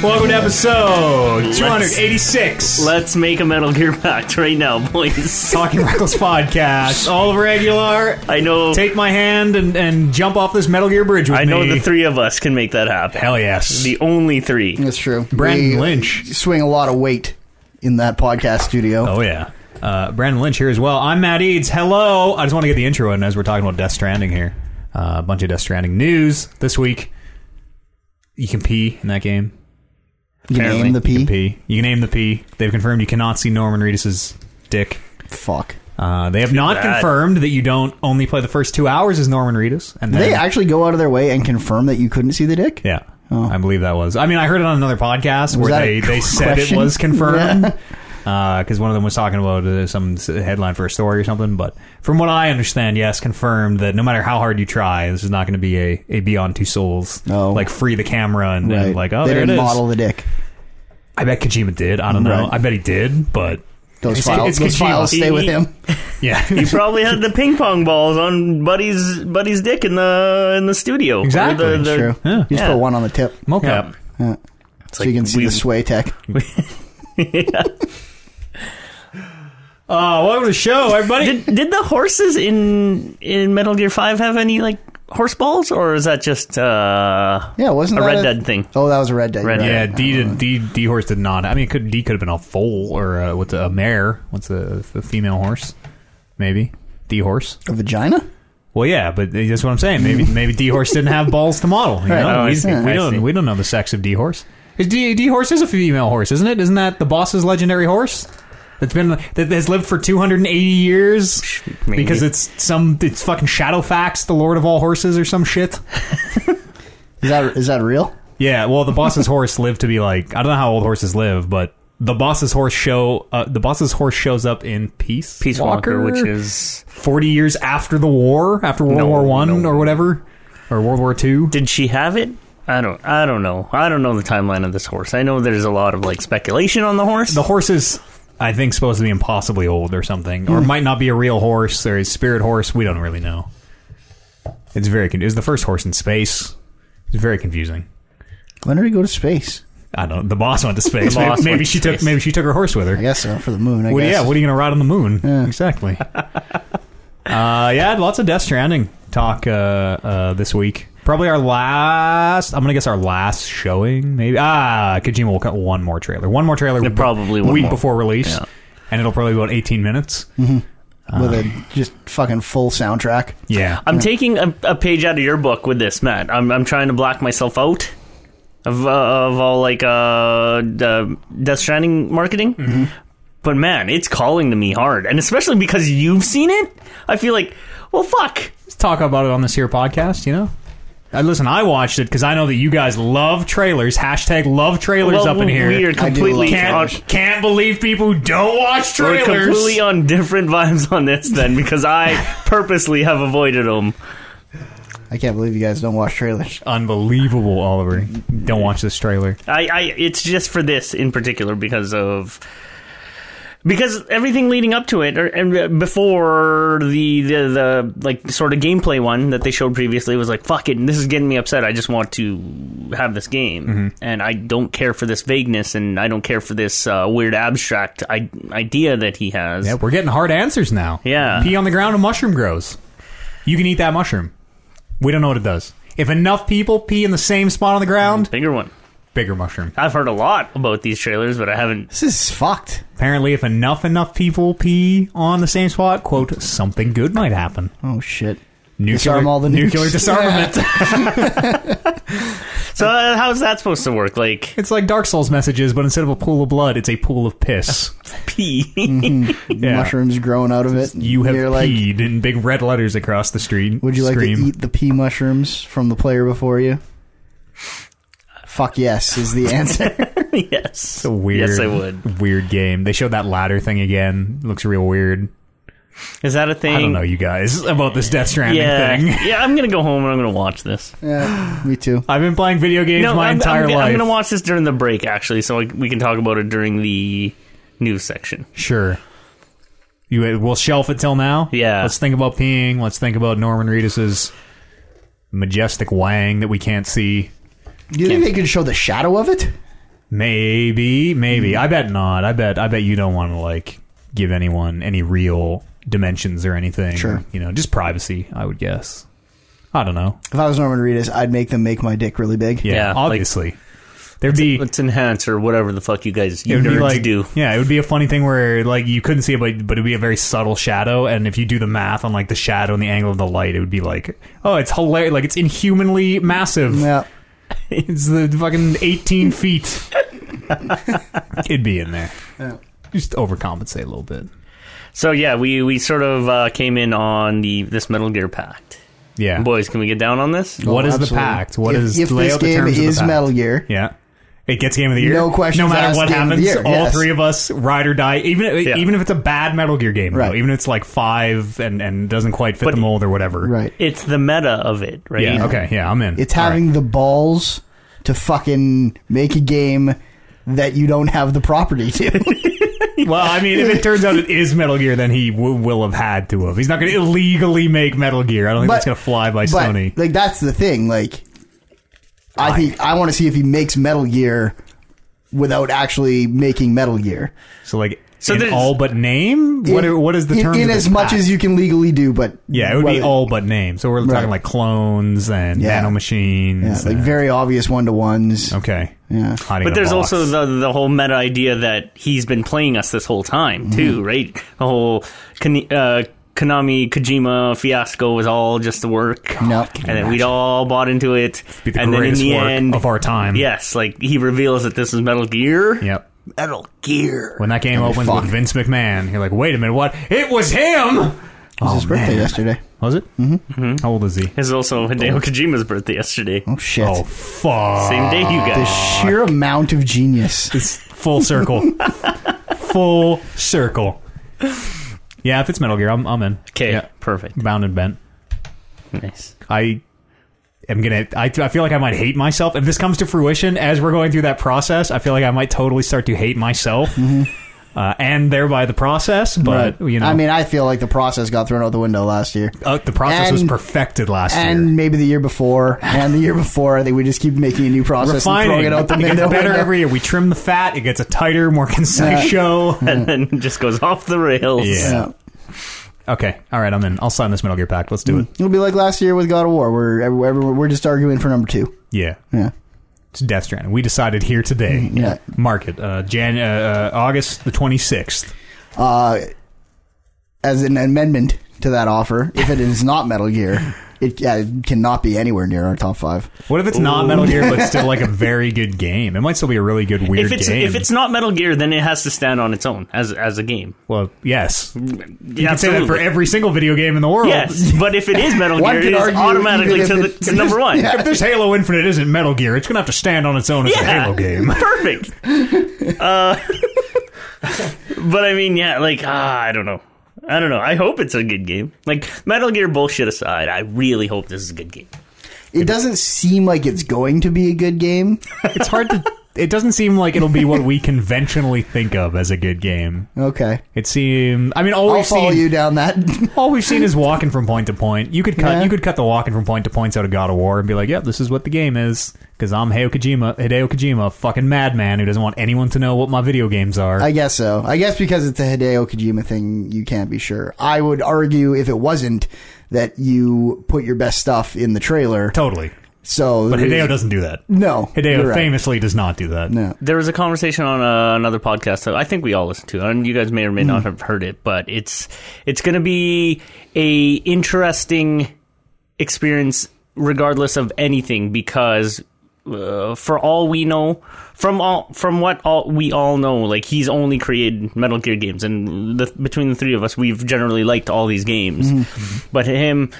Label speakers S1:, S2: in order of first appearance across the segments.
S1: Road episode 286.
S2: Let's make a Metal Gear Pact right now, boys.
S1: Talking Reckless podcast. Oliver Aguilar,
S2: I know.
S1: take my hand and, and jump off this Metal Gear bridge with
S2: I know
S1: me.
S2: the three of us can make that happen.
S1: Hell yes.
S2: The only three.
S3: That's true.
S1: Brandon
S3: We
S1: Lynch.
S3: swing a lot of weight in that podcast studio.
S1: oh yeah. Uh, Brandon Lynch here as well. I'm Matt Eads. Hello. I just want to get the intro in as we're talking about Death Stranding here. Uh, a bunch of Death Stranding news this week. You can pee in that game.
S3: you can
S2: apparently.
S3: name the P.
S1: You can pee. You can name the P. They've confirmed you cannot see Norman Reedus's dick.
S3: Fuck.
S1: Uh, they have not
S2: bad.
S1: confirmed that you don't only play the first two hours as Norman Reedus. And
S3: Did
S1: then,
S3: they actually go out of their way and confirm that you couldn't see the dick?
S1: yeah, I believe that was. I mean, I heard it on another podcast where
S3: Oh. that a
S1: they, they said it
S3: question?
S1: was confirmed because one of them was talking about uh, some s- headline for a story or something. But from what I understand, yes, confirmed that no matter how hard you try, this is not going to be a, a Beyond Two Souls
S3: Oh.
S1: like free the camera and, and
S3: Right.
S1: like oh
S3: they
S1: there it
S3: didn't
S1: is.
S3: model the dick.
S1: I bet Kojima did. I don't know.
S3: Right.
S1: I bet he did, but
S3: Those
S1: It's-
S3: files,
S1: it's
S3: those
S1: Kojima.
S3: files stay with him.
S1: yeah.
S2: You probably had the ping pong balls on Buddy's Buddy's dick in the in the studio. Or
S1: Exactly.
S2: the- the-
S3: True.
S1: Yeah.
S3: You just
S2: Yeah.
S3: put one on the tip,
S1: Mocap.
S2: Yeah.
S3: so you can see
S2: we-
S3: the sway tech.
S1: Uh, welcome to the show, everybody.
S2: Did, did the horses in in Metal Gear Five have any like horse balls, or is that just uh,
S3: Yeah, wasn't
S2: a
S3: that
S2: Red
S3: a-
S2: Dead thing?
S3: Oh, that was a red dead.
S2: Red
S3: right.
S1: Yeah, uh, D did, D D horse did not. I mean, it could D could have been a foal or a, what's a, a mare? What's a, a female horse? Maybe D horse.
S3: A vagina?
S1: Well, yeah, but that's what I'm saying. Maybe maybe D horse didn't have balls to model. You
S3: Right.
S1: know?
S3: Oh, I
S1: we,
S3: see.
S1: we
S3: I
S1: don't
S2: see.
S1: we don't know the sex of D horse. D D horse is a female horse, isn't it? Isn't that the boss's legendary horse? That's been that has lived for 280 years
S2: Maybe.
S1: because it's some it's fucking Shadowfax, the Lord of all horses, or some shit.
S3: Is that is that real?
S1: Yeah, well, the boss's horse lived to be like I don't know how old horses live, but the boss's horse show uh, the boss's horse shows up in Peace
S2: Peace Walker, which is
S1: forty years after the war, after World
S2: No,
S1: War One
S2: no.
S1: or whatever, or World War Two.
S2: did she have it? I don't. I don't know. I don't know the timeline of this horse. I know there's a lot of like speculation on the horse.
S1: The horse is, I think, supposed to be impossibly old or something, or might not be a real horse or a spirit horse. We don't really know. It's very con- it was the first horse in space. It's very confusing.
S3: When did he go to space?
S1: I don't. The boss went to space.
S2: boss
S1: maybe
S2: went
S1: maybe
S2: to
S1: she took
S2: space.
S1: maybe she took her horse with her.
S3: I guess so, for the moon. I
S1: What,
S3: guess.
S1: yeah, what are you going to ride on the moon? Exactly. uh, yeah, lots of Death Stranding talk uh, uh, this week. Probably our last. I'm going to guess our last showing. Maybe ah, Kojima will cut one more trailer. One more trailer.
S2: Yeah, probably one
S1: week
S2: more.
S1: before release,
S2: Yeah.
S1: and it'll probably be about 18 minutes.
S3: With
S1: Ah.
S3: a just fucking full soundtrack.
S1: Yeah,
S2: I'm taking a, a page out of your book with this, Matt. I'm I'm trying to block myself out of uh, of all like uh the Death Stranding marketing.
S1: Mm-hmm.
S2: But man, it's calling to me hard, and especially because you've seen it, I feel like, well, fuck.
S1: let's talk about it on this here podcast. You know. Uh, listen, I watched it because I know that you guys love trailers. Hashtag love trailers
S2: Well,
S1: up in here.
S2: we are
S3: love
S2: completely on,
S3: trailers.
S1: Can't believe people who don't watch
S2: we're
S1: trailers.
S2: completely on different vibes on this then, because I purposely have avoided them.
S3: I can't believe you guys don't watch trailers.
S1: Unbelievable, Oliver. Don't watch this trailer.
S2: I, I it's just for this in particular because of because everything leading up to it or, and uh, before the, the the like sort of gameplay one that they showed previously was like fuck it this is getting me upset I just want to have this game
S1: Mm-hmm.
S2: and I don't care for this vagueness and I don't care for this uh, weird abstract I- idea that he has
S1: Yeah, we're getting hard answers now.
S2: Yeah.
S1: Pee on the ground, a mushroom grows. You can eat that mushroom. We don't know what it does. If enough people pee in the same spot on the ground,
S2: bigger one
S1: bigger mushroom.
S2: I've heard a lot about these trailers but I haven't
S3: This is fucked.
S1: Apparently, if enough enough people pee on the same spot, quote, something good might happen.
S3: Oh shit.
S1: Nuclear,
S3: Disarm all the nukes.
S1: nuclear disarmament.
S2: so uh, how's that supposed to work like
S1: It's like Dark Souls messages, but instead of a pool of blood, it's a pool of piss.
S2: pee
S1: Yeah.
S3: Mushrooms growing out of it.
S1: You have
S3: You're like,
S1: peed in big red letters across the street.
S3: would you like
S1: Scream.
S3: to eat the pea mushrooms from the player before you? Fuck yes is the answer.
S2: yes
S1: It's a weird,
S2: yes I would
S1: Weird game. They showed that ladder thing again. Looks real weird.
S2: Is that a thing?
S1: I don't know, you guys, about this Death Stranding
S2: Mm. Yeah,
S1: thing.
S2: yeah. I'm gonna go home and I'm gonna watch this.
S3: yeah, me too.
S1: I've been playing video games
S2: no,
S1: my
S2: I'm,
S1: entire
S2: I'm,
S1: life.
S2: I'm gonna watch this during the break, actually, so I, we can talk about it during the news section.
S1: Sure. You uh, we'll shelf it till now.
S2: Yeah.
S1: Let's think about peeing. Let's think about Norman Reedus's majestic wang that we can't see.
S3: Do you think they could show the shadow of it?
S1: Maybe, maybe.
S2: Mm.
S1: I bet not. I bet. I bet you don't want to like give anyone any real dimensions or anything.
S3: Sure.
S1: You know, just privacy. I would guess. I don't know.
S3: If I was Norman Reedus, I'd make them make my dick really big.
S1: Yeah.
S2: Yeah, like-
S1: obviously, there'd be.
S2: Let's enhance or whatever the fuck you guys
S1: It
S2: you
S1: would be
S2: nerds
S1: like,
S2: do.
S1: yeah, it would be a funny thing where like you couldn't see it, but but it'd be a very subtle shadow. And if you do the math on like the shadow and the angle of the light, it would be like, oh, it's hilarious. Like it's inhumanly massive.
S3: Yeah.
S1: It's the fucking 18 feet. It'd be in there. Just overcompensate a little bit.
S2: So yeah, we we sort of uh, came in on the this Metal Gear pact.
S1: Yeah.
S2: Boys, can we get down on this?
S1: What
S3: Oh,
S1: is the
S3: absolutely.
S1: pact? What
S3: if,
S1: is
S3: if
S1: lay
S3: this
S1: out the
S3: game
S1: terms of the
S3: is
S1: pact.
S3: Metal Gear?
S1: Yeah. It gets game of the year.
S3: No questions
S1: No matter
S3: asked,
S1: what
S3: game of
S1: happens,
S3: the year,
S1: all
S3: yes.
S1: three of us ride or die. Even
S2: Yeah.
S1: even if it's a bad Metal Gear game, though,
S3: Right.
S1: even if it's like five and and doesn't quite fit
S2: But-
S1: the mold or whatever.
S3: Right.
S2: It's the meta of it, right?
S1: Yeah. Okay. Yeah. I'm in.
S3: It's
S1: All right.
S3: having the balls to fucking make a game that you don't have the property to.
S1: Well, I mean, if it turns out it is Metal Gear, then he w- will have had to have. He's not going to illegally make Metal Gear. I don't think
S3: But-
S1: that's going to fly by
S3: but
S1: Sony.
S3: like that's the thing. Like I think I want to see if he makes Metal Gear without actually making Metal Gear.
S1: So like
S2: So
S1: in
S2: there's-
S1: all but name. what
S3: In-
S1: are, what is the
S3: in-
S1: term?
S3: In, as much as you can legally do, but
S1: Ah, yeah, it would be
S3: whether-
S1: all but name. So we're
S3: Right.
S1: talking like clones and
S3: Yeah.
S1: nano machines.
S3: yeah, like
S1: and-
S3: very obvious one to ones.
S1: okay.
S3: Yeah.
S1: Hiding in
S2: But
S1: a
S2: there's
S1: box.
S2: also the the whole meta idea that he's been playing us this whole
S1: Mm-hmm.
S2: time too, right? The whole Kon- uh, Konami Kojima fiasco was all just the work,
S3: No.
S2: and then we'd all bought into it.
S1: be the
S2: and then in
S1: greatest
S2: the
S1: work
S2: end,
S1: of our time.
S2: yes, like he reveals that this is Metal Gear.
S1: Yep.
S2: Metal Gear.
S1: When that game
S3: Oh,
S1: opens
S3: fuck.
S1: with Vince McMahon, you're like, wait a minute, what? It was him. Oh,
S3: It was his birthday yesterday.
S1: Was it? Mm-hmm. How old is he?
S2: It's also Hideo Kojima's birthday yesterday.
S3: Oh shit.
S1: Oh fuck!
S2: Same day you
S3: the
S2: guys.
S3: sheer amount of genius.
S1: It's full circle. full circle. Yeah, if it's Metal Gear, I'm, I'm in.
S2: Okay,
S1: Yeah.
S2: perfect.
S1: Bound and bent.
S2: Nice.
S1: I am gonna. I, I feel like I might hate myself if this comes to fruition. As we're going through that process, I feel like I might totally start to hate myself, uh, and thereby the process. But uh, you know,
S3: Mm-hmm. I mean, I feel like the process got thrown out the window last year.
S1: uh, the process was
S3: and-
S1: perfected last
S3: and
S1: year.
S3: maybe the year before, and the year before. I think we just keep making a new process
S1: Refining,
S3: and throwing it out the
S1: it
S3: window.
S1: gets better every year. We trim the fat; it gets a tighter, more concise
S3: Yeah.
S1: show.
S2: And then it just goes off the rails.
S1: Yeah.
S3: Yeah.
S1: Okay, all right, I'm in. I'll sign this Metal Gear pact. Let's do it.
S3: It'll be like last year with God of War, where every- every- we're just arguing for number two.
S1: Yeah,
S3: Yeah,
S1: it's Death Stranding. We decided here today.
S3: Mm, yeah.
S1: Mark it, uh, Jan, uh, uh, August the 26th.
S3: Uh, as an amendment to that offer, if it is not Metal Gear, it, yeah, it cannot be anywhere near our top five.
S1: What if it's not Metal Gear, but still like a very good game? It might still be a really good weird
S2: If it's
S1: game.
S2: if it's not Metal Gear, then it has to stand on its own as as a game.
S1: well, yes, you
S2: Yeah,
S1: can say that for
S2: absolutely.
S1: every single video game in the world.
S2: Yes, but if it is Metal
S3: One
S2: Gear,
S3: could
S2: it is
S3: argue
S2: automatically
S3: even
S2: to,
S3: if
S2: the,
S3: it-
S2: to number one.
S3: Yeah.
S1: If there's Halo Infinite isn't Metal Gear, it's gonna have to stand on its own as a Halo game.
S2: Perfect. Uh, but I mean, yeah, like ah, I don't know. I don't know. I hope it's a good game. Like Metal Gear bullshit aside, I really hope this is a good game.
S3: It doesn't seem like it's going to be a good game.
S1: It's hard to. It doesn't seem like it'll be what we conventionally think of as a good game.
S3: Okay,
S1: It seems. I mean, all
S3: I'll
S1: we've
S3: follow
S1: seen,
S3: you down that.
S1: all we've seen is walking from point to point. You could cut.
S3: Yeah.
S1: You could cut the walking from point to points out of God of War and be like, "Yep, this is what the game is." Because I'm Hideo Kojima, Hideo Kojima, a fucking madman who doesn't want anyone to know what my video games are.
S3: I guess so. I guess because it's a Hideo Kojima thing, you can't be sure. I would argue if it wasn't that you put your best stuff in the trailer.
S1: totally.
S3: So,
S1: But Hideo doesn't do that.
S3: No,
S1: Hideo
S3: you're right.
S1: famously does not do that.
S3: No.
S2: There was a conversation on uh, another podcast that I think we all listened to, and you guys may or may not have heard it, but it's it's going to be a interesting experience regardless of anything because uh, for all we know, from all from what all we all know, like he's only created Metal Gear games, and the, between the three of us, we've generally liked all these games, but him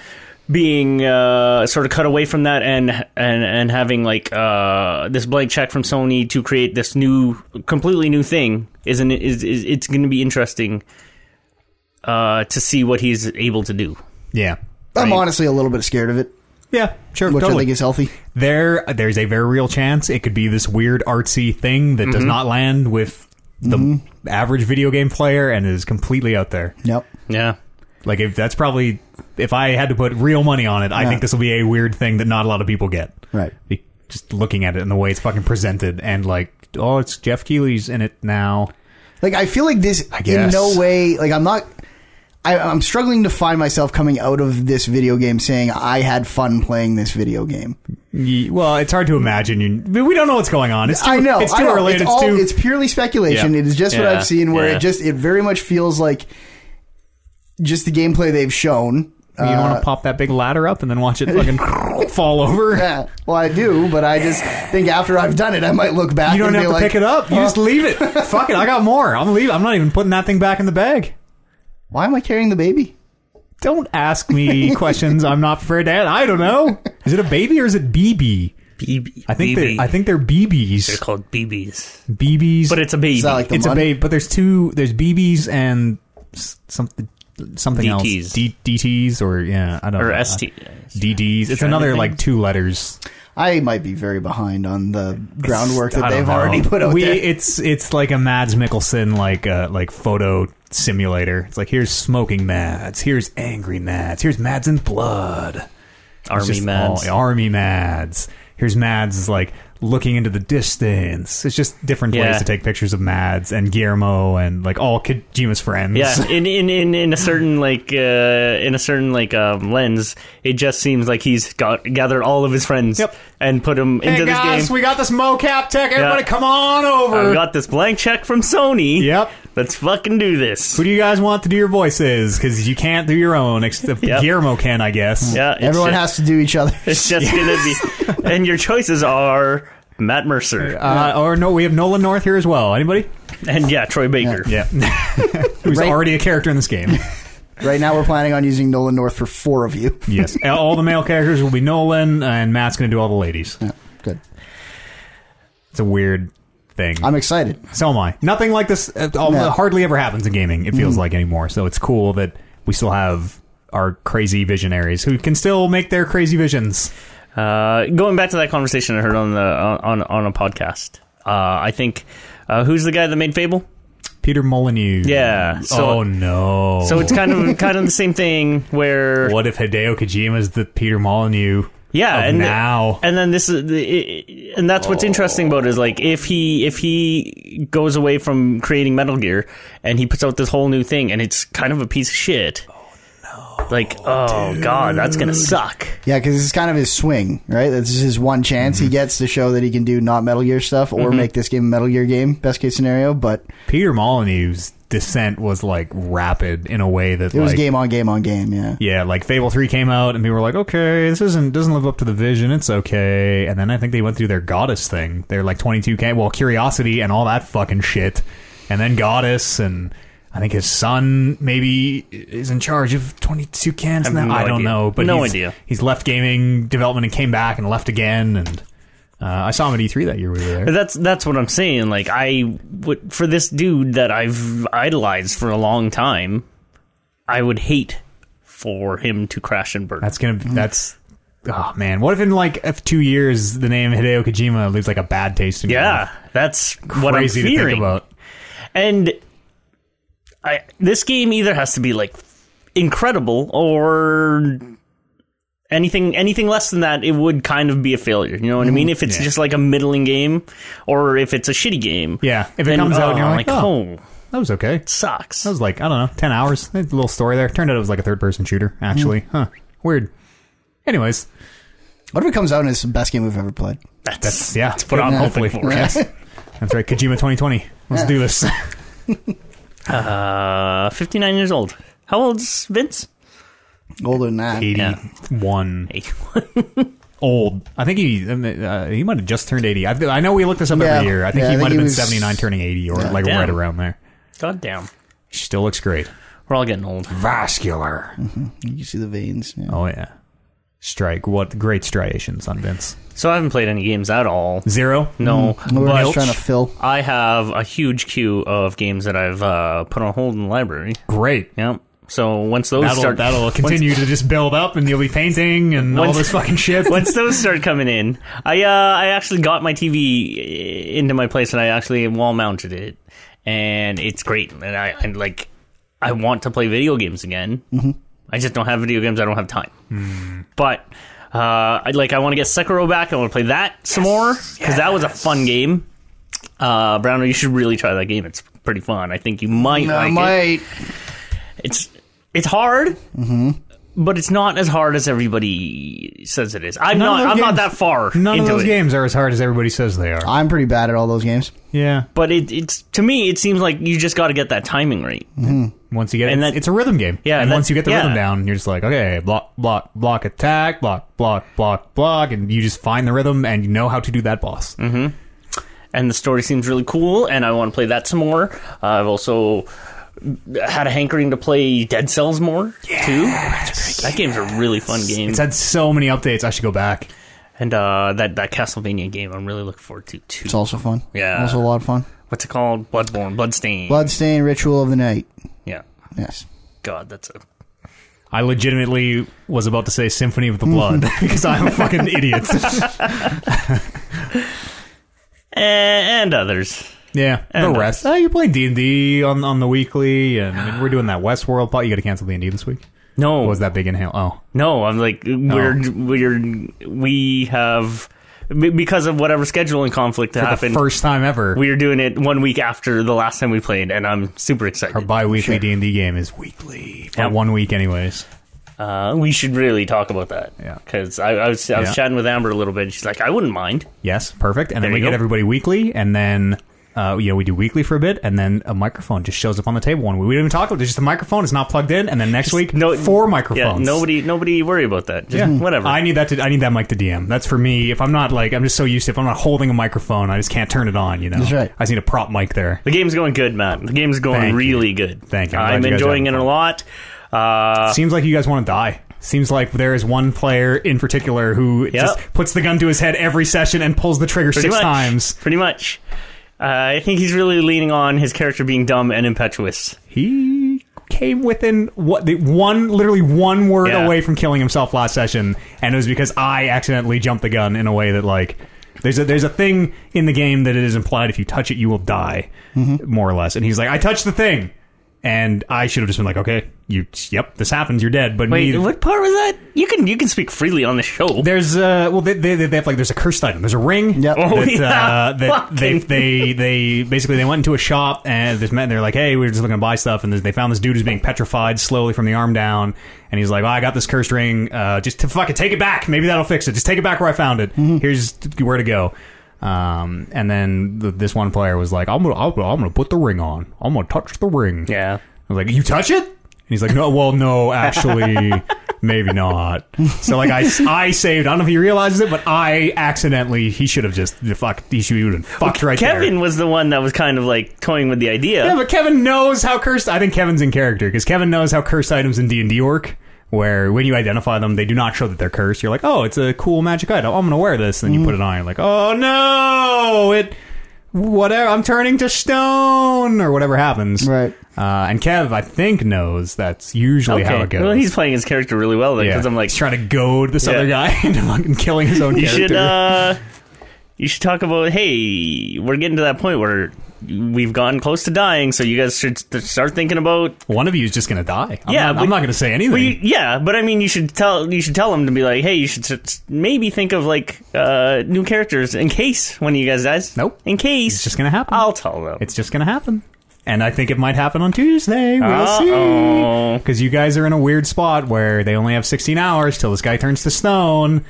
S2: being uh, sort of cut away from that and and and having like uh, this blank check from Sony to create this new completely new thing is an, is, is it's going to be interesting uh, to see what he's able to do.
S1: Yeah.
S3: I'm
S2: Right.
S3: honestly a little bit scared of it,
S1: Yeah, sure.
S3: which I
S1: totally.
S3: think is healthy.
S1: there, there's a very real chance it could be this weird artsy thing that does not land with the
S3: Mm-hmm.
S1: average video game player and is completely out there.
S3: Nope.
S2: Yeah.
S1: Like, if that's probably, if I had to put real money on it, I think this will be a weird thing that not a lot of people get.
S3: Right.
S1: Be- just looking at it and the way it's fucking presented and like, oh, it's Jeff Keighley's in it now.
S3: Like I feel like this in
S1: guess.
S3: no way. Like I'm not. I, I'm struggling to find myself coming out of this video game saying I had fun playing this video game.
S1: Ye- Well, it's hard to imagine. You, but we don't know what's going on. It's too,
S3: I know.
S1: It's too
S3: I know.
S1: early.
S3: It's,
S1: and It's,
S3: all,
S1: too.
S3: it's purely speculation.
S1: Yeah.
S3: It is just what
S2: Yeah.
S3: I've seen. Where
S2: Yeah.
S3: it just it very much feels like just the gameplay they've shown.
S1: you don't
S3: uh,
S1: want to pop that big ladder up and then watch it fucking fall over.
S3: Yeah, well, I do, but I just think after I've done it, I might look back.
S1: You don't
S3: and
S1: have
S3: be
S1: to
S3: like,
S1: pick it up. You just leave it. Fuck it. I got more. I'm leaving. I'm not even putting that thing back in the bag.
S3: Why am I carrying the baby?
S1: Don't ask me questions I'm not prepared to answer. I don't know. Is it a baby or is it BB?
S2: BB.
S1: I think
S2: BB.
S1: they I think they're
S2: they're
S1: BBs.
S2: called BBs,
S1: BBs.
S2: but it's a baby.
S3: Is that like the
S1: it's a
S3: money?
S1: babe, but there's two. There's BBs and s- something something
S2: DTs.
S1: else. D, DTs or yeah, I don't
S2: or
S1: know.
S2: ST.
S1: DDs. It's
S2: Trying to
S1: another
S2: think.
S1: like two letters.
S3: I might be very behind on the groundwork
S1: I
S3: that
S1: don't
S3: they've
S1: know.
S3: already put out
S1: we,
S3: there.
S1: It's it's like a Mads Mikkelsen like uh, like photo simulator. It's like here's smoking Mads, here's angry Mads, here's Mads in blood. It's
S2: Army
S1: just
S2: Mads.
S1: all- army Mads. Here's Mads like looking into the distance. It's just different
S2: Yeah.
S1: ways to take pictures of Mads and Guillermo and like all Kojima's friends.
S2: Yeah, in, in, in, in a certain like uh, in a certain like um, lens, it just seems like he's got gathered all of his friends
S1: Yep.
S2: and put them into
S1: Hey
S2: this
S1: guys,
S2: game.
S1: we got this mocap tech. Everybody,
S2: Yeah.
S1: come on
S2: I
S1: over.
S2: got this blank check from Sony.
S1: Yep.
S2: let's fucking do this.
S1: Who do you guys want to do your voices? Because you can't do your own, except
S2: Yep.
S1: Guillermo can, I guess.
S2: Yeah, it's
S3: Everyone
S2: just,
S3: has to do each other.
S2: It's just gonna be, and your choices are Matt Mercer
S1: Uh, or no, we have Nolan North here as well. Anybody?
S2: and yeah, Troy Baker.
S1: Yeah. Who's
S3: Right.
S1: already a character in this game.
S3: Right now, we're planning on using Nolan North for four of you.
S1: yes. All the male characters will be Nolan, and Matt's going to do all the ladies.
S3: Yeah, good.
S1: It's a weird thing.
S3: I'm excited.
S1: so am I. Nothing like this uh, all-
S3: No. Mm.
S1: hardly ever happens in gaming, it feels like anymore. So it's cool that we still have our crazy visionaries who can still make their crazy visions.
S2: Uh, going back to that conversation I heard on the on on a podcast. Uh, I think uh, who's the guy that made Fable?
S1: Peter Molyneux.
S2: Yeah, so-
S1: oh, no.
S2: So it's kind of kind of the same thing where
S1: what if Hideo Kojima's the Peter Molyneux?
S2: yeah,
S1: of
S2: and
S1: now.
S2: and then this is the, and that's what's interesting about it is like if he if he goes away from creating Metal Gear and he puts out this whole new thing and it's kind of a piece of shit.
S1: Oh,
S2: Like oh god, that's gonna suck.
S3: Yeah, because this is kind of his swing, right? This is his one chance
S1: Mm-hmm.
S3: he gets to show that he can do not Metal Gear stuff or make this game a Metal Gear game, best case scenario. But
S1: Peter Molyneux's descent was like rapid in a way that
S3: it was
S1: like
S3: game on game on game, yeah.
S1: yeah, like Fable Three came out and people were like, okay, this isn't doesn't live up to the vision. It's okay. And then I think they went through their Goddess thing. They're like 22k, well, Curiosity and all that fucking shit, and then Goddess and. I think his son maybe is in charge of 22 cans
S2: have
S1: now.
S2: no
S1: I don't
S2: idea.
S1: know, but
S2: No
S1: he's,
S2: idea.
S1: He's left gaming development and came back and left again. And uh, I saw him at E3 that year. We were there.
S2: But that's that's what I'm saying. Like I would for this dude that I've idolized for a long time, I would hate for him to crash and burn.
S1: That's gonna. be That's. Oh man, what if in like if two years the name Hideo Kojima leaves like a bad taste in your
S2: yeah,
S1: mouth?
S2: that's what I'm
S1: crazy
S2: fearing.
S1: to think about.
S2: And I this game either has to be like incredible or anything anything less than that it would kind of be a failure. You know what I mean? If it's
S1: Mm-hmm. Yeah.
S2: just like a middling game or if it's a shitty game.
S1: Yeah, if it
S2: Then,
S1: comes out, and you're
S2: oh,
S1: like, oh,
S2: oh,
S1: that was okay. That
S2: sucks.
S1: was like I don't know, ten hours. There's A little story there. Turned out it was like a third person shooter actually. Huh. Weird. Anyways,
S3: What if it comes out and it's the best game we've ever played?
S1: that's yeah. Let's
S2: what I'm hoping for.
S1: That's right, Kojima 2020. Let's do this.
S2: Uh, 59 years old. How old's Vince?
S3: Older than that.
S1: Eighty-one old. I think he uh, he might have just turned eighty. I, I know we look this up
S3: Yeah.
S1: every year. I think
S3: Yeah, I
S1: he
S3: think
S1: might
S3: he
S1: have been
S3: was-
S1: seventy-nine, turning eighty, or like
S2: Damn.
S1: right around there.
S2: God damn.
S1: She still looks great.
S2: We're all getting old.
S1: vascular.
S3: You see the veins. Yeah.
S1: Oh yeah. Strike. What great striations on Vince.
S2: So I haven't played any games at all.
S1: Zero.
S2: No,
S3: We Mm. We're
S2: but
S3: just trying to fill.
S2: I have a huge queue of games that I've uh, put on hold in the library.
S1: Great.
S2: Yep. So once those
S1: That'll
S2: start,
S1: that'll continue to just build up, and you'll be painting and all
S2: Once-
S1: this fucking shit.
S2: Once those start coming in, I uh, I actually got my TV into my place and I actually wall mounted it, and it's great. And I and like I want to play video games again. I just don't have video games. I don't have time. But Uh, I like. I want to get Sekiro back. I want to play that some more because that was a fun game. Uh, Browner, you should really try that game. It's pretty fun. I think you might like
S3: I
S2: it.
S3: might.
S2: It's it's hard,
S1: Mm-hmm.
S2: but it's not as hard as everybody says it is. I'm
S1: None of
S2: not.
S1: those
S2: I'm not
S1: games-
S2: that far
S1: None of
S2: into
S1: those
S2: it. Uh,
S1: games are as hard as everybody says they are.
S3: I'm pretty bad at all those games.
S1: Yeah.
S2: But it, it's to me, it seems like you just got to get that timing right.
S1: Mm. Once you get it,
S2: And that-
S1: it's a rhythm game.
S2: Yeah,
S1: And
S2: that-
S1: once you get the
S2: yeah.
S1: rhythm down, you're just like, okay, block, block, block, attack, block, block, block, block, and you just find the rhythm and you know how to do that boss.
S2: Mm-hmm. and the story seems really cool, and I want to play that some more. Uh, I've also had a hankering to play Dead Cells more too. That game's a really fun game,
S1: It's had so many updates. I should go back.
S2: and uh, that that Castlevania game I'm really looking forward to too.
S3: It's also fun.
S2: Yeah.
S3: Also a lot of fun.
S2: What's it called? Bloodborne, Bloodstained.
S3: Bloodstained Ritual of the Night.
S2: yeah,
S3: Yes.
S2: God, that's a
S1: I legitimately was about to say Symphony of the Blood because I'm a fucking idiot.
S2: and, and others.
S1: yeah,
S2: And,
S1: the
S2: uh,
S1: rest. Uh, you're playing D and D on on the weekly, and I mean, we're doing that Westworld pot. You got to cancel D and D this week.
S2: No,
S1: What was that big inhale? Oh,
S2: No, I'm like we're we're we have be- because of whatever scheduling conflict that
S1: for
S2: happened.
S1: the first time ever.
S2: we're doing it one week after the last time we played, and I'm super excited.
S1: our bi-weekly D&D game is weekly. For
S2: Yeah.
S1: one week anyways.
S2: Uh, we should really talk about that.
S1: Yeah.
S2: Because I, I was, I was
S1: Yeah.
S2: chatting with Amber a little bit, and she's like, I wouldn't mind.
S1: Yes, perfect. And then
S2: There
S1: we
S2: you
S1: get
S2: go.
S1: everybody weekly, and then uh, you know we do weekly for a bit, and then a microphone just shows up on the table one week. We don't even talk about it. It's Just the microphone is not plugged in, and then next week
S2: no-
S1: four
S2: Yeah,
S1: microphones.
S2: nobody nobody worry about that. Just
S1: Yeah.
S2: whatever.
S1: I need that to. I need that mic to DM. That's for me. If I'm not like, I'm just so used to. If I'm not holding a microphone, I just can't turn it on. You know.
S3: That's right.
S1: I just need a prop mic there.
S2: the game's going good, Matt. The game's going
S1: Thank you.
S2: really good.
S1: Thank you. I'm glad
S2: I'm,
S1: you guys are
S2: enjoying it
S1: having
S2: a lot. Uh,
S1: Seems like you guys want to die. Seems like there is one player in particular who just puts the gun to his head every session and pulls the trigger
S2: pretty
S1: six
S2: much,
S1: times.
S2: Pretty much. Uh, I think he's really leaning on his character being dumb and impetuous.
S1: He came within what the one literally one word
S2: Yeah.
S1: away from killing himself last session, and it was because I accidentally jumped the gun in a way that like there's a there's a thing in the game that it is implied if you touch it you will die
S2: Mm-hmm.
S1: more or less, and he's like I touched the thing, and I should have just been like okay you yep this happens you're dead, but
S2: Wait,
S1: me,
S2: what part was that? You can you can speak freely on the show.
S1: There's uh well they, they they have like there's a cursed item there's a ring
S3: Yep.
S2: Oh,
S1: that,
S2: yeah.
S1: uh, that they,
S2: Fucking-
S1: they they basically they went into a shop and this man they're like hey we were just looking to buy stuff and they found this dude who's being petrified slowly from the arm down and he's like oh, I got this cursed ring uh just to fucking take it back maybe that'll fix it just take it back where I found it here's where to go. Um and then the, this one player was like I'm gonna I'm gonna I'm gonna put the ring on I'm gonna touch the ring
S2: Yeah.
S1: I was like, "You touch it?" And he's like, "No, well, no, actually, maybe not." So like, I, I saved. I don't know if he realizes it, but I accidentally. He should have just fuck. He should have been fucked right
S2: Kevin
S1: there.
S2: was the one that was kind of like toying with the idea.
S1: Yeah, but Kevin knows how cursed. I think Kevin's in character because Kevin knows how cursed items in D and D work. Where when you identify them, they do not show that they're cursed. You're like, "Oh, it's a cool magic item. I'm gonna wear this." And then you put it on. You're like, "Oh no, it." Whatever, I'm turning to stone or whatever happens.
S3: Right.
S1: Uh, and Kev, I think, knows that's usually how it goes.
S2: Well, he's playing his character really well then, because I'm like,
S1: He's trying to goad this
S2: Yeah.
S1: other guy into fucking killing his own
S2: you
S1: character.
S2: should, uh, you should talk about. Hey, we're getting to that point where we've gotten close to dying, so you guys should st- start thinking about.
S1: One of you is just going to die. I'm
S2: Yeah,
S1: not,
S2: but-
S1: I'm not going to say anything.
S2: Well, you, yeah, but I mean, you should tell you should tell him to be like, hey, you should s- maybe think of like uh, new characters in case one of you guys dies.
S1: Nope.
S2: in case
S1: it's just going to happen.
S2: I'll tell them.
S1: it's just going to happen. And I think it might happen on Tuesday. We'll see.
S2: Uh-oh.
S1: Because you guys are in a weird spot where they only have 16 hours till this guy turns to stone,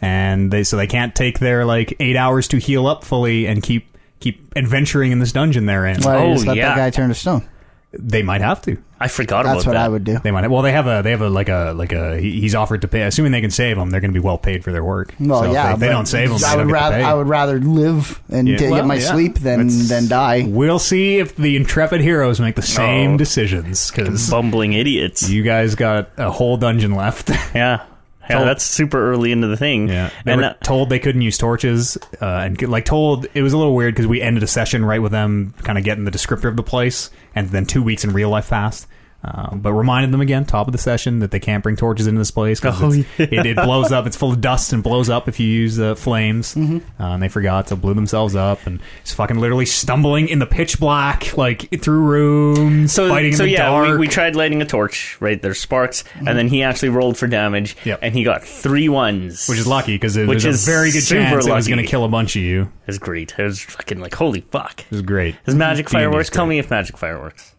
S1: and they so they can't take their like eight hours to heal up fully and keep keep adventuring in this dungeon they're in.
S3: Why don't you
S2: Oh,
S3: just let
S2: yeah.
S3: that guy turn to stone?
S1: They might have to.
S2: I forgot
S3: That's
S2: about
S3: what
S2: that.
S3: I would do.
S1: They might. Have, well, they have a. They have a like a like a. he- He's offered to pay. Assuming they can save him, they're going to be well paid for their work.
S3: Well,
S1: So if
S3: yeah.
S1: They, if they
S3: but
S1: don't save him.
S3: I would rather I would rather live and
S1: Yeah.
S3: get,
S1: Well,
S3: get my
S1: yeah.
S3: sleep than
S1: That's-
S3: than die.
S1: We'll see if the intrepid heroes make the same decisions because
S2: Bumbling idiots.
S1: you guys got a whole dungeon left.
S2: Yeah. Yeah, that's super early into the thing.
S1: They
S2: and
S1: were
S2: uh,
S1: told they couldn't use torches, uh, and get- like told it was a little weird because we ended a session right with them kind of getting the descriptor of the place, and then two weeks in real life passed. Uh, but reminded them again, top of the session, that they can't bring torches into this place because
S2: Oh,
S1: it, it blows up. It's full of dust and blows up if you use the flames.
S2: Mm-hmm.
S1: Uh, and they forgot, so blew themselves up and it's fucking literally stumbling in the pitch black, like through rooms,
S2: So,
S1: fighting
S2: so
S1: in the
S2: yeah,
S1: dark. Mm-hmm.
S2: We, we tried lighting a torch, right? There's sparks, and then he actually rolled for damage,
S1: Yep.
S2: and he got three ones,
S1: which is lucky because
S2: Which
S1: there's
S2: is
S1: a very good
S2: super
S1: chance it was
S2: lucky.
S1: going to kill a bunch of you.
S2: It was great. It was fucking like, holy fuck!
S1: It was great.
S2: Is magic
S1: D&D is
S2: fireworks? Tell
S1: great.
S2: me if magic fireworks.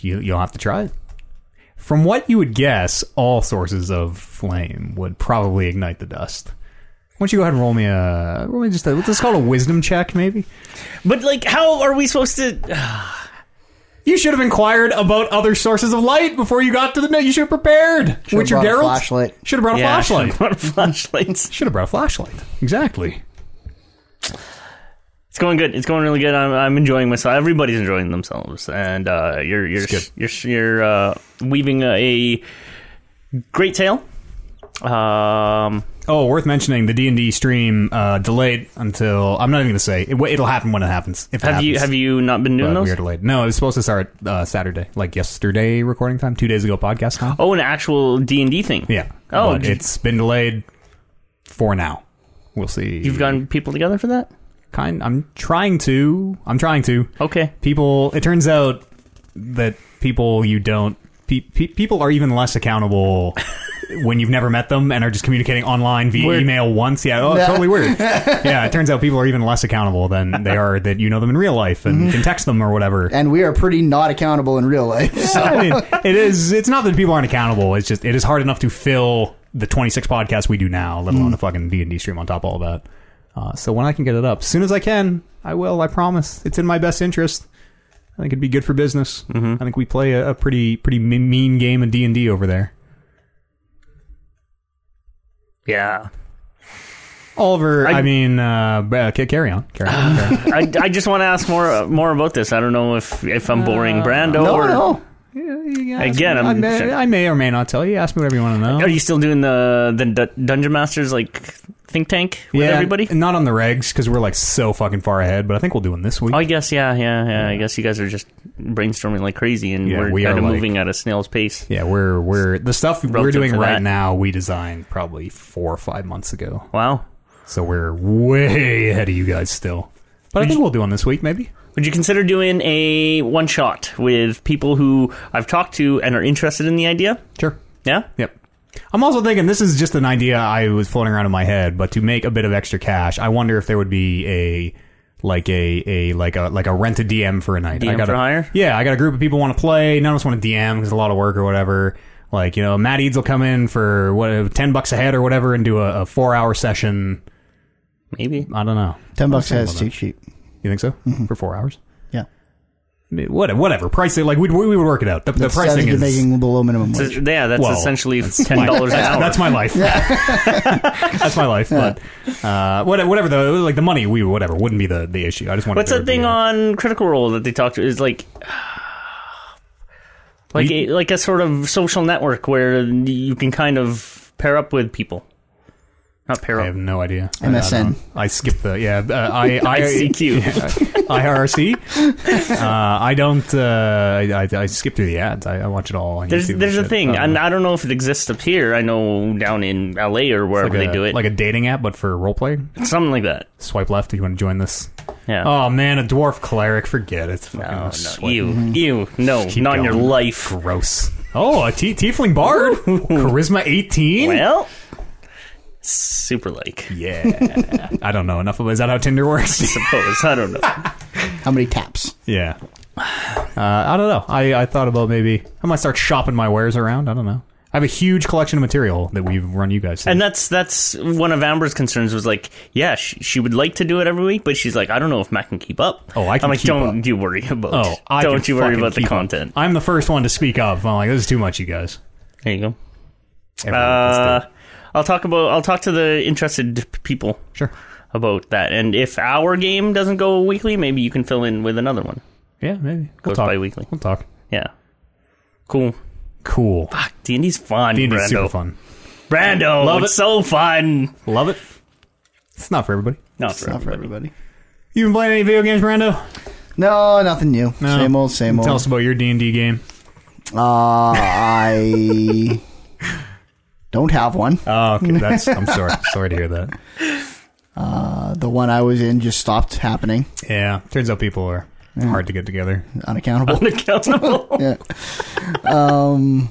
S1: you, you'll have to try it. From what you would guess, all sources of flame would probably ignite the dust. Why don't you go ahead and roll me a roll me just a, let's call it a wisdom check, maybe.
S2: But like, how are we supposed to?
S1: You should have inquired about other sources of light before you got to the. No, you should have prepared.
S3: have
S1: Witcher
S3: brought a
S1: Geralt
S3: flashlight.
S1: should have brought a
S2: Yeah,
S1: flashlight.
S2: flashlights.
S1: Should have brought a flashlight. Exactly.
S2: It's going good. It's going really good. I'm, I'm enjoying myself. Everybody's enjoying themselves, and uh, you're you're
S1: It's
S2: you're you're uh, weaving a great tale. Um,
S1: Oh, worth mentioning the D and D stream uh, delayed until I'm not even going to say it, it'll happen when it happens. If it
S2: have you
S1: happens.
S2: have you not been doing
S1: But we are
S2: those?
S1: delayed. Uh, No, it was supposed to start uh, Saturday, like yesterday recording time, two days ago podcast time.
S2: Oh, an actual D and D thing.
S1: Yeah.
S2: Oh,
S1: But
S2: did-
S1: it's been delayed for now. We'll see.
S2: You've gotten people together for that?
S1: kind. I'm trying to. I'm trying to.
S2: Okay.
S1: People. It turns out that people you don't. Pe- pe- people are even less accountable when you've never met them and are just communicating online via
S2: Weird.
S1: email once. Yeah. Oh, it's totally weird. yeah. It turns out people are even less accountable than they are that you know them in real life and
S2: Mm-hmm.
S1: can text them or whatever.
S3: And we are pretty not accountable in real life. So.
S1: I mean, it is. It's not that people aren't accountable. It's just it is hard enough to fill the 26 podcasts we do now, let
S2: Mm.
S1: alone the fucking D and D stream on top of all that. Uh, so when I can get it up, as soon as I can, I will. I promise. It's in my best interest. I think it'd be good for business.
S2: Mm-hmm.
S1: I think we play a, a pretty pretty me- mean game of D and D over there.
S2: Yeah.
S1: Oliver, I,
S2: I-
S1: mean, uh, b- uh, ca- carry on. Carry on. Carry on.
S2: I, I just want to ask more uh, more about this. I don't know if if I'm boring Brando
S3: No,
S2: or
S3: no.
S1: Yeah, you can ask
S2: Again,
S1: me. I
S2: I'm-
S1: may, I may or may not tell you. Ask me whatever you want to know.
S2: are you still doing the the du- Dungeon Masters like think tank with everybody?
S1: n- Not on the regs because we're like so fucking far ahead. But I think we'll do one this week.
S2: Oh, I guess yeah, yeah, yeah. I guess you guys are just brainstorming like crazy, and
S1: Yeah,
S2: we're
S1: we are,
S2: kind of
S1: like-
S2: moving at a snail's pace.
S1: Yeah, we're we're the stuff we're
S2: Relative
S1: doing
S2: to
S1: right
S2: that.
S1: now. We designed probably four or five months ago,
S2: Wow.
S1: so we're way ahead of you guys still. But I think we'll do one this week, maybe.
S2: Would you consider doing a one shot with people who I've talked to and are interested in the idea?
S1: Sure.
S2: Yeah.
S1: Yep. I'm also thinking this is just an idea I was floating around in my head, but to make a bit of extra cash, I wonder if there would be a like a, a like a like a rent a DM for a night. I
S2: DM
S1: got
S2: for
S1: a,
S2: hire?
S1: Yeah, I got a group of people want to play. None of us want to DM because it's a lot of work or whatever. Like you know, Matt Eads will come in for what ten bucks a head or whatever and do a, a four hour session.
S2: Maybe.
S1: I don't know.
S3: Ten bucks is
S1: about
S3: too cheap.
S1: You think so?
S3: Mm-hmm.
S1: For four hours?
S3: Yeah.
S1: I mean, Whatever, whatever. Price it like we'd, we would work it out. The, the
S3: That's- I think
S1: pricing
S3: you're
S1: is
S3: making below minimum
S2: So,
S3: wage.
S2: yeah, that's
S1: Well,
S2: essentially ten dollars an
S1: that's,
S2: hour.
S1: that's my life. that's my life. But uh, whatever, whatever the like the money we whatever wouldn't be the, the issue. I just wanted.
S2: What's
S1: there
S2: that
S1: to be
S2: thing
S1: a-
S2: on Critical Role that they talked to? Is like. Like a, like a sort of social network where you can kind of pair up with people, not pair
S1: I
S2: up.
S1: have no idea. I- I
S3: MSN.
S1: don't know. I, skipped the yeah. Uh, I, I
S2: ICQ.
S1: IRC. Uh, I don't. Uh, I, I I skip through the ads. I, I watch it all. on
S2: There's
S1: YouTube and
S2: there's a
S1: shit. Oh. Uh,
S2: thing,
S1: I don't
S2: and
S1: know.
S2: I don't know if it exists up here. I know down in LA or wherever
S1: like
S2: they
S1: a,
S2: do it,
S1: like a dating app, but for role playing.
S2: something like that.
S1: Swipe left if you want to join this.
S2: Yeah. Oh,
S1: Oh man, a dwarf cleric. Forget it. Fucking
S2: no, no,
S1: sweat.
S2: you, you, no,
S1: Mm-hmm. Keep
S2: not in your
S1: going.
S2: life.
S1: Gross. Oh, a t- tiefling bard. Charisma eighteen.
S2: Well, super like.
S1: Yeah. I don't know enough about Is that how Tinder
S2: I
S1: works?
S2: suppose I don't know.
S3: How many taps?
S1: yeah. Uh, I don't know. I, I thought about maybe I might start shopping my wares around. I don't know. I have a huge collection of material that we've run you guys through.
S2: And that's that's one of Amber's concerns was like, yeah, she, she would like to do it every week, but she's like, I don't know if Matt can keep up.
S1: Oh, I can
S2: am like,
S1: keep
S2: don't you worry about.
S1: oh, I
S2: don't
S1: can
S2: you worry
S1: fucking
S2: about the
S1: keep up.
S2: content.
S1: I'm the first one to speak up. I'm like, this is too much, you guys.
S2: There you go.
S1: Everyone gets to-
S2: Uh, I'll talk about. I'll talk to the interested p- people
S1: sure.
S2: about that. And if our game doesn't go weekly, maybe you can fill in with another one.
S1: Yeah, maybe. We'll
S2: Goes
S1: talk.
S2: bi-weekly.
S1: We'll talk.
S2: Yeah. Cool.
S1: Cool.
S2: Fuck, D&D's fun,
S1: D&D's
S2: Brando.
S1: super fun.
S2: Brando,
S1: Love
S2: it's
S1: it.
S2: so fun.
S1: Love it. It's not for everybody.
S2: Not for,
S3: Not for
S2: everybody.
S3: everybody.
S1: You been playing any video games, Brando?
S3: No, nothing new. Same old, same
S1: Tell
S3: old.
S1: us about your D and D game.
S3: Uh, I don't have one.
S1: Oh, okay. That's. I'm sorry. Sorry to hear that.
S3: Uh, the one I was in just stopped happening.
S1: Yeah. Turns out people are hard to get together.
S3: Unaccountable.
S2: Unaccountable.
S3: yeah. Um.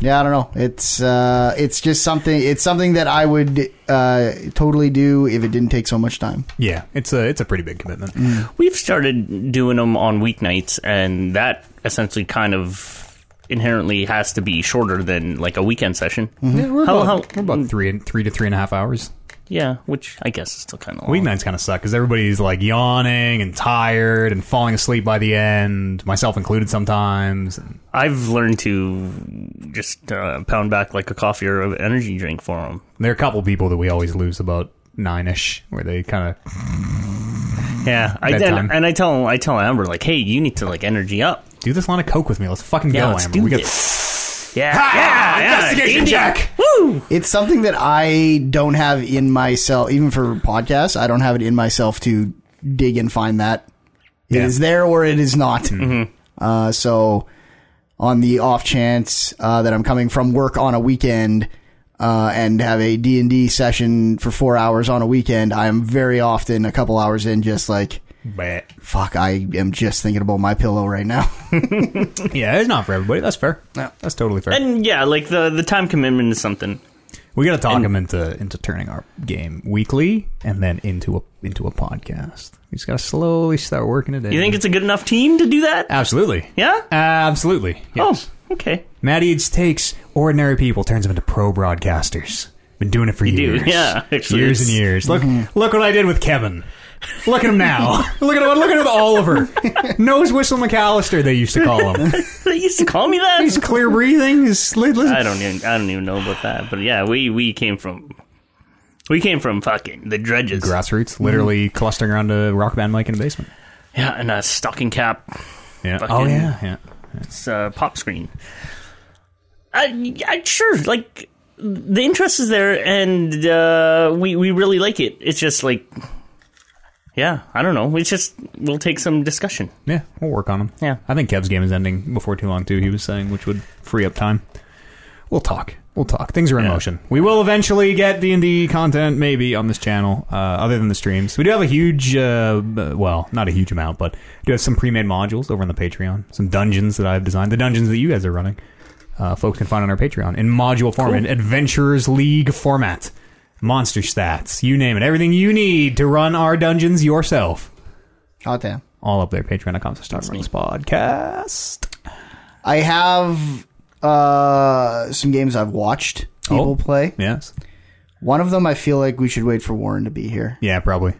S3: Yeah, I don't know. It's uh, it's just something. It's something that I would uh, totally do if it didn't take so much time.
S1: Yeah. It's a. It's a pretty big commitment.
S3: Mm-hmm.
S2: We've started doing them on weeknights, and that essentially kind of inherently has to be shorter than like a weekend session.
S1: Yeah, we're
S2: How-
S1: about,
S2: how-
S1: we're about three and three to three and a half hours.
S2: Yeah, which I guess is still kind of long.
S1: Weeknights kind of suck because everybody's like yawning and tired and falling asleep by the end, myself included sometimes.
S2: I've learned to just uh, pound back like a coffee or an energy drink for them.
S1: There are a couple people that we always lose about nine ish, where they kind of
S2: Yeah, I
S1: Bedtime.
S2: and, and I tell I tell Amber like, hey, you need to like energy up.
S1: do this line of coke with me. Let's fucking
S2: Yeah,
S1: go,
S2: let's
S1: Amber.
S2: do
S1: we got
S2: this. Yeah, yeah, yeah.
S1: investigation
S2: India.
S1: check.
S2: Woo!
S3: It's something that I don't have in myself, even for podcasts. I don't have it in myself to dig and find that it is
S1: Yeah. Mm-hmm.
S3: there or it is not. Uh, so, on the off chance uh, that I'm coming from work on a weekend uh, and have a D and D session for four hours on a weekend, I am very often a couple hours in, just like
S1: Bleh.
S3: fuck. I am just thinking about my pillow right now.
S1: Yeah, it's not for everybody. That's fair.
S3: No.
S1: That's totally fair.
S2: And yeah, like the the time commitment is something.
S1: we got to talk them into into turning our game weekly and then into a into a podcast. We just got to slowly start working it in.
S2: You think it's a good enough team to do that?
S1: absolutely?
S2: Yeah.
S1: Absolutely.
S2: Oh,
S1: Uh, Yes.
S2: okay.
S1: Matt Eads takes ordinary people, turns them into pro broadcasters. Been doing it for
S2: do,
S1: years.
S2: yeah, actually, Mm-hmm.
S1: years
S2: it's-
S1: and years. Look, look what I did with Kevin. Look at him now. look at him. Look at him, Oliver. Nose whistle McAllister. They used to call him.
S2: They used to call me
S1: He's
S2: that.
S1: clear breathing. He's sli- listen.
S2: I don't even I don't even know about that. But yeah, we we came from we came from fucking the dredges.
S1: grassroots, literally
S2: Mm-hmm.
S1: clustering around a rock band mic in a basement.
S2: yeah, and a stocking cap.
S1: Yeah.
S2: Fucking-
S1: oh yeah. Yeah.
S2: It's uh, pop screen. I, I sure like the interest is there, and uh, we we really like it. It's just like, yeah, I don't know. It's just we'll take some discussion.
S1: Yeah. We'll work on him.
S2: Yeah.
S1: I think Kev's game is ending before too long too. He was saying, which would free up time. We'll talk. We'll talk. Things are in
S2: Yeah.
S1: motion. We will eventually get D and D content, maybe on this channel, uh, other than the streams. We do have a huge, uh, b- well, not a huge amount, but we do have some pre-made modules over on the Patreon. Some dungeons that I've designed. The dungeons that you guys are running, uh, folks can find on our Patreon in module form, in Adventurers League format, monster stats, you name it, everything you need to run our dungeons yourself.
S3: Hot damn.
S1: All up there. Patreon.com slash Star Runnings podcast.
S3: I have uh, some games I've watched people
S1: Oh.
S3: play.
S1: Yes.
S3: One of them, I feel like we should wait for Warren to be here.
S1: Yeah, probably.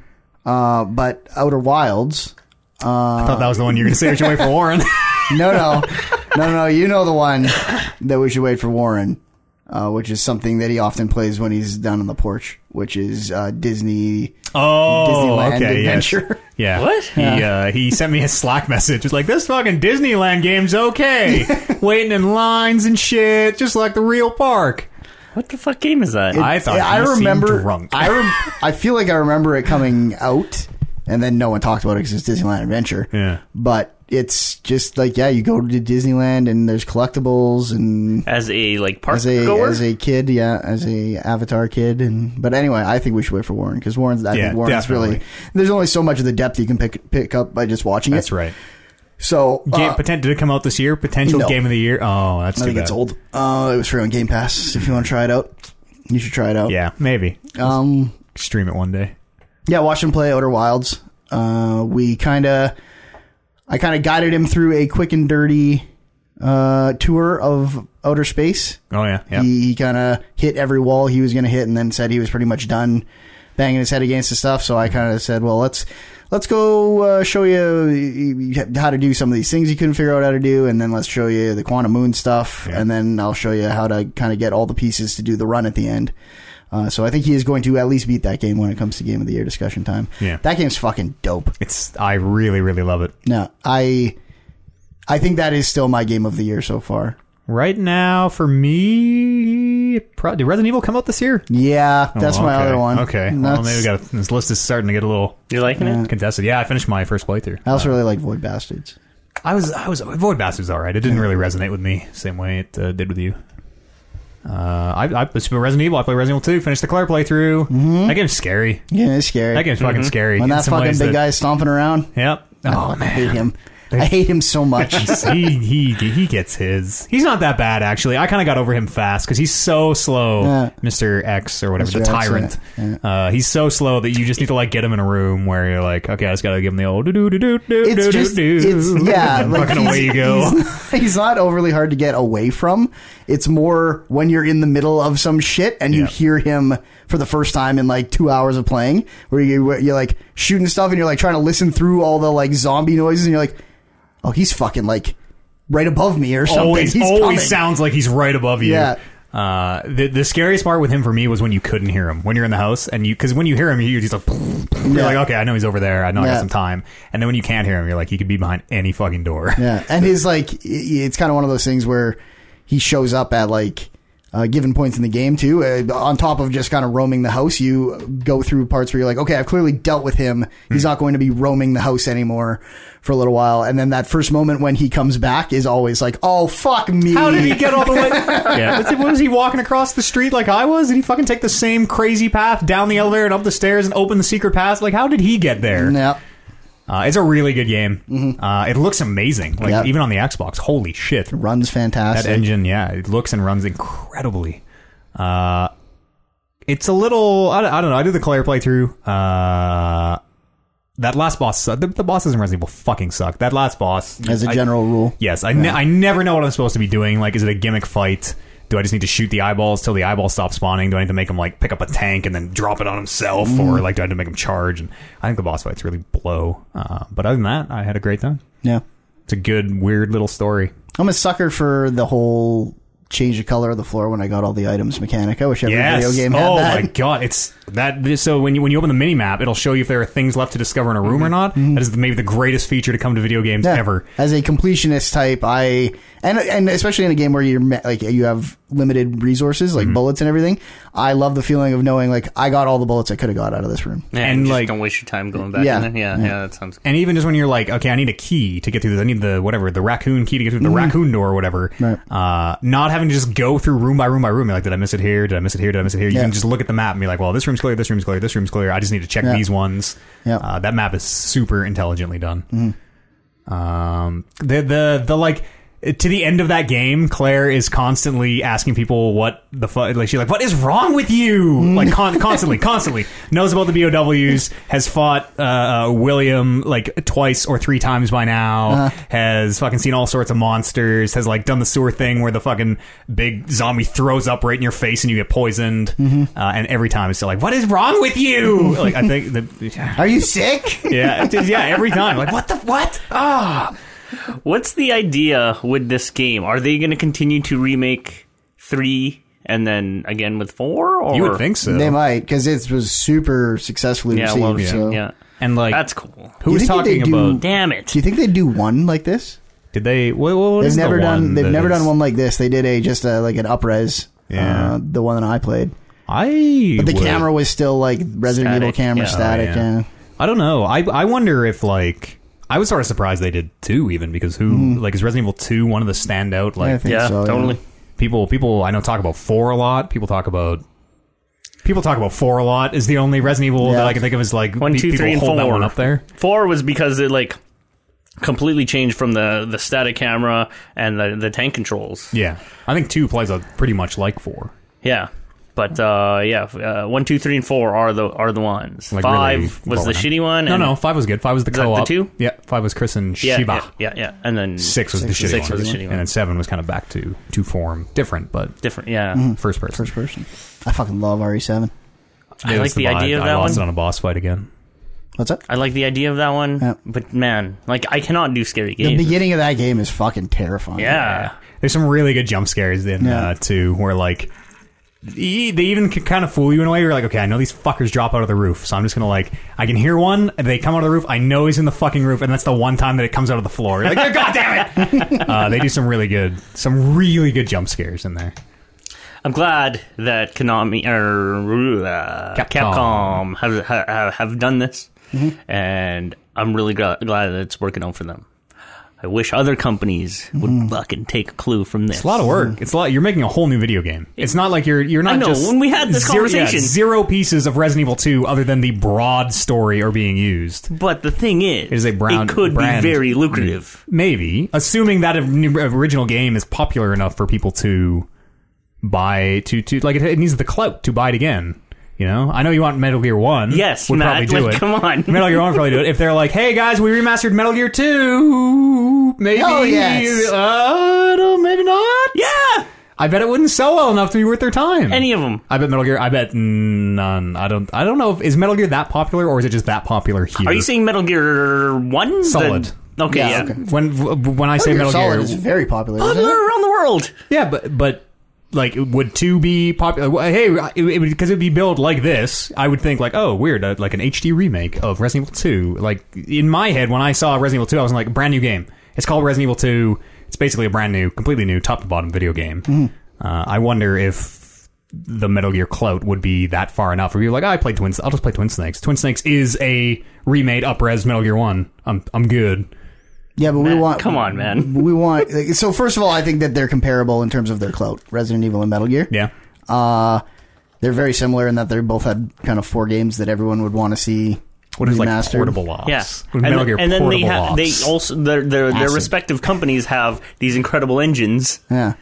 S3: Uh, but Outer Wilds,
S1: I thought that was the one you were going to say that you wait for Warren.
S3: no, no, no, no. You know the one that we should wait for Warren, uh, which is something that he often plays when he's down on the porch, which is uh, Disney.
S1: Oh,
S3: Disneyland
S1: okay, yes.
S3: adventure.
S1: Yeah.
S2: What?
S1: He uh, he sent me a Slack message. It's like this fucking Disneyland game's okay. Waiting in lines and shit, just like the real park.
S2: What the fuck game is that?
S1: I thought
S3: I
S1: he seemed
S3: remember.
S1: drunk.
S3: I rem- I feel like I remember it coming out, and then no one talked about it because it's Disneyland Adventure.
S1: Yeah.
S3: But it's just like yeah, you go to Disneyland and there's collectibles and
S2: as a like park
S3: as a
S2: goer.
S3: as a kid, yeah, as a Avatar kid, and but anyway, I think we should wait for Warren because Warren's I
S1: Yeah,
S3: think Warren's
S1: definitely.
S3: really there's only so much of the depth you can pick pick up by just watching
S1: That's
S3: it.
S1: right.
S3: So uh,
S1: Game, potent- did it come out this year? Potential
S3: No.
S1: game of the year. Oh, that's
S3: I
S1: too
S3: think
S1: bad.
S3: it's old. Uh, it was free on Game Pass. If you want to try it out, you should try it out.
S1: Yeah, maybe
S3: Um.
S1: stream it one day.
S3: Yeah. Watch him play Outer Wilds. Uh, we kind of, I kind of guided him through a quick and dirty, uh, tour of outer space.
S1: Oh yeah, yeah.
S3: He, he kind of hit every wall he was going to hit, and then said he was pretty much done banging his head against the stuff. So I kind of said, "Well, let's let's go uh, show you uh, how to do some of these things you couldn't figure out how to do, and then let's show you the quantum moon stuff,
S1: Yeah.
S3: and then I'll show you how to kind of get all the pieces to do the run at the end." Uh, so I think he is going to at least beat that game when it comes to game of the year discussion time.
S1: Yeah.
S3: that game's fucking dope.
S1: It's I really really love it.
S3: No, I I think that is still my game of the year so far.
S1: Right now for me, pro- did Resident Evil come out this year?
S3: Yeah, that's
S1: Oh,
S3: my
S1: okay.
S3: other one.
S1: Okay, well
S3: That's-
S1: maybe we got this list is starting to get a little
S2: You're liking it?
S1: contested. Yeah, I finished my first playthrough.
S3: I also really like Void Bastards.
S1: I was I was Void Bass was all right. It didn't really resonate with me same way it uh, did with you. Uh, I, I it's been Resident Evil. I play Resident Evil 2. Finished the Claire playthrough. That game's scary.
S3: Yeah, it's scary.
S1: That game's fucking scary.
S3: Mm-hmm. when
S1: in
S3: that
S1: some
S3: fucking
S1: ways
S3: big
S1: that-
S3: guy's stomping around,
S1: Yep. Oh
S3: I hate
S1: man.
S3: him. I hate him so much.
S1: he he he gets his. He's not that bad actually. I kind of got over him fast because he's so slow,
S3: Yeah.
S1: Mister X or whatever,
S3: Mr.
S1: the
S3: X,
S1: tyrant.
S3: yeah,
S1: Uh, he's so slow that you just need to like get him in a room where you're like, okay, I just gotta give him the old do do do do do
S3: It's
S1: do
S3: just,
S1: do.
S3: it's, yeah, like
S1: fucking
S3: he's-
S1: away you go.
S3: He's, he's not overly hard to get away from. It's more when you're in the middle of some shit and you
S1: Yeah.
S3: hear him for the first time in like two hours of playing, where you, where you're like shooting stuff and you're like trying to listen through all the like zombie noises and you're like, oh, he's fucking like right above me or something.
S1: always
S3: he's
S1: always
S3: coming.
S1: sounds like he's right above you.
S3: Yeah.
S1: Uh, the the scariest part with him for me was when you couldn't hear him when you're in the house and you because when you hear him you just like you're
S3: Yeah.
S1: like okay I know he's over there I know I
S3: Yeah.
S1: got some time and then when you can't hear him you're like he could be behind any fucking door
S3: Yeah, and his like i- it's kind of one of those things where he shows up at like uh, given points in the game too. Uh, on top of just kind of roaming the house, you go through parts where you're like, okay, I've clearly dealt with him. He's not going to be roaming the house anymore for a little while. And then that first moment when he comes back is always like, oh fuck me.
S1: How did he get all the way? yeah. Was, he, was he walking across the street like I was? Did he fucking take the same crazy path down the elevator and up the stairs and open the secret pass? Like, how did he get there?
S3: Yeah.
S1: Uh, it's a really good game. Uh, it looks amazing. Like,
S3: Yeah.
S1: even on the Xbox. Holy shit. That
S3: Runs fantastic.
S1: engine, yeah, it looks and runs incredibly. Uh, it's a little. I, don't- I don't know. I did the Claire playthrough. Uh, that last boss. su- The, the bosses in Resident Evil fucking suck. That last boss.
S3: as a
S1: I-
S3: general rule.
S1: Yes, I, ne- I never know what I'm supposed to be doing. Like, is it a gimmick fight? Do I just need to shoot the eyeballs till the eyeballs stop spawning? Do I need to make him like pick up a tank and then drop it on himself, or like do I have to make him charge? And I think the boss fights really blow. Uh, but other than that, I had a great time.
S3: Yeah.
S1: It's a good, weird little story.
S3: I'm a sucker for the whole change the color of the floor when I got all the items mechanic. I wish every
S1: Yes.
S3: video game had
S1: oh
S3: that.
S1: my god, it's that. So when you when you open the mini map, it'll show you if there are things left to discover in a room or not. That is maybe the greatest feature to come to video games
S3: Mm-hmm. Yeah.
S1: ever.
S3: As a completionist type, I and and especially in a game where you're ma- like you have limited resources,
S1: Mm-hmm.
S3: like bullets and everything. I love the feeling of knowing like I got all the bullets I could have got out of this room.
S1: And,
S2: just
S1: like-
S2: don't waste your time going back.
S3: Yeah.
S2: in there. yeah, yeah, that sounds.
S1: And even just when you're like, okay, I need a key to get through this. I need the whatever the raccoon key to get through the raccoon door or whatever.
S3: Mm-hmm. Right.
S1: Uh, not having to just go through room by room by room. You're like, did I miss it here? Did I miss it here? Did I miss it here? You
S3: Yeah.
S1: can just look at the map and be like, well, this room's clear. This room's clear. This room's clear. I just need to check
S3: Yeah.
S1: these ones.
S3: Yeah.
S1: Uh, that map is super intelligently done. Um, the the the like to the end of that game, Claire is constantly asking people what the fuck. Like she's like, "What is wrong with you?" Like con- constantly, constantly knows about the BOWs. Has fought uh, uh, William like twice or three times by now. Has fucking seen all sorts of monsters. Has like done the sewer thing where the fucking big zombie throws up right in your face and you get poisoned. Uh, and every time it's still like, "What is wrong with you?" like I think the
S3: Are you sick?
S1: yeah, it is- yeah, every time like, "What the what?"
S2: What's the idea with this game? Are they going to continue to remake three and then again with four? Or
S1: You would think so.
S3: they might because it was super successfully
S2: Yeah,
S3: received.
S2: well, yeah,
S3: so.
S2: yeah.
S1: And like
S2: That's cool.
S1: Who
S3: You
S1: was
S3: think that
S1: talking
S3: they do-
S1: about?
S2: Damn it!
S3: Do you think they'd do one like this?
S1: Did they? What, what
S3: They've
S1: is the
S3: never
S1: one
S3: done. They've
S1: that
S3: never
S1: is-
S3: done one like this. They did a just a, like an upres.
S1: Yeah.
S3: Uh, the one that I played.
S1: I
S3: But the
S1: would-
S3: camera was still like Resident Evil
S2: Static,
S3: camera
S2: yeah. Oh,
S3: static.
S1: yeah.
S3: yeah.
S1: I don't know. I I wonder if like I was sort of surprised they did two even because who like is Resident Evil two one of the standout
S3: Mm-hmm. I
S1: like
S3: think
S2: yeah,
S3: so,
S2: totally.
S1: people people I know talk about four a lot. People talk about. People talk about four a lot. Is the only Resident Evil
S3: Yeah.
S1: that I can think of is like
S2: One,
S1: pe-
S2: two,
S1: people
S2: three, and
S1: hold that
S2: four.
S1: one up there.
S2: Four was because it like completely changed from the the static camera and the the tank controls.
S1: Yeah, I think two plays a pretty much like four.
S2: Yeah. But uh, yeah, uh, one, two, three, and four are the are the ones.
S1: Like
S2: Five
S1: really
S2: was the
S1: going on.
S2: shitty one.
S1: No,
S2: and-
S1: no, five was good. Five was the
S2: that the
S1: co-op.
S2: two?
S1: Yeah, five was Chris and
S2: yeah,
S1: Shiba.
S2: Yeah, yeah, yeah. and then
S1: Six was the shitty
S2: six
S1: one.
S2: was the shitty one.
S1: and then seven was kind of back to to form, different but
S2: different. Yeah,
S1: first person.
S3: First person. I fucking love E RE7.
S2: I like
S1: That's
S2: the,
S1: vibe.
S2: idea of
S1: I
S2: that
S1: lost
S2: one.
S1: it on a boss fight again.
S3: What's up?
S2: I like the idea of that one.
S3: Yeah.
S2: But man, like I cannot do scary
S3: The
S2: games.
S3: beginning of that game is fucking terrifying.
S2: yeah.
S1: There's some really good jump scares in
S3: Yeah.
S1: uh, too, where like e- they even can kind of fool you in a way. You're like, okay, I know these fuckers drop out of the roof, so I'm just gonna like, I can hear one. They come out of the roof. I know he's in the fucking roof, and that's the one time that it comes out of the floor. You're like, god damn it! Uh, they do some really good, some really good jump scares in there.
S2: I'm glad that Konami or uh,
S1: Capcom. Mm-hmm.
S2: Capcom, have, have have done this, and I'm really gl- glad that it's working out for them. I wish other companies would fucking take a clue from
S1: Mm-hmm.
S2: this.
S1: It's a lot of work. It's a lot. You're making a whole new video game. It's not like you're you're not
S2: I know,
S1: just
S2: when we had this
S1: zero, yeah,
S2: conversation-
S1: zero pieces of Resident Evil 2 other than the broad story are being used.
S2: but the thing is,
S1: is a brown
S2: it could
S1: brand.
S2: be very lucrative.
S1: Maybe, assuming that a new- original game is popular enough for people to buy to to like it, it needs the clout to buy it again. You know, I know you want Metal Gear One.
S2: Yes,
S1: would probably
S2: Matt,
S1: do
S2: like,
S1: it.
S2: come on.
S1: Metal Gear One would probably do it. If they're like, "Hey guys, we remastered Metal Gear Two, maybe,
S3: Oh, yes.
S1: uh, no, maybe not."
S2: Yeah,
S1: I bet it wouldn't sell well enough to be worth their time.
S2: any of them.
S1: I bet Metal Gear. I bet none. I don't. I don't know. If, is Metal Gear that popular, or is it just that popular here?
S2: Are you saying Metal Gear One? The-
S1: Mm-hmm. Solid.
S2: okay,
S3: Yeah,
S2: yeah.
S3: okay.
S1: when when I say
S3: Metal Gear
S1: Metal
S3: Solid
S1: Gear?
S3: is very popular.
S2: All
S3: isn't it?
S1: Mm-hmm.
S2: Around the world.
S1: Yeah, but but like would two be popular? Well, Hey, it, it would because it'd be billed like this. I would think like, oh, weird, uh, like an HD remake of Resident Evil Two. Like in my head, when I saw Resident Evil Two, I was like, brand new game. It's called Resident Evil Two. It's basically a brand new, completely new, top to bottom video game. Uh, I wonder if the Metal Gear clout would be that far enough. Or you're like, I played Twin. I'll just play Twin Snakes. Twin Snakes is a remade upres Metal Gear One. I'm I'm good.
S3: Yeah, but we
S2: Matt,
S3: want.
S2: come on, man.
S3: We want. Like, so first of all, I think that they're comparable in terms of their clout. Resident Evil and Metal Gear.
S1: Yeah.
S3: Uh, they're very similar in that they both had kind of four games that everyone would want to see.
S1: What is like
S3: remastered.
S1: portable ops?
S2: Yeah,
S1: Metal
S2: then-
S1: Gear
S2: and then
S1: portable
S2: they have they
S1: ops.
S2: also their their, their
S3: Acid.
S2: respective companies have these incredible engines
S3: Yeah.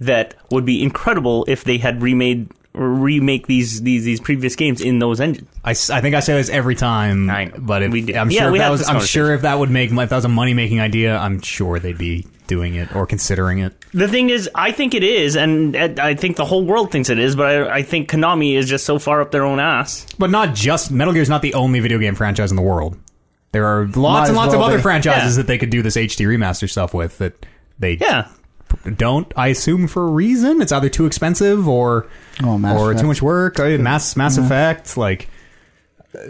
S2: that would be incredible if they had remade or remake these these these previous games in those engines.
S1: I, s- I think I say this every time,
S2: I know.
S1: but if,
S2: We do.
S1: I'm
S2: Yeah,
S1: sure
S2: we
S1: if that
S2: had
S1: was
S2: this
S1: I'm sure if that would make if that was a money making idea, I'm sure they'd be doing it or considering it.
S2: The thing is, I think it is, and and I think the whole world thinks it is, but I, I think Konami is just so far up their own ass.
S1: But not just Metal Gear is not the only video game franchise in the world. There are lots and
S3: as
S1: lots
S3: well
S1: of other
S3: be.
S1: franchises
S2: Yeah.
S1: that they could do this HD remaster stuff with that they
S2: Yeah,
S1: don't. I assume for a reason. It's either too expensive or
S3: Oh, Mass
S1: or
S3: Effect. Mm-hmm.
S1: too much work. Or Mass Mass Effect like. uh,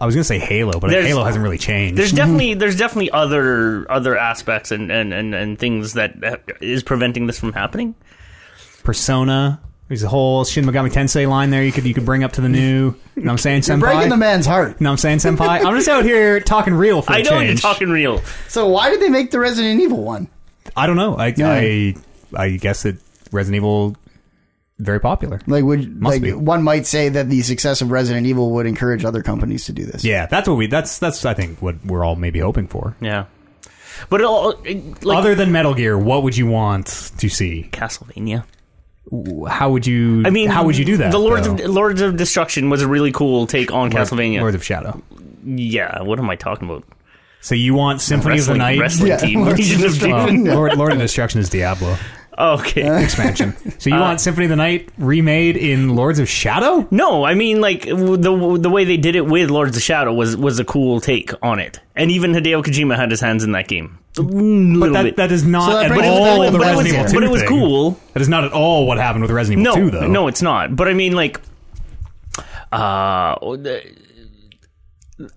S1: I was gonna say Halo, but
S2: There's-
S1: Halo hasn't really changed.
S2: there's definitely there's definitely other other aspects and and and, and things that uh, is preventing this from happening.
S1: Persona. There's a whole Shin Megami Tensei line there you could you could bring up to the new. You know what I'm saying,
S3: You're
S1: senpai.
S3: breaking the man's heart.
S1: no, I'm saying senpai. I'm just out here talking real for a
S2: I know
S1: change.
S2: you're talking real.
S3: So why did they make the Resident Evil one?
S1: I don't know. I
S3: Yeah.
S1: I, I guess that Resident Evil very popular.
S3: Like, would
S1: Must
S3: like
S1: be.
S3: one might say that the success of Resident Evil would encourage other companies to do this.
S1: Yeah, that's what we. That's that's I think what we're all maybe hoping for.
S2: Yeah, but it all it, like
S1: Other than Metal Gear, what would you want to see?
S2: Castlevania.
S1: How would you?
S2: I mean,
S1: how would you do that?
S2: The Lords
S1: though?
S2: of Lords of Destruction was a really cool take on Castlevania.
S1: Lords of Shadow.
S2: yeah, what am I talking about?
S1: So you want Symphony of the
S2: Wrestling,
S1: Night?
S2: wrestling
S3: Yeah,
S2: team,
S3: Lords of
S2: Legion of
S1: Oh,
S2: Doom.
S1: Lord, Lord of Destruction is Diablo.
S2: Oh, Okay.
S1: Uh. expansion. So
S2: Uh,
S1: you want Symphony of the Night remade in Lords of Shadow?
S2: No, I mean like w- the the way they did it with Lords of Shadow was was a cool take on it, and even Hideo Kojima had his hands in that game. A little
S1: But that,
S2: bit.
S1: that is not
S3: So that
S1: at
S3: brings us back
S1: all
S3: to
S1: the
S3: Metal
S1: Resident
S3: Gear.
S1: Evil 2
S2: But it was
S1: thing.
S2: cool.
S1: That is not at all what happened with Resident
S2: no,
S1: Evil 2, though.
S2: no, it's not. But I mean like, uh,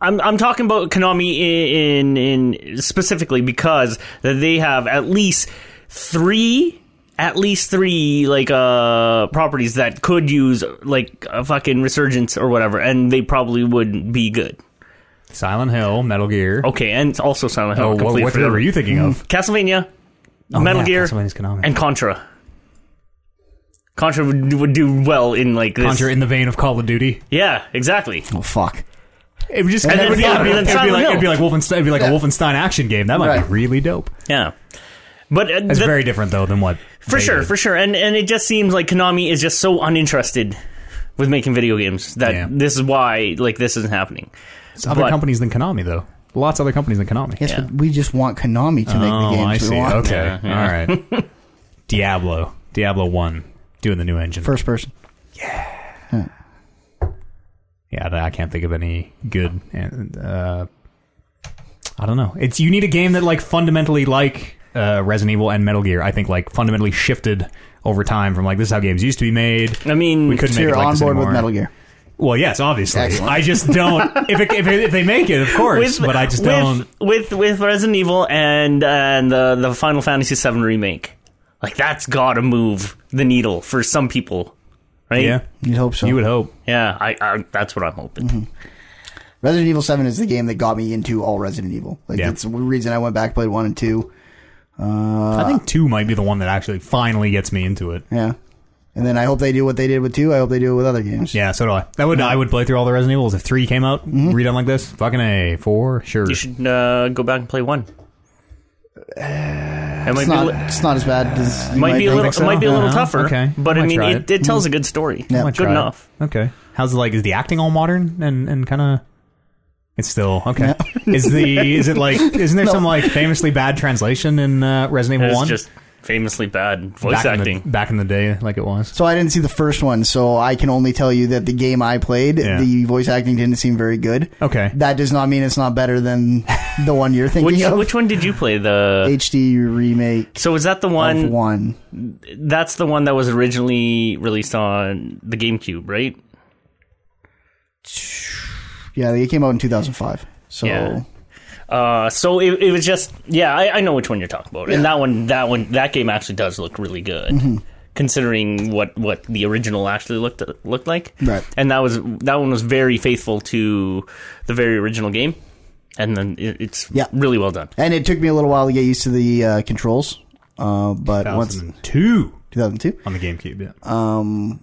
S2: I'm I'm talking about Konami in in, in specifically because that they have at least three. At least three like uh properties that could use like a fucking resurgence or whatever, and they probably would be good.
S1: Silent Hill, Metal Gear.
S2: Okay, and also Silent Hill.
S1: Oh, what,
S2: Complete
S1: what
S2: Forever.
S1: were you thinking of? Oh,
S2: Castlevania, Mm-hmm. Metal
S1: yeah,
S2: Gear,
S1: Castlevania's Konami.
S2: and Contra. Contra would, would do well in like this.
S1: Contra in the vein of Call of Duty.
S2: Yeah, exactly.
S3: Oh fuck.
S1: It would just
S3: And
S1: it would be- it'd
S3: then- yeah,
S1: be-
S2: and then
S1: it'd be
S2: Silent
S1: like-
S2: Hill.
S1: it'd be like Wolfenstein. It'd be like a
S3: Yeah.
S1: Wolfenstein action game. That might
S3: Right.
S1: be really dope.
S2: Yeah, but uh,
S1: It's
S2: the-
S1: very different though than what
S2: for
S1: they
S2: sure,
S1: did.
S2: for sure, and and it just seems like Konami is just so uninterested with making video games that
S1: Yeah.
S2: this is why like this isn't happening.
S1: It's other
S2: but-
S1: companies than Konami though. Lots of other companies than Konami.
S3: Yes,
S2: Yeah.
S3: but we just want Konami to make
S1: oh,
S3: the games
S1: I
S3: we
S1: see.
S3: want.
S1: Okay,
S2: Yeah,
S1: all right. Diablo, Diablo One, doing the new engine.
S3: First person.
S1: Yeah, I I can't think of any good. and, Uh, I don't know. It's you need a game that like fundamentally like uh, Resident Evil and Metal Gear. I think like fundamentally shifted over time from like this is how games used to be made.
S2: I mean,
S1: We couldn't
S3: So
S1: make
S3: you're
S1: it like
S3: on
S1: this
S3: board with
S1: anymore.
S3: Metal Gear.
S1: Well, yes, obviously.
S3: Excellent.
S1: I just don't. if, it, if it, if they make it, of course. but I just
S2: with,
S1: don't.
S2: with with Resident Evil and uh, and the the Final Fantasy VII remake. Like that's got to move the needle for some people, right?
S1: Yeah,
S3: You'd hope so.
S1: you would hope. Mm-hmm.
S2: yeah. I, I that's what I'm hoping.
S3: Resident Evil Seven is the game that got me into all Resident Evil. Like
S1: Yeah.
S3: it's the reason I went back played one and two.
S1: I think two might be the one that actually finally gets me into it.
S3: Yeah, and then I hope they do what they did with two. I hope they do it with other games.
S1: Yeah, so do I. That would I would play through all the Resident Evils if three came out
S2: Mm-hmm.
S1: redone like this. Fucking a four, sure.
S2: You should uh, go back and play one. it might
S3: It's
S2: be, a
S3: not,
S2: li-
S3: it's not as bad as you
S2: might be a
S3: think.
S2: little,
S1: so?
S2: might be a little
S1: Yeah,
S2: tougher.
S1: okay.
S2: But
S1: I
S2: I
S1: might
S2: mean,
S1: try
S2: it,
S1: it.
S2: it tells a good story.
S3: Yeah.
S1: I
S2: good
S1: tried.
S2: enough.
S1: Okay. How's like is the acting all modern and and kind of? It's still okay. Is the is it like isn't there some like famously bad translation in uh, Resident Evil
S2: It's
S1: One?
S2: just famously bad voice
S1: back
S2: acting.
S1: in the, back in the day, like it was.
S3: So I didn't see the first one, so I can only tell you that the game I played,
S1: Yeah.
S3: the voice acting didn't seem very good.
S1: Okay.
S3: That does not mean it's not better than the one you're thinking
S2: Which,
S3: of.
S2: which one did you play? The
S3: HD remake
S2: so is that the
S3: of
S2: one?
S3: one.
S2: That's the one that was originally released on the GameCube, right?
S3: Yeah, it came out in 2005. So
S2: Yeah. Uh, so it, it was just yeah, I, I know which one you're talking about, and that one that one that game actually does look really good,
S3: Mm-hmm.
S2: considering what what the original actually looked looked like.
S3: Right.
S2: and that was that one was very faithful to the very original game, and then it, it's
S3: Yeah.
S2: really well done.
S3: and it took me a little while to get used to the uh, controls. Uh, but once
S1: 2002
S3: 2002,
S1: on the GameCube. Yeah.
S2: Uh,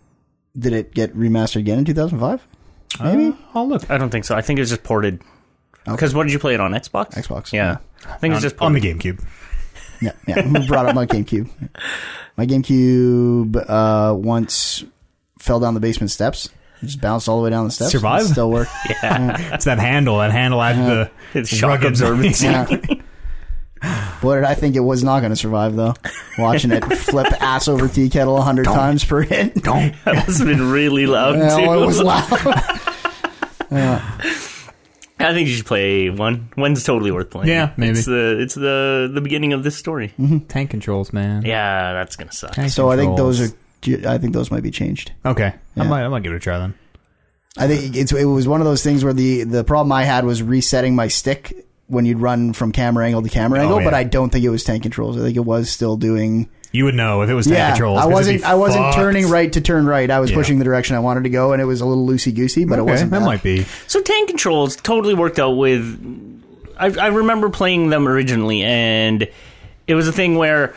S3: did it get remastered again in 2005? Maybe
S1: I'll look.
S2: I don't think so. I think it was just ported. Because what did you play it on Xbox?
S3: Xbox. Um,
S2: Yeah, I think it's
S1: on,
S2: just
S1: on
S2: ported.
S1: the GameCube.
S3: yeah, yeah. Who brought up my GameCube? My GameCube uh, once fell down the basement steps. Just bounced all the way down the steps.
S1: Survived?
S3: It Still worked.
S1: It's that handle. That handle had the
S2: Uh, It's shock
S1: rugged-
S2: absorbance.
S3: Yeah. Boy, did I think it was not going to survive though. Watching it flip ass over tea kettle a hundred times per hit.
S1: Don't.
S2: that must have been really loud too.
S3: No, it was loud.
S2: I think you should play one. One's totally worth playing.
S1: Yeah, maybe. Mm-hmm.
S2: it's the it's the the beginning of this story.
S1: Tank controls, man.
S2: Yeah, that's gonna suck.
S1: Tank
S3: so I think
S1: controls.
S3: those are. I think those might be changed.
S1: okay. I might. I might give it a try then.
S3: I think it's it was one of those things where the the problem I had was resetting my stick when you'd run from camera angle to camera angle, but
S1: Oh, yeah.
S3: I don't think it was tank controls. I think it was still doing.
S1: You would know if it was tank
S3: yeah,
S1: controls.
S3: I
S1: 'cause it'd
S3: wasn't.
S1: be
S3: I wasn't
S1: fucked.
S3: turning right to turn right. I was
S1: Yeah.
S3: pushing the direction I wanted to go, and it was a little loosey goosey, but it
S1: Okay,
S3: wasn't.
S1: that
S3: bad.
S1: might be.
S2: So tank controls totally worked out with. I, I remember playing them originally, and it was a thing where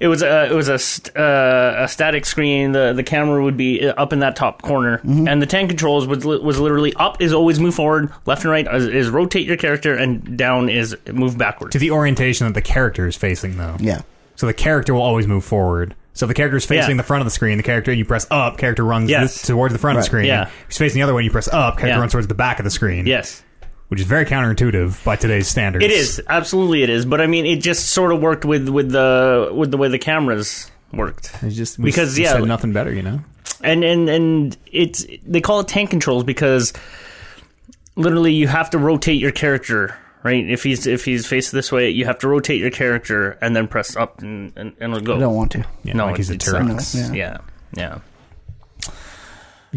S2: it was a it was a st- uh, a static screen. the The camera would be uh, up in that top corner,
S1: Mm-hmm.
S2: and the tank controls was li- was literally up is always move forward, left and right is, is rotate your character, and down is move backwards.
S1: to the orientation that the character is facing, though.
S3: Yeah.
S1: So the character will always move forward. So if the character is facing
S2: Yeah.
S1: the front of the screen. The character you press up, character runs
S2: Yes.
S1: this, towards the front of the screen.
S2: Yeah.
S1: If he's facing the other one, you press up, character
S2: Yeah.
S1: runs towards the back of the screen.
S2: Yes.
S1: which is very counterintuitive by today's standards.
S2: It is absolutely it is, but I mean it just sort of worked with with the with the way the cameras worked.
S1: It's just
S2: we- Because, we yeah, said like-
S1: nothing better, you know.
S2: and and and it's they call it tank controls because literally you have to rotate your character right if he's if he's faced this way you have to rotate your character and then press up and and, and it'll go
S3: I don't want to.
S1: Yeah,
S2: no
S1: like he's a
S2: it
S1: Turok.
S2: sucks.
S3: No, yeah.
S2: yeah yeah,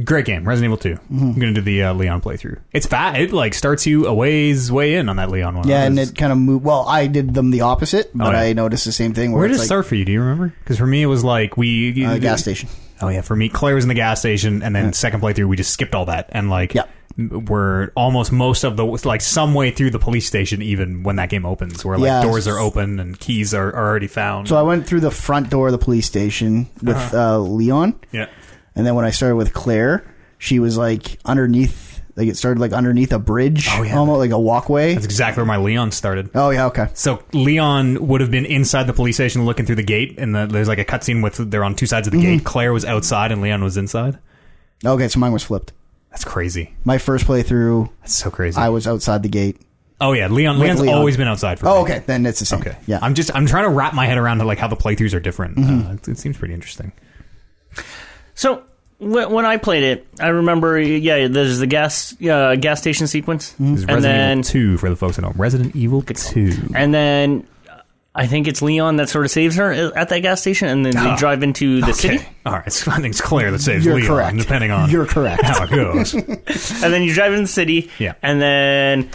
S1: Great game, Resident Evil 2 i
S3: Mm-hmm.
S1: I'm gonna do the uh, Leon playthrough. It's fat. It like starts you a ways way in on that Leon one.
S3: Yeah,
S1: That
S3: and
S1: is-
S3: it kind of moved. Well, I did them the opposite, but
S1: Oh, yeah.
S3: I noticed the same thing. Where,
S1: Where did
S3: it's
S1: it
S3: like,
S1: start for you? Do you remember? Because for me, it was like we
S3: Uh, gas station.
S1: Oh yeah, for me, Claire was in the gas station, and then second playthrough, we just skipped all that, and like
S3: Yeah.
S1: m- we're almost most of the like some way through the police station, even when that game opens, where like
S3: Yeah.
S1: doors are open and keys are, are already found.
S3: So I went through the front door of the police station with
S1: Uh-huh.
S3: uh, Leon,
S1: yeah,
S3: and then when I started with Claire, she was like underneath. Like it started like underneath a bridge,
S1: Oh, yeah.
S3: almost like a walkway.
S1: that's exactly where my Leon started.
S3: Oh yeah, okay.
S1: So Leon would have been inside the police station looking through the gate, and the, there's like a cutscene with they're on two sides of the
S3: Mm-hmm.
S1: gate. Claire was outside, and Leon was inside.
S3: Okay, so mine was flipped.
S1: That's crazy.
S3: My first playthrough,
S1: That's so crazy.
S3: I was outside the gate.
S1: oh yeah, Leon. Leon's
S3: Leon.
S1: always been outside for me.
S3: Oh, okay, then it's the same.
S1: Okay.
S3: yeah. Mm-hmm.
S1: I'm just I'm trying to wrap my head around like how the playthroughs are different. Uh, it, it seems pretty interesting.
S2: so when, when i played it i remember yeah there's the gas uh, gas station sequence
S1: This is Mm-hmm.
S2: and
S1: Resident
S2: then
S1: Evil 2 for the folks at home. Resident Evil 2.
S2: and then uh, i think it's leon that sort of saves her uh, at that gas station and then they
S1: Ah.
S2: drive into the city
S1: Okay. All right. So I think it's clear that saves
S3: You're
S1: Leon,
S3: correct.
S1: depending on
S3: You're correct.
S1: how it goes.
S2: and then you drive in the city.
S1: Yeah.
S2: And then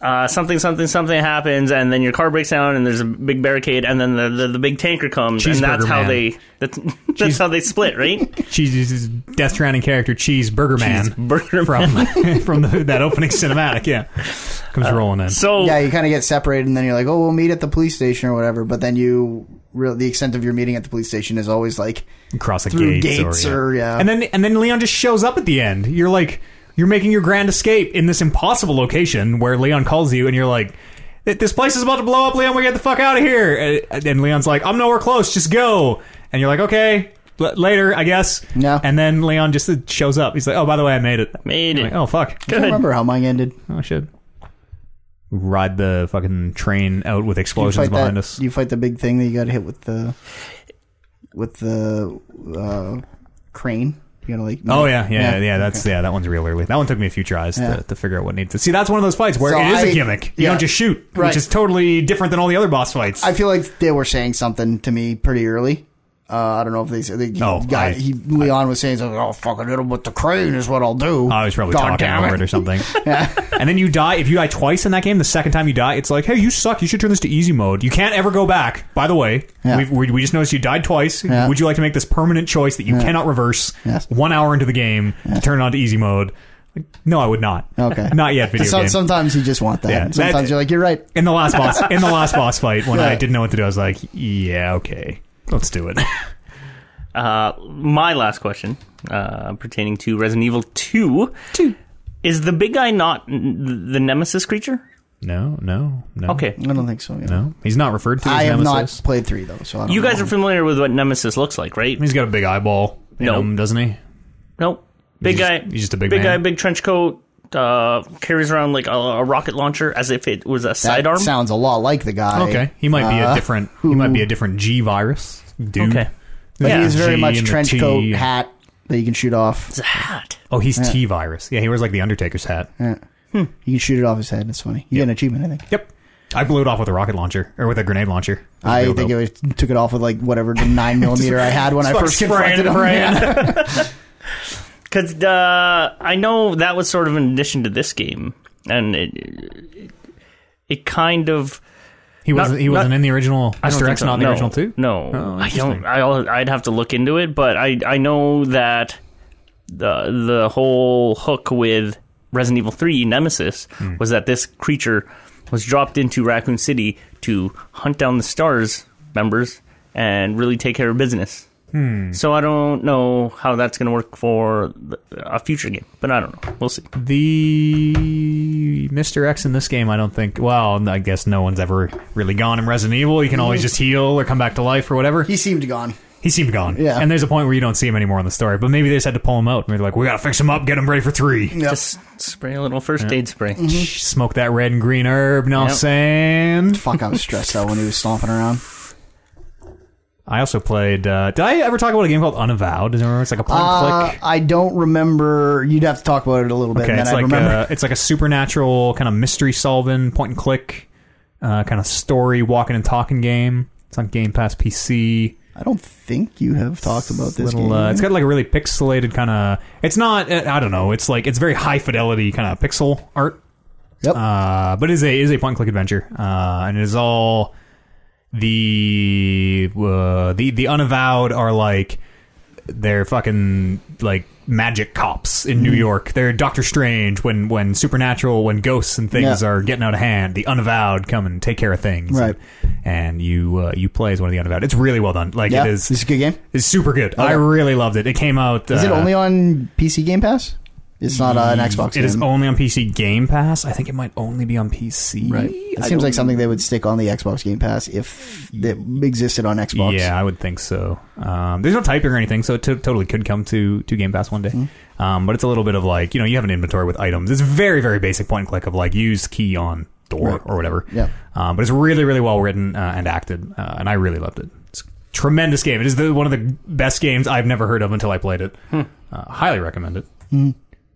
S2: uh, something, something, something happens, and then your car breaks down, and there's a big barricade, and then the, the, the big tanker comes, and that's
S1: Cheeseburger
S2: how
S1: Man.
S2: they that's, that's how they split, right?
S1: Cheese's Death Stranding character Cheeseburger Man
S2: Burger
S1: from from the, that opening cinematic. Yeah, comes
S2: Uh,
S1: rolling in.
S2: So
S3: Yeah, you kind of get separated, and then you're like, "Oh, we'll meet at the police station or whatever." But then you, real the extent of your meeting at the police station is always like,
S1: Cross the
S3: Through
S1: gates,
S3: gates
S1: or,
S3: or- yeah.
S1: and then and then Leon just shows up at the end. You're like you're making your grand escape in this impossible location where Leon calls you, and you're like. "Th- This place is about to blow up, Leon. We get the fuck out of here. And- And Leon's like, "I'm nowhere close. Just go." And you're like, "Okay, l- later, I guess."
S3: No.
S1: And then Leon just uh, shows up. He's like, "Oh, by the way, I made it.
S2: made
S1: Like,
S2: it.
S1: oh fuck.
S3: "I don't
S2: Good.
S3: remember how mine ended."
S1: Oh shit. Ride the fucking train out with
S3: You
S1: explosions
S3: fight
S1: behind
S3: that.
S1: us.
S3: You fight the big thing that you got hit with the, with the uh, crane. You gotta like.
S1: Oh yeah, yeah, yeah.
S3: Yeah.
S1: that's yeah. That one's real early. That one took me a few tries
S3: Yeah.
S1: to, to figure out what needs to. See, that's one of those fights where
S3: So
S1: it is a
S3: I-
S1: gimmick. You
S3: yeah.
S1: don't just shoot,
S3: Right.
S1: which is totally different than all the other boss fights.
S3: I feel like they were saying something to me pretty early. Uh, I don't know if they said. The
S1: Oh,
S3: guy,
S1: I-
S3: he, Leon was saying something. Oh, fucking hit him with the crane is what I'll do.
S1: I Oh, was probably
S3: God
S1: talking
S3: damn
S1: over it. or something. And then you die. If you die twice in that game, the second time you die, it's like, hey, you suck. You should turn this to easy mode. You can't ever go back. By the way,
S3: Yeah.
S1: we've, we, we just noticed you died twice.
S3: Yeah.
S1: Would you like to make this permanent choice that you cannot reverse
S3: Yes.
S1: one hour into the game to turn it on to easy mode? Like, no, I would not.
S3: Okay.
S1: Not yet, video
S3: So-
S1: game.
S3: Sometimes you just want that.
S1: Yeah.
S3: sometimes
S1: That-
S3: you're like, you're right.
S1: in the last boss, in the last boss fight, when I
S3: Right.
S1: didn't know what to do, I was like, yeah, okay, let's do it.
S2: Uh, my last question uh, pertaining to Resident Evil Two. Two is the big guy not n- the nemesis creature?
S1: no, no, no.
S2: Okay,
S3: I don't think so. Yeah.
S1: No, he's not referred to. As
S3: I have
S1: Nemesis.
S3: not played three though, so I don't
S2: you
S3: know.
S2: guys are familiar with what nemesis looks like, right?
S1: He's got a big eyeball. In
S2: No.
S1: him, doesn't he?
S2: Nope. Big
S1: just-
S2: guy.
S1: he's just a big
S2: guy.
S1: man.
S2: Big trench coat. Uh, carries around like a, a rocket launcher as if it was a
S3: that
S2: sidearm.
S3: sounds a lot like the guy.
S1: Okay, he might be a
S3: Uh,
S1: different. He might be a different G virus dude.
S2: Okay.
S1: Like
S2: Yeah.
S1: the
S3: He's very
S1: G
S3: much
S1: and the
S3: trench
S1: T.
S3: coat hat that you can shoot off.
S2: It's a hat.
S1: Oh, he's T virus. Yeah, he wears like the Undertaker's hat.
S3: Uh, hmm, You can shoot it off his head. It's funny. You get an achievement, I think.
S1: Yep. I blew it off with a rocket launcher or with a grenade launcher. It was
S3: I
S1: real
S3: think
S1: dope.
S3: it was, took it off with like whatever the nine millimeter I had when I
S1: Fuck,
S3: first
S1: spraying
S3: confronted
S1: and
S3: him.
S1: praying.
S3: Yeah.
S2: Because uh, I know that was sort of an addition to this game, and it it, it kind of.
S1: He wasn't. He
S2: not-
S1: wasn't in the original.
S2: I don't
S1: Mr.
S2: think
S1: X
S2: so.
S1: not in the
S2: No.
S1: original too.
S2: No,
S1: Oh,
S2: I don't.
S1: interesting.
S2: I'll, I'd have to look into it, but I I know that the the whole hook with Resident Evil Three Nemesis
S1: Hmm.
S2: was that this creature was dropped into Raccoon City to hunt down the Stars members and really take care of business.
S1: Hmm.
S2: So I don't know how that's going to work for the, a future game, but I don't know. We'll see.
S1: The Mr. X in this game, I don't think. Well, I guess no one's ever really gone in Resident Evil. You can always just heal or come back to life or whatever.
S3: Mm-hmm. He seemed gone.
S1: He seemed gone.
S3: Yeah.
S1: And there's a point where you don't see him anymore in the story, but maybe they just had to pull him out. And they're like, we got to fix him up, get him ready for three.
S3: Mm-hmm.
S2: Just spray a little first aid spray.
S1: Smoke that red and green herb, no
S2: Yep.
S1: sand.
S3: Fuck, I was stressed out when he was stomping around.
S1: I also played. Uh, did I ever talk about a game called Unavowed? Does anyone remember? It's like a point and
S3: Uh,
S1: click.
S3: I don't remember. You'd have to talk about it a little bit,
S1: Okay,
S3: and then
S1: it's
S3: I
S1: like uh,
S3: remember.
S1: a, it's like a supernatural kind of mystery solving point and click, uh, kind of story walking and talking game. It's on Game Pass PC.
S3: I don't think you have talked about this
S1: little,
S3: game.
S1: Uh, it's got like a really pixelated kind of. It's not. uh, I don't know. It's like it's very high fidelity kind of pixel art.
S3: Yep.
S1: Uh, but it is a it is a point and click adventure, uh, and it is all the uh, the the unavowed are like they're fucking like magic cops in
S3: Mm-hmm.
S1: New York. They're Doctor Strange when when supernatural when ghosts and things
S3: Yeah.
S1: are getting out of hand. The unavowed come and take care of things.
S3: Right.
S1: And you uh, you play as one of the unavowed. It's really well done. Like
S3: yeah,
S1: it is
S3: This is a good game.
S1: it's super good. I really loved it. It came out.
S3: Is it
S1: uh,
S3: only on PC Game Pass? It's not uh, an Xbox.
S1: It
S3: game.
S1: is only on PC Game Pass. I think it might only be on PC.
S3: Right. It seems like something they would stick on the Xbox Game Pass if it existed on Xbox.
S1: Yeah, I would think so. Um, there's no typing or anything, so it to- totally could come to to Game Pass one day.
S3: Mm-hmm.
S1: Um, but it's a little bit of like you know you have an inventory with items. It's very very basic point and click of like use key on door
S3: Right.
S1: or whatever.
S3: Yeah.
S1: Um, but it's really really well written uh, and acted, uh, and I really loved it. It's a tremendous game. It is the, one of the best games I've never heard of until I played it.
S3: Hmm.
S1: Uh, highly recommend it.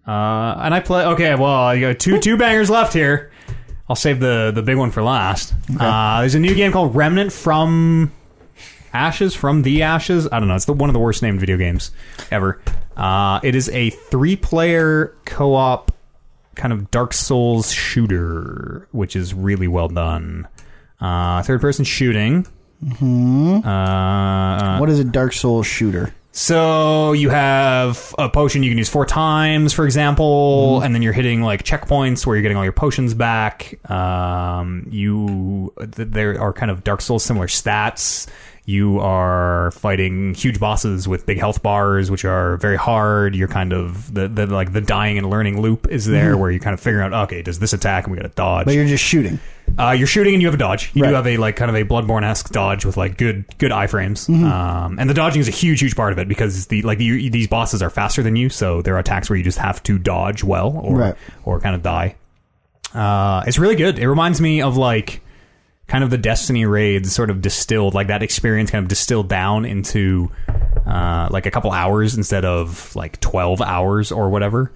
S1: Uh, and I play. Okay, well, I got two two bangers left here. I'll save the the big one for last. Uh, there's a new game called Remnant from Ashes from the Ashes. I don't know. It's the one of the worst named video games ever. Uh, it is a three player co op kind of Dark Souls shooter, which is really well done. Uh, third person shooting. Mm-hmm. Uh,
S3: What is a Dark Souls shooter?
S1: so you have a potion you can use four times, for example, and then you're hitting like checkpoints where you're getting all your potions back. Um, you th- there are kind of Dark Souls similar stats. You are fighting huge bosses with big health bars, which are very hard. You're kind of the, the like the dying and learning loop is there, where you're kind of figuring out, okay, does this attack and we got to dodge.
S3: But you're just shooting.
S1: Uh, you're shooting and you have a dodge. You do
S3: Right.
S1: have a like kind of a Bloodborne esque dodge with like good good iframes.
S3: Mm-hmm.
S1: Um, and the dodging is a huge huge part of it because the like you, these bosses are faster than you, so there are attacks where you just have to dodge well or
S3: Right.
S1: or kind of die. Uh, it's really good. It reminds me of like kind of the Destiny raids, sort of distilled like that experience, kind of distilled down into uh, like a couple hours instead of like twelve hours or whatever.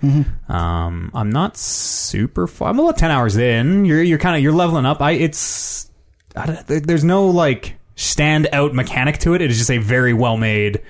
S1: Um, I'm not super. Far. I'm about ten hours in. You're you're kind of you're leveling up. I it's I don't, there- there's no like stand out mechanic to it. It is just a very well made,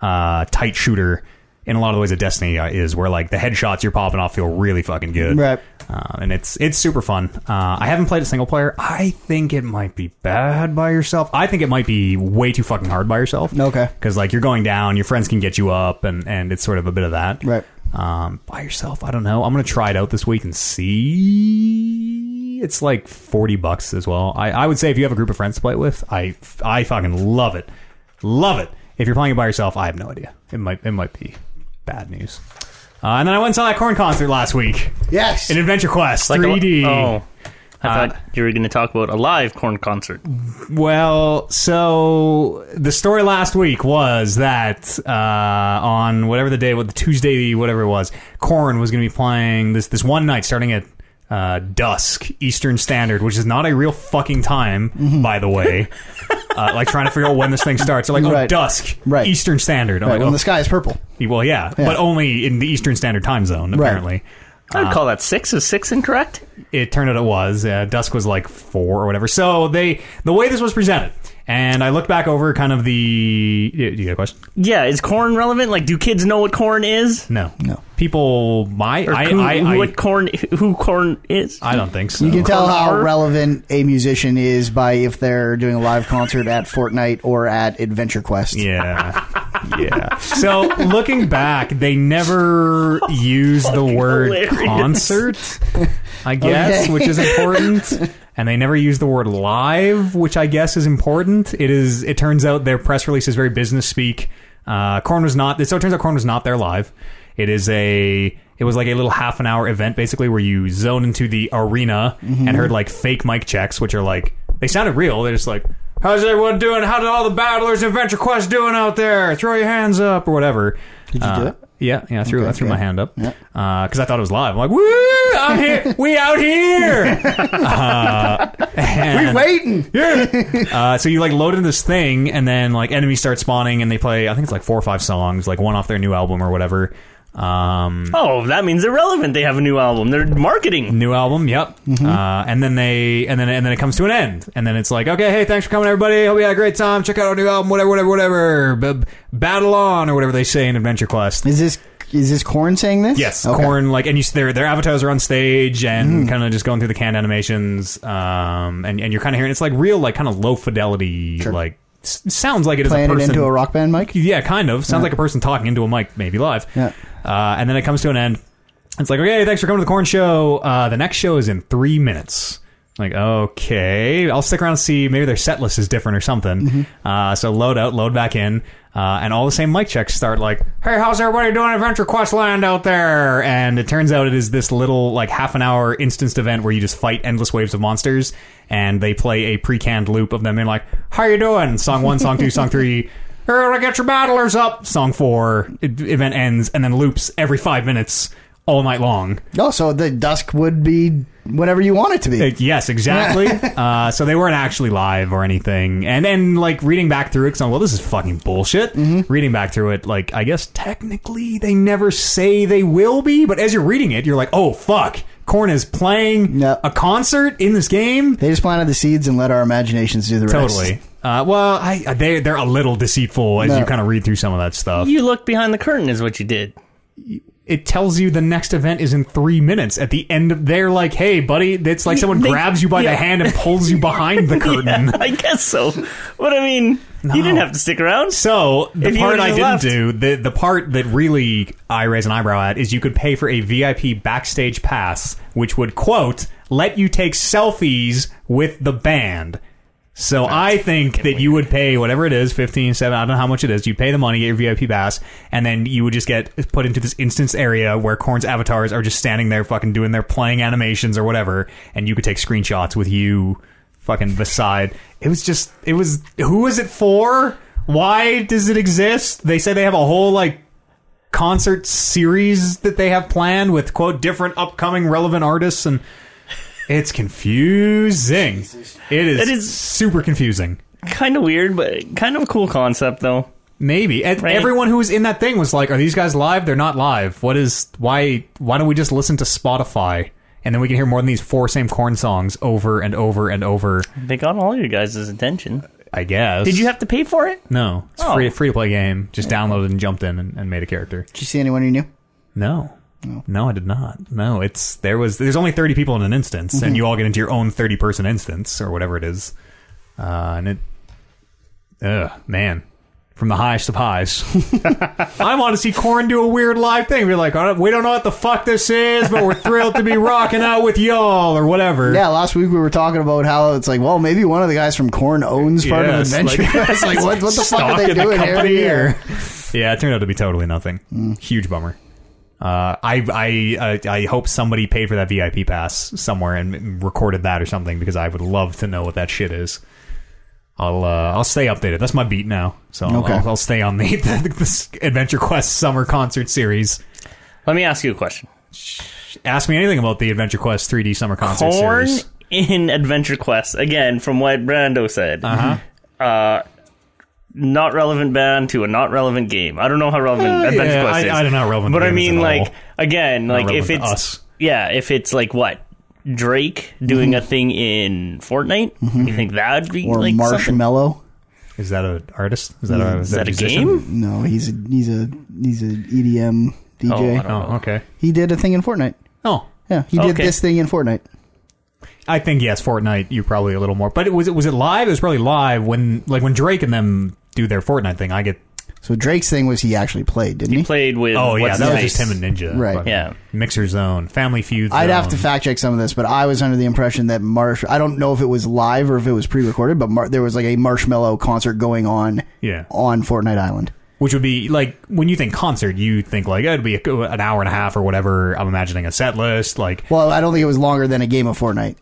S1: uh, tight shooter. In a lot of the ways that Destiny uh, is, where like the headshots you're popping off feel really fucking good,
S3: Right.
S1: Uh, and it's it's super fun. Uh, I haven't played a single player. I think it might be bad by yourself. I think it might be way too fucking hard by yourself.
S3: Okay.
S1: because like you're going down, your friends can get you up, and and it's sort of a bit of that.
S3: Right.
S1: Um, by yourself, I don't know. I'm gonna try it out this week and see. It's like forty bucks as well. I, I would say if you have a group of friends to play it with, I I fucking love it, love it. If you're playing it by yourself, I have no idea. It might it might be bad news. Uh, and then I went and saw that corn concert last week
S3: Yes.
S1: in Adventure Quest
S2: Like a-
S1: 3D.
S2: oh, I
S1: Uh,
S2: thought you were going to talk about a live corn concert.
S1: Well, so the story last week was that uh, on whatever the day, what the Tuesday, whatever it was, Corn was going to be playing this this one night starting at uh, dusk Eastern Standard, which is not a real fucking time, by the way. uh, like trying to figure out when this thing starts. They're like, oh,
S3: Right.
S1: dusk
S3: Right.
S1: Eastern Standard. I'm
S3: Right,
S1: like,
S3: when
S1: oh,
S3: the sky is purple.
S1: well, yeah, but only in the Eastern Standard Time Zone, apparently.
S2: I would call that six. Is six incorrect?
S1: it turned out it was uh, dusk was like four or whatever so they the way this was presented and i looked back over kind of the you you got a question
S2: Yeah, is corn relevant? Like, do kids know what corn is?
S1: no
S3: No.
S1: people my
S2: Or
S1: I,
S2: who,
S1: I,
S2: who-
S1: I,
S2: what corn? Who corn is?
S1: I don't think so
S3: You can tell how
S2: Or-
S3: relevant a musician is by if they're doing a live concert at Fortnite or at Adventure Quest.
S1: yeah yeah so looking back they never used the word
S2: Oh, hilarious.
S1: concert i guess
S3: Okay.
S1: which is important and they never used the word live which i guess is important it is it turns out their press release is very business speak uh corn was not so it turns out corn was not there live it is a it was like a little half an hour event basically where you zone into the arena
S3: Mm-hmm.
S1: and heard like fake mic checks which are like they sounded real they're just like how's everyone doing how did all the battlers in adventure quest doing out there throw your hands up or whatever did
S3: you do it?
S1: yeah, yeah, I threw, I threw
S3: okay.
S1: my hand up
S3: Yep.
S1: because I thought it was live. I'm like, woo, I'm here, we out here. Uh, and-
S3: Waiting.
S1: uh, so you like load in this thing, and then like enemies start spawning, and they play. I think it's like four or five songs, like one off their new album or whatever. Um,
S2: Oh, that means they're relevant. They have a new album. They're marketing.
S1: new album, yep. Uh, and then they, and then and then it comes to an end, and then it's like, okay, hey, thanks for coming, everybody. Hope you had a great time. Check out our new album, whatever, whatever, whatever. B- battle on or whatever they say in Adventure Quest.
S3: Is this is this Corn saying this?
S1: Yes,
S3: Okay. Hmm.
S1: corn like and you their their avatars are on stage and kind of just going through the canned animations, um, and and you're kind of hearing it's like real like kind of low fidelity like s- sounds like it is
S3: Playing
S1: a
S3: it
S1: person
S3: into a rock band mic.
S1: yeah, kind of sounds like a person talking into a mic maybe live,
S3: Yeah.
S1: uh, and then it comes to an end. It's like okay, thanks for coming to the corn show. Uh, the next show is in three minutes. Like okay, I'll stick around and see. Maybe their set list is different or something. Uh, so load out, load back in, uh, and all the same mic checks start. Like, hey, how's everybody doing? Adventure Quest Land out there? And it turns out it is this little like half an hour instanced event where you just fight endless waves of monsters, and they play a pre canned loop of them being like, how you doing? Song one, song two, song three. Here, I get your battlers up. Song four, it, event ends, and then loops every five minutes all night long.
S3: Oh, so the dusk would be whenever you want it to be.
S1: Uh, yes, exactly. uh, so they weren't actually live or anything. And then, like, reading back through it, 'cause I'm well, this is fucking bullshit.
S2: Mm-hmm.
S1: Reading back through it, like, I guess technically they never say they will be, but as you're reading it, you're like, oh, fuck. Korn is playing
S3: No.
S1: a concert in this game?
S3: They just planted the seeds and let our imaginations do the rest.
S1: Totally. Uh, well, I, they, they're a little deceitful as
S3: No.
S1: you kind of read through some of that stuff.
S2: You looked behind the curtain, is what you did.
S1: it tells you the next event is in three minutes. At the end, of, they're like, "Hey, buddy!" It's like someone
S2: They-
S1: grabs you by
S2: yeah.
S1: the hand and pulls you behind the curtain.
S2: I guess so. But I mean, you didn't have to stick around.
S1: So the
S2: If you
S1: part
S2: would've
S1: I didn't
S2: left.
S1: do, the the part that really I raise an eyebrow at is you could pay for a VIP backstage pass, which would quote let you take selfies with the band. So I think that you would pay whatever it is, 15, 7, I don't know how much it is. You pay the money, get your VIP pass, and then you would just get put into this instance area where Korn's avatars are just standing there fucking doing their playing animations or whatever, and you could take screenshots with you fucking beside. It was just, it was, who is it for? Why does it exist? They say they have a whole like concert series that they have planned with quote different upcoming relevant artists and it's confusing. It is,
S2: It is-
S1: super confusing.
S2: Kind of weird, but kind of a cool concept, though.
S1: Maybe And
S2: Right.
S1: everyone who was in that thing was like, "Are these guys live? They're not live. What is why? Why don't we just listen to Spotify and then we can hear more than these four same corn songs over and over and over?"
S2: They got all your guys' attention.
S1: I guess.
S2: Did you have to pay for it?
S1: No, it's
S2: Oh.
S1: free free to play game. Just downloaded and jumped in and, and made a character.
S3: Did you see anyone you knew?
S1: No. No, I did not. No, it's there was there's only 30 people in an instance, and you all get into your own 30 person instance or whatever it is, uh, and it, ugh, man, from the highest of highs. I want to see Corn do a weird live thing. Be like, "All right, we don't know what the fuck this is, but we're thrilled to be rocking out with y'all or whatever.
S3: Yeah, last week we were talking about how it's like, well, maybe one of the guys from Corn owns part
S1: Yes,
S3: of the venture.
S1: like-
S3: it's like, what, what the fuck
S1: stock
S3: are they
S1: in the
S3: doing
S1: company
S3: here?
S1: or- yeah, it turned out to be totally nothing.
S3: Mm.
S1: Huge bummer. Uh, I I uh, I I hope somebody paid for that VIP pass somewhere and m- recorded that or something because I would love to know what that shit is. I'll uh, I'll stay updated. That's my beat now, so I'll-
S3: Okay.
S1: I'll, I'll stay on the, the, this Adventure Quest summer concert series.
S2: Let me ask you a question.
S1: Ask me anything about the Adventure Quest 3D summer concert
S2: Corn
S1: series.
S2: in Adventure Quest again, from what Brando said. Uh-huh.
S3: Hmm.
S2: not relevant band to a not relevant game. I don't know how relevant Adventure
S1: Uh, yeah,
S2: Quest
S1: I-
S2: is.
S1: I don't know how relevant
S2: but
S1: the
S2: I
S1: game is
S2: mean,
S1: at
S2: like
S1: all.
S2: again, like
S1: relevant
S2: if
S1: to
S2: it's
S1: us.
S2: yeah, if it's like what Drake doing
S1: Mm-hmm.
S2: a thing in Fortnite, you think that'd be
S3: Or
S2: like something?
S3: Marshmallow?
S1: Is that an artist? Is that
S3: Hmm.
S1: a,
S2: Is that a
S1: musician?
S2: game?
S3: No, he's a he's a E he's an
S2: Oh,
S3: EDM
S2: I
S3: DJ.
S2: don't
S1: Oh, okay.
S3: he did a thing in Fortnite.
S1: Oh,
S3: Yeah, he did
S2: Okay.
S3: this thing in Fortnite.
S1: I think yes, Fortnite. You probably a little more, but it was it was it live? It was probably live when like when Drake and them do their Fortnite thing. I get
S3: So Drake's thing was he actually played, didn't he?
S2: Played with
S1: oh yeah,
S2: what's
S1: that was
S2: his
S1: just him
S2: face?
S1: and Ninja,
S3: Right.
S1: Fucking
S2: Yeah.
S1: Mixer Zone, Family Feud.
S3: I'd have to
S1: Zone.
S3: fact check some of this, but I was under the impression that Marsh. I don't know if it was live or if it was pre-recorded, but Mar- there was like a Marshmallow concert going on
S1: Yeah.
S3: on Fortnite Island.
S1: which would be like when you think concert, you think like it'd be a, an hour and a half or whatever. I'm imagining a set list like
S3: Well, I don't think it was longer than a game of Fortnite.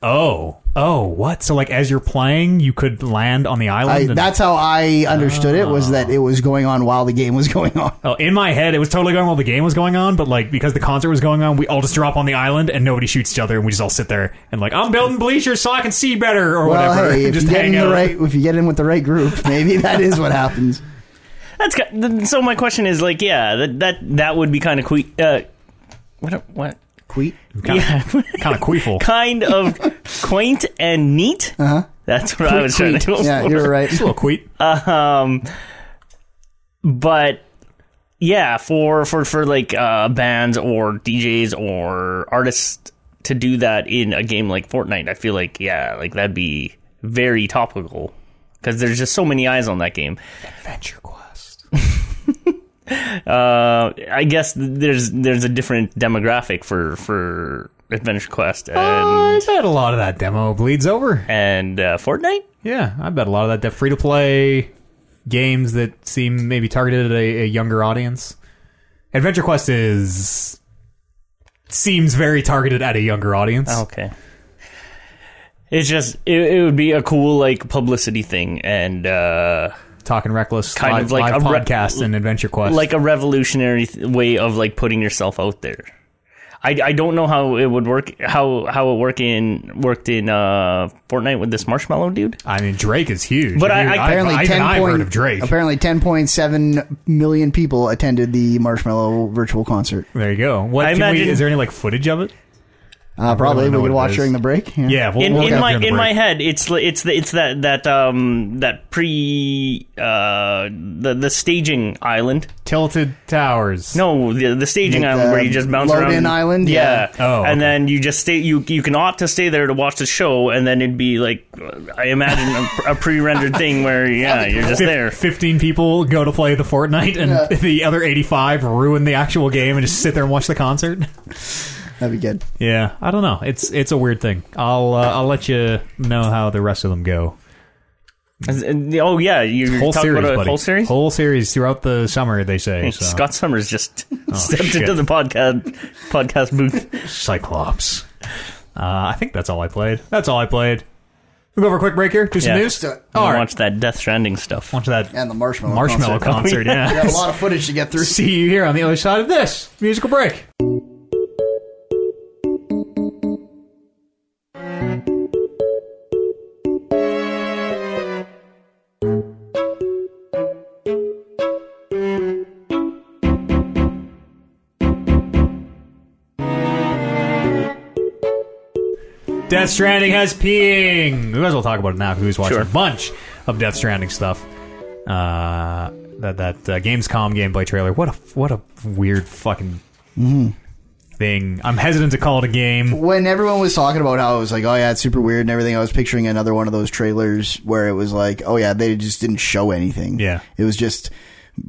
S1: oh oh what? So like as you're playing, you could land on the island.
S3: I,
S1: and-
S3: that's how I understood it was that it was going on while the game was going on.
S1: Oh, in my head, it was totally going while the game was going on, but like because the concert was going on, we all just drop on the island and nobody shoots each other, and we just all sit there and like I'm building bleachers so I can see better or
S3: Well,
S1: whatever.
S3: hey,
S1: and
S3: if
S1: just
S3: you get
S1: hang
S3: in the
S1: out.
S3: right, if you get in with the right group, maybe that is what happens.
S2: That's ki- th- so. My question is like, yeah, that that that would be kind of que- uh, what what
S3: Queet.
S1: Kind of, kind of queeful.
S2: kind of quaint and neat. Uh-huh. That's what I was trying to do.
S3: Yeah, you're right.
S1: Just a little queet.
S2: Um, but yeah, for for for like uh, bands or DJs or artists to do that in a game like Fortnite, I feel like yeah, like that'd be very topical because there's just so many eyes on that game.
S1: Adventure Quest.
S2: Uh, I guess th- there's there's a different demographic for for Adventure Quest and
S1: Uh, I bet a lot of that demo bleeds over.
S2: and uh, Fortnite.
S1: Yeah, I bet a lot of that, that free to play games that seem maybe targeted at a, a younger audience. Adventure Quest is seems very targeted at a younger audience.
S2: Okay. It's just it, it would be a cool like publicity thing and uh,
S1: Talking reckless,
S2: Kind
S1: live,
S2: of like
S1: live
S2: a re-
S1: podcast and Adventure Quest,
S2: like a revolutionary th- way of like putting yourself out there. I, I don't know how it would work how how it work in worked in uh, Fortnite with this marshmallow dude.
S1: I mean, Drake is huge.
S2: But I-
S1: Dude,
S2: I-
S3: apparently
S1: I,
S3: ten
S1: I, have
S3: point,
S1: heard of Drake.
S3: Apparently ten point seven million people attended the Marshmallow virtual concert.
S1: There you go. What
S2: I
S1: can we,
S2: imagine-
S1: is there any like footage of it?
S3: Uh, probably
S1: know
S3: we could
S1: what it
S3: watch
S1: is.
S3: during the break. Yeah,
S1: Yeah, we'll-
S2: in,
S1: we'll
S2: in
S1: get
S2: my
S1: there
S2: in
S1: to
S2: my
S1: break.
S2: head, it's li- it's the, it's that that um that pre uh the the staging island.
S1: Tilted Towers.
S2: No, the the staging
S3: Like
S2: island
S3: the
S2: where you just bounce
S3: load-in
S2: around.
S3: island?
S2: yeah.
S1: Yeah. Oh, okay.
S2: and then you just stay. You you can opt to stay there to watch the show, and then it'd be like I imagine a, a pre-rendered thing where yeah, you're just
S1: Fif-
S2: there.
S1: Fifteen people go to play the Fortnite, and
S3: Yeah.
S1: the other eighty-five ruin the actual game and just sit there and watch the concert.
S3: that'd be good.
S1: Yeah, I don't know. It's it's a weird thing. I'll uh, I'll let you know how the rest of them go.
S2: Oh yeah, you
S1: Whole
S2: talk
S1: series,
S2: about a
S1: buddy.
S2: whole series. Hmm.
S1: Whole series throughout the summer. They say so.
S2: Scott Summers just stepped
S1: oh, shit.
S2: into the podcast podcast booth.
S1: Cyclops. Uh, I think that's all I played. That's all I played. We'll go for a quick break here. Do some
S2: Yeah.
S1: news.
S3: Do it.
S1: All right.
S2: Watch that Death Stranding stuff.
S1: Watch that
S3: And the marshmallow
S1: marshmallow
S3: concert.
S1: concert. yeah.
S3: We got a lot of footage to get through.
S1: See you here on the other side of this musical break. Death Stranding has peeing. You guys will talk about it now. 'cause Who's watching
S2: Sure.
S1: a bunch of Death Stranding stuff? Uh, that that uh, Gamescom gameplay trailer. What a what a weird fucking thing. I'm hesitant to call it a game.
S3: when everyone was talking about how it was like, oh yeah, it's super weird and everything, I was picturing another one of those trailers where it was like, oh yeah, they just didn't show anything.
S1: Yeah.
S3: it was just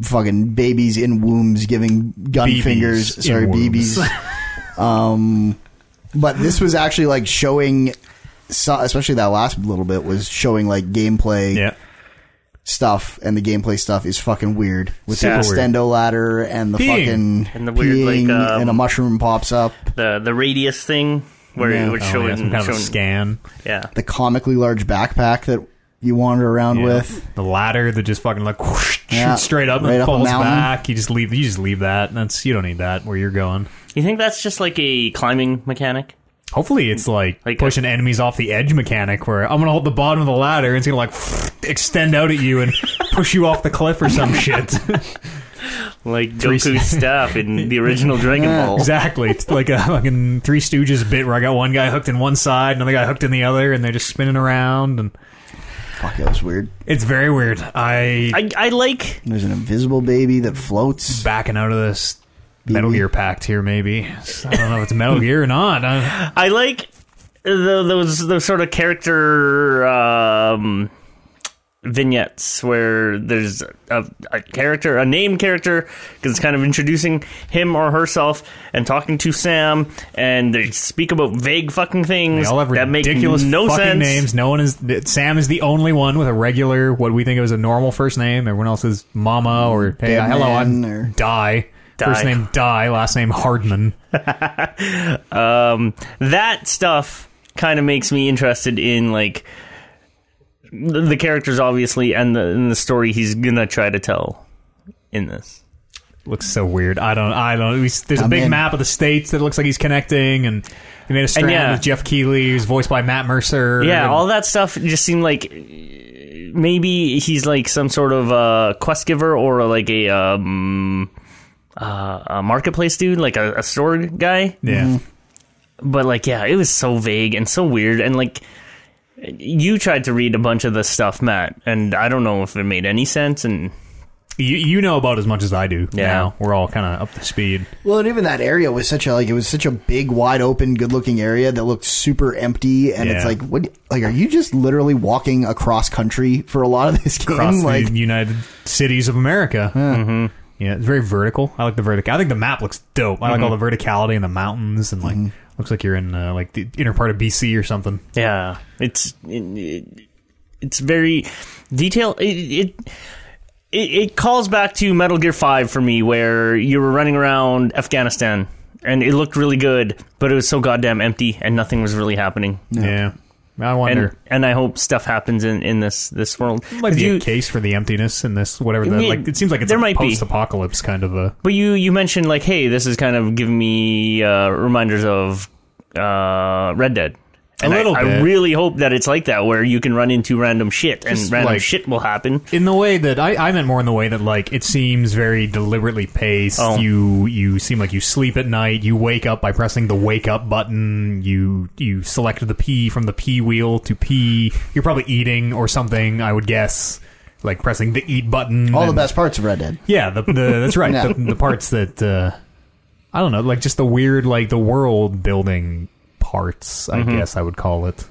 S3: fucking babies in wombs giving gun
S1: BBs in
S3: fingers. Sorry,
S1: wombs.
S3: BBs. um, but this was actually like showing, so- especially that last little bit was showing like gameplay
S1: Yeah.
S3: stuff, and the gameplay stuff is fucking weird with
S1: Super
S3: the
S1: weird.
S3: extendo ladder and the
S1: Peeing.
S3: fucking
S2: And the weird, like,
S3: peeing
S2: um,
S3: and a mushroom pops up.
S2: The the radius thing where
S3: Yeah.
S2: it would
S1: Oh,
S2: show
S1: yeah,
S2: in
S1: some kind of
S2: show
S1: a
S2: in-
S1: scan
S2: Yeah.
S3: the comically large backpack that you wander around
S1: Yeah.
S3: with.
S1: the ladder that just fucking like whoosh, shoots
S3: Yeah.
S1: straight up
S3: Right
S1: and
S3: up a
S1: falls
S3: mountain.
S1: back. You just leave. You just leave that. That's you don't need that where you're going.
S2: You think that's just like a climbing mechanic?
S1: Hopefully, it's like,
S2: Like a-
S1: pushing enemies off the edge mechanic where I'm gonna hold the bottom of the ladder and it's gonna like extend out at you and push you off the cliff or some shit.
S2: Like Goku's staff in the original Dragon Ball.
S1: Exactly. It's like a fucking Three Stooges bit where I got one guy hooked in one side, another guy hooked in the other, and they're just spinning around. And
S3: Fuck, that was weird.
S1: it's very weird. I,
S2: I, I like
S3: There's an invisible baby that floats.
S1: backing out of this Metal Gear pact here. Maybe I don't know if it's Metal Gear or not. I,
S2: I like the, those those sort of character um, vignettes where there's a, a character, a name character, because it's kind of introducing him or herself and talking to Sam, and they speak about vague fucking
S1: they
S2: things
S1: all have
S2: that make
S1: ridiculous
S2: no
S1: fucking
S2: sense.
S1: names. No one is. Sam is the only one with a regular, what we think of as a normal first name. Everyone else is Mama or Hey,
S3: Dead
S1: hello, I'm
S3: Man or-
S1: Die. First
S2: Die.
S1: name Die, last name Hardman.
S2: um, that stuff kind of makes me interested in like the, the characters obviously and the, and the story he's gonna try to tell in this
S1: looks so weird. I don't. I don't. he's- There's a
S3: I'm
S1: big
S3: in.
S1: map of the states that looks like he's connecting, and he made a strand
S2: yeah.
S1: with Jeff Keeley, who's voiced by Matt Mercer.
S2: yeah
S1: and-
S2: all that stuff just seemed like maybe he's like some sort of uh quest giver or like a um uh, a marketplace dude like a, a store guy
S1: yeah.
S2: but like yeah it was so vague and so weird and like you tried to read a bunch of this stuff matt and i don't know if it made any sense and
S1: You you know about as much as I do.
S2: Yeah.
S1: now. we're all kind of up to speed.
S3: Well, and even that area was such a like it was such a big, wide open, good looking area that looked super empty. And it's
S1: Yeah.
S3: like, what? Like, are you just literally walking across country for a lot of this game?
S1: across
S3: like,
S1: the United Cities of America. Mm-hmm. Yeah, it's very vertical. I like the vertical. I think the map looks dope. I
S2: Mm-hmm.
S1: like all the verticality and the mountains and like looks like you're in uh, like the inner part of BC or something.
S2: Yeah, it's it, it's very detail. It, it it it calls back to Metal Gear Five for me, where you were running around Afghanistan and it looked really good, but it was so goddamn empty and nothing was really happening.
S1: Yeah, I wonder.
S2: And and I hope stuff happens in in this this world.
S1: might
S2: 'Cause
S1: be
S2: you-
S1: a case for the emptiness in this whatever the
S2: mean,
S1: like it seems like it's
S2: there
S1: a
S2: might be.
S1: post-apocalypse kind of a
S2: But you you mentioned like, hey, this is kind of giving me uh, reminders of uh, Red Dead. And I-
S1: little
S2: I,
S1: bit.
S2: really hope that it's like that where you can run into random shit and
S1: Just
S2: random
S1: like-
S2: shit will happen.
S1: in the way that I, I meant more in the way that like it seems very deliberately paced.
S2: Oh.
S1: You you seem like you sleep at night. You wake up by pressing the wake up button. You you select the P from the P wheel to P. You're probably eating or something. I would guess like pressing the eat button.
S3: All the
S1: and-
S3: best parts of Red Dead.
S1: Yeah, the, the that's right.
S3: Yeah.
S1: the, the parts that uh, I don't know, like just the weird like the world building parts. I guess I would call it.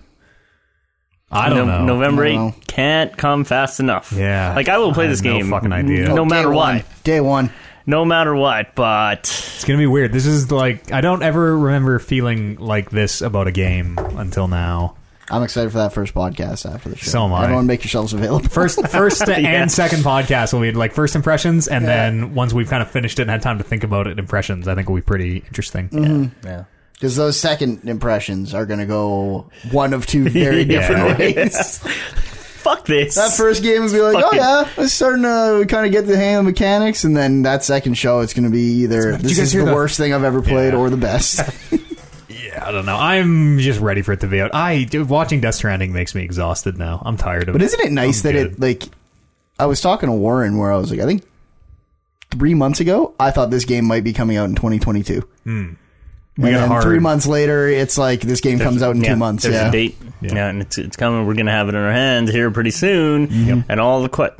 S1: I don't
S2: Mm-hmm. No-
S1: know.
S2: November
S3: I don't
S2: 8th can't come fast enough.
S1: Yeah.
S2: Like, I will play
S1: I
S2: this
S1: have no
S2: game.
S1: fucking idea.
S2: No
S3: Oh,
S2: matter
S3: day
S2: what.
S3: one. Day one.
S2: No matter what, but
S1: It's gonna be weird. This is like I don't ever remember feeling like this about a game until now.
S3: I'm excited for that first podcast after the show.
S1: So am I.
S3: Everyone make yourselves available.
S1: First, first
S2: Yeah.
S1: and second podcast will be like first impressions, and then once we've kind of finished it and had time to think about it, impressions I think will be pretty interesting.
S3: Yeah. Because those second impressions are going to go one of two very
S1: Yeah.
S3: different ways.
S2: fuck this.
S3: That first game would be like,
S2: Fuck it.
S3: oh yeah, it's starting to kind of get the hang of the mechanics, and then that second show, it's going to be either
S1: you
S3: this
S1: guys
S3: is
S1: hear
S3: the
S1: the-
S3: worst thing I've ever played
S1: Yeah.
S3: or the best.
S1: Yeah, I don't know. I'm just ready for it to be out. I dude, watching Death Stranding makes me exhausted now. I'm tired of
S3: But
S1: it.
S3: isn't it nice
S1: I'm
S3: that it
S1: good.
S3: like? I was talking to Warren where I was like, I think three months ago, I thought this game might be coming out in 2022.
S1: we
S3: and
S1: got
S3: then
S1: hard
S3: three months later, it's like this game comes out in
S2: Yeah,
S3: two months.
S2: There's
S3: Yeah.
S2: a date. Yeah. and it's, it's coming. We're going to have it in our hands here pretty soon. And all the que-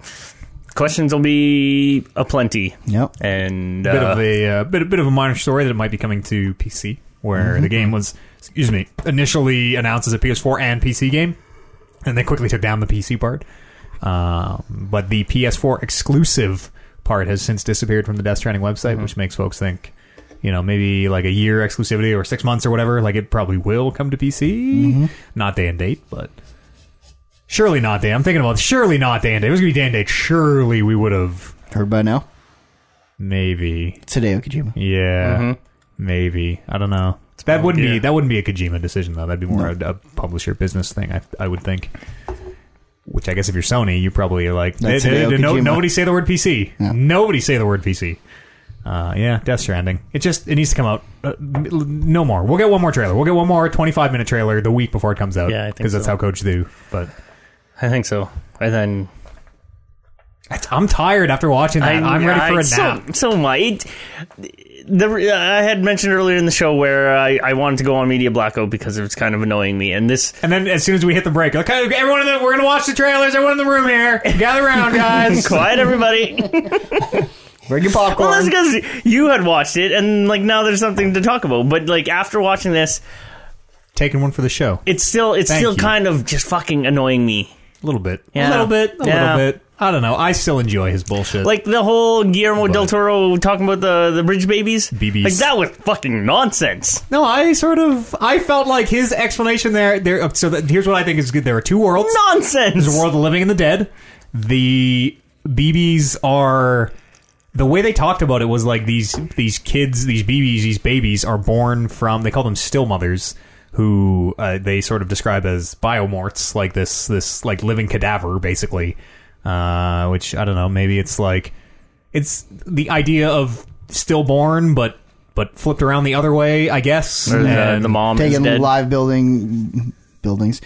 S2: questions will be aplenty.
S3: Yep.
S2: And
S1: bit
S2: uh,
S1: of a uh, bit, bit of a minor story that it might be coming to PC, where the game was, excuse me, initially announced as a PS4 and PC game, and they quickly took down the PC part. Um, but the PS4 exclusive part has since disappeared from the Death Stranding website, which makes folks think, you know, maybe like a year exclusivity or six months or whatever. Like it probably will come to PC, not day and date, but. Surely not day. I'm thinking about surely not day and date. If It was gonna be day and date. Surely we would have
S3: Heard by now.
S1: maybe
S3: It's Hideo Kojima.
S1: yeah, maybe I don't know. That wouldn't be
S2: Mm-hmm. Oh, yeah.
S1: that wouldn't be a Kojima decision though. That'd be more a, a publisher business thing. I I would think. Which I guess if you're Sony, you probably are like
S3: That's
S1: "Eh, eh,
S3: Hideo
S1: eh, no,
S3: Kojima."
S1: nobody say the word PC.
S3: Yeah.
S1: Nobody say the word PC. Uh, yeah, Death Stranding. It just it needs to come out. Uh, no more. We'll get one more trailer. We'll get one more 25 minute trailer the week before it comes out.
S2: Yeah, I think
S1: because that's
S2: so.
S1: how coach do. But
S2: I think so. And then
S1: it's- I'm tired after watching that. I'm, ready for a
S2: I-
S1: nap.
S2: So, so am I. It- The, uh, I had mentioned earlier in the show where I, I wanted to go on Media Blackout because it was kind of annoying me. And this,
S1: And then as soon as we hit the break, okay, everyone in the, we're gonna watch the trailers. Everyone in the room here, gather around, guys.
S2: quiet everybody.
S3: Bring your
S2: well,
S3: popcorn.
S2: that's because you had watched it, and like now there's something to talk about. But like after watching this,
S1: Taking one for the show,
S2: it's still it's
S1: Thank
S2: still
S1: you.
S2: kind of just fucking annoying me.
S1: a little bit,
S2: Yeah.
S1: a little bit, a
S2: Yeah.
S1: little bit. I don't know. I still enjoy his bullshit.
S2: Like the whole Guillermo del
S1: But-
S2: Toro talking about the the bridge babies,
S1: BBs.
S2: like that was fucking nonsense.
S1: no, I sort of I felt like his explanation there. There. uh, So that, here's what I think is good. There are two worlds.
S2: Nonsense.
S1: There's a world of the living and the dead. The BBs are the way they talked about it was like these these kids, these BBs, these babies are born from. They call them still mothers, who uh, they sort of describe as biomorts, like this this like living cadaver, basically. Uh, which I don't know. Maybe it's like it's the idea of stillborn, but but flipped around the other way, I guess.
S2: Or
S3: uh,
S2: the,
S1: And-
S2: the mom is
S3: Taking
S2: dead.
S3: live building buildings.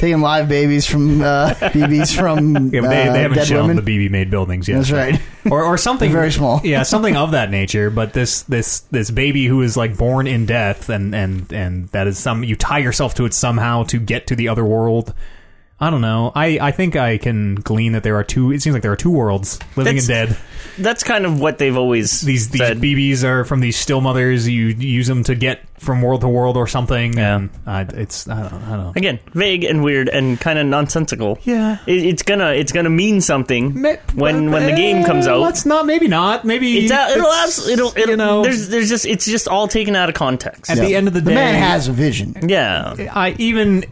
S3: Taking live babies from uh, BBs from
S1: Yeah, but they,
S3: uh,
S1: they haven't
S3: dead
S1: shown
S3: women.
S1: the BB made buildings yet.
S3: That's
S1: so-
S3: right.
S1: Or, or something
S3: Very small.
S1: Yeah, something of that nature. But this this this baby who is like born in death, and and and that is some you tie yourself to it somehow to get to the other world. I don't know. I I think I can glean that there are two. It seems like there are two worlds, living
S2: That's-
S1: and dead.
S2: That's kind of what they've always
S1: These these
S2: said.
S1: BBs are from these still mothers. You use them to get from world to world or something.
S2: Yeah.
S1: And I, it's I don't I don't.
S2: again vague and weird and kind of nonsensical.
S1: Yeah.
S2: it, it's gonna it's gonna mean something
S1: Ma-
S2: when when the
S1: eh,
S2: game comes out.
S1: let's not. Maybe not. Maybe
S2: It's, out- it'll,
S1: it's,
S2: abs- it'll, it'll
S1: you know.
S2: there's there's just it's just all taken out of context.
S1: At the end of the
S3: The
S1: day,
S3: man has a vision.
S2: yeah,
S1: I even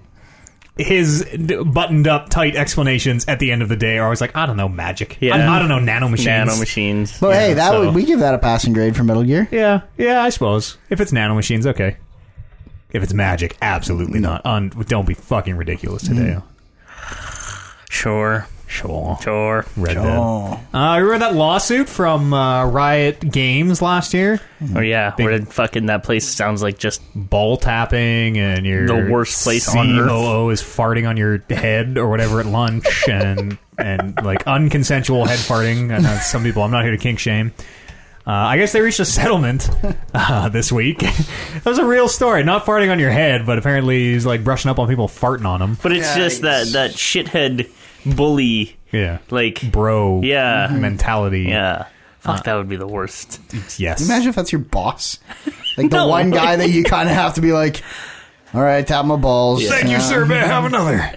S1: his d- buttoned up tight explanations at the end of the day are always like, I don't know, magic.
S2: Yeah.
S1: I, don't- I don't know, nanomachines.
S2: nano machines.
S3: But hey, that
S2: so-
S3: would, we give that a passing grade for Metal Gear.
S1: Yeah, yeah, I suppose if it's nanomachines, okay. If it's Mm. magic, absolutely not. Un- don't be fucking ridiculous today.
S2: sure.
S1: Mm. Sure.
S2: Sure.
S1: Red Dead.
S3: Oh.
S1: Uh, remember that lawsuit from uh, Riot Games last year?
S2: Or Oh, yeah, where the fucking that place sounds like just
S1: Ball tapping and your
S2: The worst place on earth.
S1: COO is farting on your head or whatever at lunch and and like unconsensual head farting. I know some people. I'm not here to kink shame. Uh, I guess they reached a settlement uh, this week. that was a real story. Not farting on your head, but apparently he's like brushing up on people farting on him.
S2: But it's
S3: Yeah,
S2: just that
S3: it's-
S2: that shithead bully,
S1: Yeah,
S2: like
S1: bro.
S2: Yeah.
S1: Mm-hmm. mentality.
S2: yeah. Uh, Fuck, that would be the worst.
S1: yes.
S3: Imagine if that's your boss. Like the
S2: No.
S3: one guy that you kind of have to be like, all right, tap my balls.
S1: Thank you,
S3: Yeah.
S1: sir. May I have another?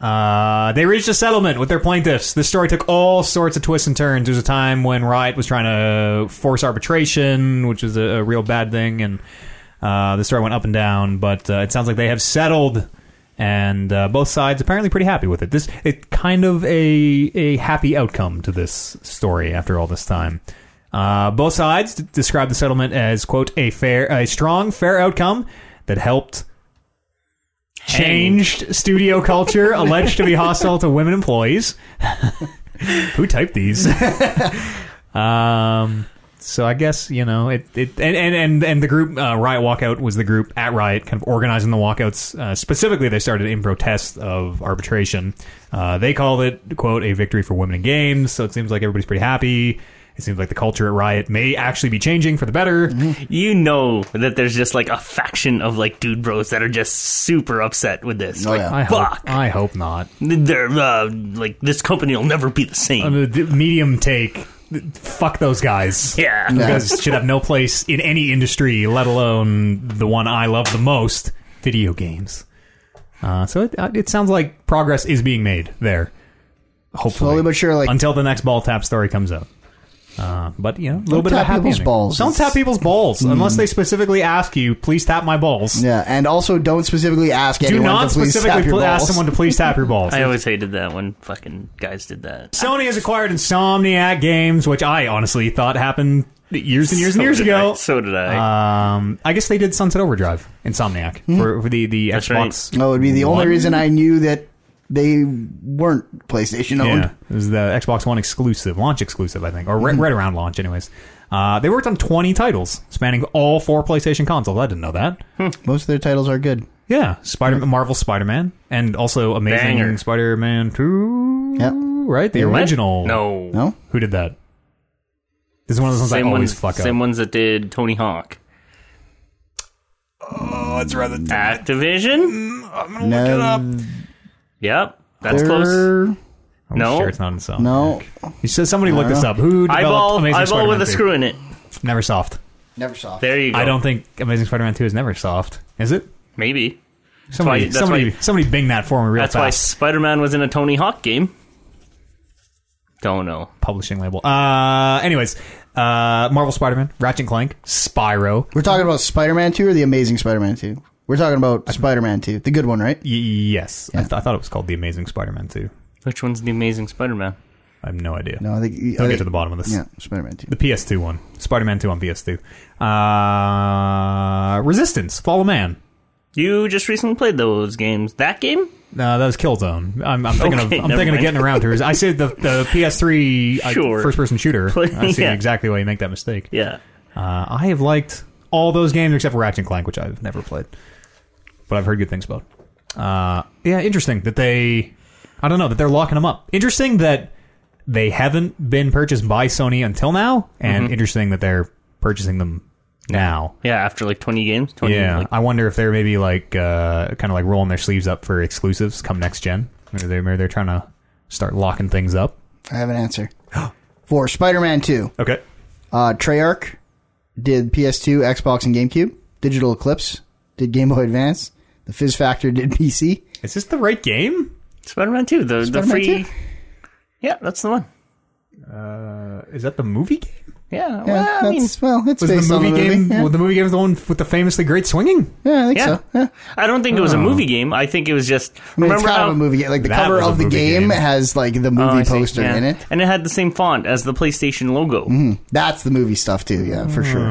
S1: Uh, they reached a settlement with their plaintiffs. This story took all sorts of twists and turns. There was a time when Riot was trying to force arbitration, which was a, a real bad thing, and uh, the story went up and down. But uh, it sounds like they have settled, and uh, both sides apparently pretty happy with it. This it kind of a a happy outcome to this story after all this time. Uh, both sides d- described the settlement as quote a fair, a strong, fair outcome that helped changed studio culture alleged to be hostile to women employees. Who typed these? um, so I guess you know it. it and, and and and the group uh, Riot Walkout was the group at Riot, kind of organizing the walkouts. Uh, specifically, they started in protest of arbitration. Uh, they called it "quote a victory for women in games." So it seems like everybody's pretty happy. It seems like the culture at Riot may actually be changing for the better.
S2: You know that there's just like a faction of like dude bros that are just super upset with this.
S3: Oh,
S2: like,
S3: yeah.
S1: I hope.
S2: Fuck.
S1: I hope not.
S2: they're uh, like this company will never be the same.
S1: on the medium take. Fuck those guys.
S2: Yeah.
S1: Those guys should have no place in any industry, let alone the one I love the most, video games. Uh, so it, uh, it sounds like progress is being made there. Hopefully,
S3: Slowly but surely.
S1: until the next ball tap story comes out. Uh, but you know, a little
S3: Don't
S1: bit of a
S3: tap
S1: happy
S3: people's
S1: ending.
S3: balls.
S1: Don't
S3: It's- Mm.
S1: tap people's balls unless they specifically ask you. Please tap my balls.
S3: yeah, and also don't specifically ask
S1: Do
S3: anyone
S1: not
S3: to please
S1: specifically
S3: tap your
S1: pl- ask
S3: balls.
S1: someone to please tap your balls.
S2: I always hated that when fucking guys did that.
S1: Sony has acquired Insomniac Games, which I honestly thought happened years and years
S2: So
S1: and years
S2: did
S1: ago.
S2: I- so did I.
S1: Um, I guess they did Sunset Overdrive, Insomniac for, for the the
S2: That's
S1: Xbox.
S3: Oh, it would be the only
S1: One?
S3: reason I knew that they weren't PlayStation owned.
S1: Oh, Yeah, it was the Xbox One exclusive, launch exclusive, I think, or right, right around launch, anyways. Uh, they worked on 20 titles spanning all four PlayStation consoles. I didn't know that.
S3: Most of their titles are good.
S1: Yeah, Spider Marvel Spider Man, and also Amazing
S2: Banger.
S1: Spider Man 2.
S3: Yep.
S1: Right, the
S3: You're right.
S1: original.
S2: no.
S3: No?
S1: who did that? This is one of those ones I
S2: Same
S1: always
S2: ones,
S1: fuck up.
S2: same ones that did Tony Hawk.
S1: Oh, it's rather.
S2: Activision?
S1: I'm gonna
S3: No.
S2: Yep. That's
S3: they're-
S2: close.
S1: I'm
S2: No.
S1: sure it's not Insomniac.
S3: No.
S1: You said somebody looked this up. Who developed
S2: Eyeball,
S1: Amazing
S2: eyeball
S1: Spider-Man
S2: with a
S1: 2?
S2: screw in it.
S1: Neversoft.
S3: Never saw.
S2: There you go.
S1: I don't think Amazing Spider-Man 2 is Neversoft. Is it?
S2: Maybe.
S1: Somebody,
S2: why- that's
S1: somebody,
S2: why-
S1: somebody, bing that for me real
S2: That's why
S1: fast.
S2: Spider Man was in a Tony Hawk game. Don't know.
S1: Publishing label. Uh, anyways, uh, Marvel Spider-Man, Ratchet and Clank, Spyro.
S3: We're talking about Spider Man 2 or The Amazing Spider Man 2? We're talking about Spider Man 2, the good one, right?
S1: Y- yes, I, th- I thought it was called The Amazing Spider-Man 2.
S2: Which one's the Amazing Spider Man?
S1: I have no idea.
S3: No, I think. I
S1: I'll
S3: think-
S1: get to the bottom of this.
S3: Yeah, Spider Man 2.
S1: The PS2 one, Spider-Man 2 on PS2. Uh, Resistance, Fall of Man.
S2: You just recently played those games. That game?
S1: No, Uh, that was Killzone. I'm, I'm thinking
S2: Okay,
S1: of I'm
S2: never
S1: thinking of
S2: mind.
S1: getting around to it. I said the the PS3 uh,
S2: Sure.
S1: first person shooter.
S2: Play-
S1: I see
S2: yeah.
S1: exactly why you make that mistake.
S2: Yeah.
S1: Uh, I have liked all those games except for Ratchet and Clank, which I've never played, but I've heard good things about. Uh, yeah, interesting that they. I don't know that they're locking them up. Interesting that they haven't been purchased by Sony until now, and interesting that they're purchasing them Mm-hmm. now.
S2: Yeah, after like 20 games? 20,
S1: Yeah,
S2: like-
S1: I wonder if they're maybe like uh, kind of like rolling their sleeves up for exclusives come next gen. Maybe they're, maybe they're trying to start locking things up.
S3: I have an answer. For Spider Man 2,
S1: Okay.
S3: uh, Treyarch did PS2, Xbox, and GameCube. Digital Eclipse did Game Boy Advance. The Fizz Factor did PC.
S1: Is this the right game?
S2: Spider Man 2, the, the
S3: Spider-Man
S2: free.
S3: 2?
S2: Yeah, that's the one.
S1: Uh, Is that the movie game?
S2: Yeah,
S3: Yeah,
S2: well, I mean,
S3: that's, well, it's
S1: Was
S3: based
S1: the movie,
S3: on the movie.
S1: game
S3: Yeah.
S1: well, the movie game is the one with the famously great swinging?
S3: Yeah, I think
S2: yeah.
S3: so. Yeah.
S2: I don't think it was a movie game. I think it was just.
S3: I mean, it's
S2: remember
S3: kind
S2: how,
S3: of a movie game. Like the
S1: That
S3: cover
S1: was a
S3: of the
S1: movie
S3: game
S1: game.
S3: has like the
S2: Oh,
S3: movie
S2: I see.
S3: poster
S2: Yeah.
S3: in it. Mm-hmm.
S2: And it had the same font as the PlayStation logo.
S3: That's the movie stuff too. Yeah, for sure.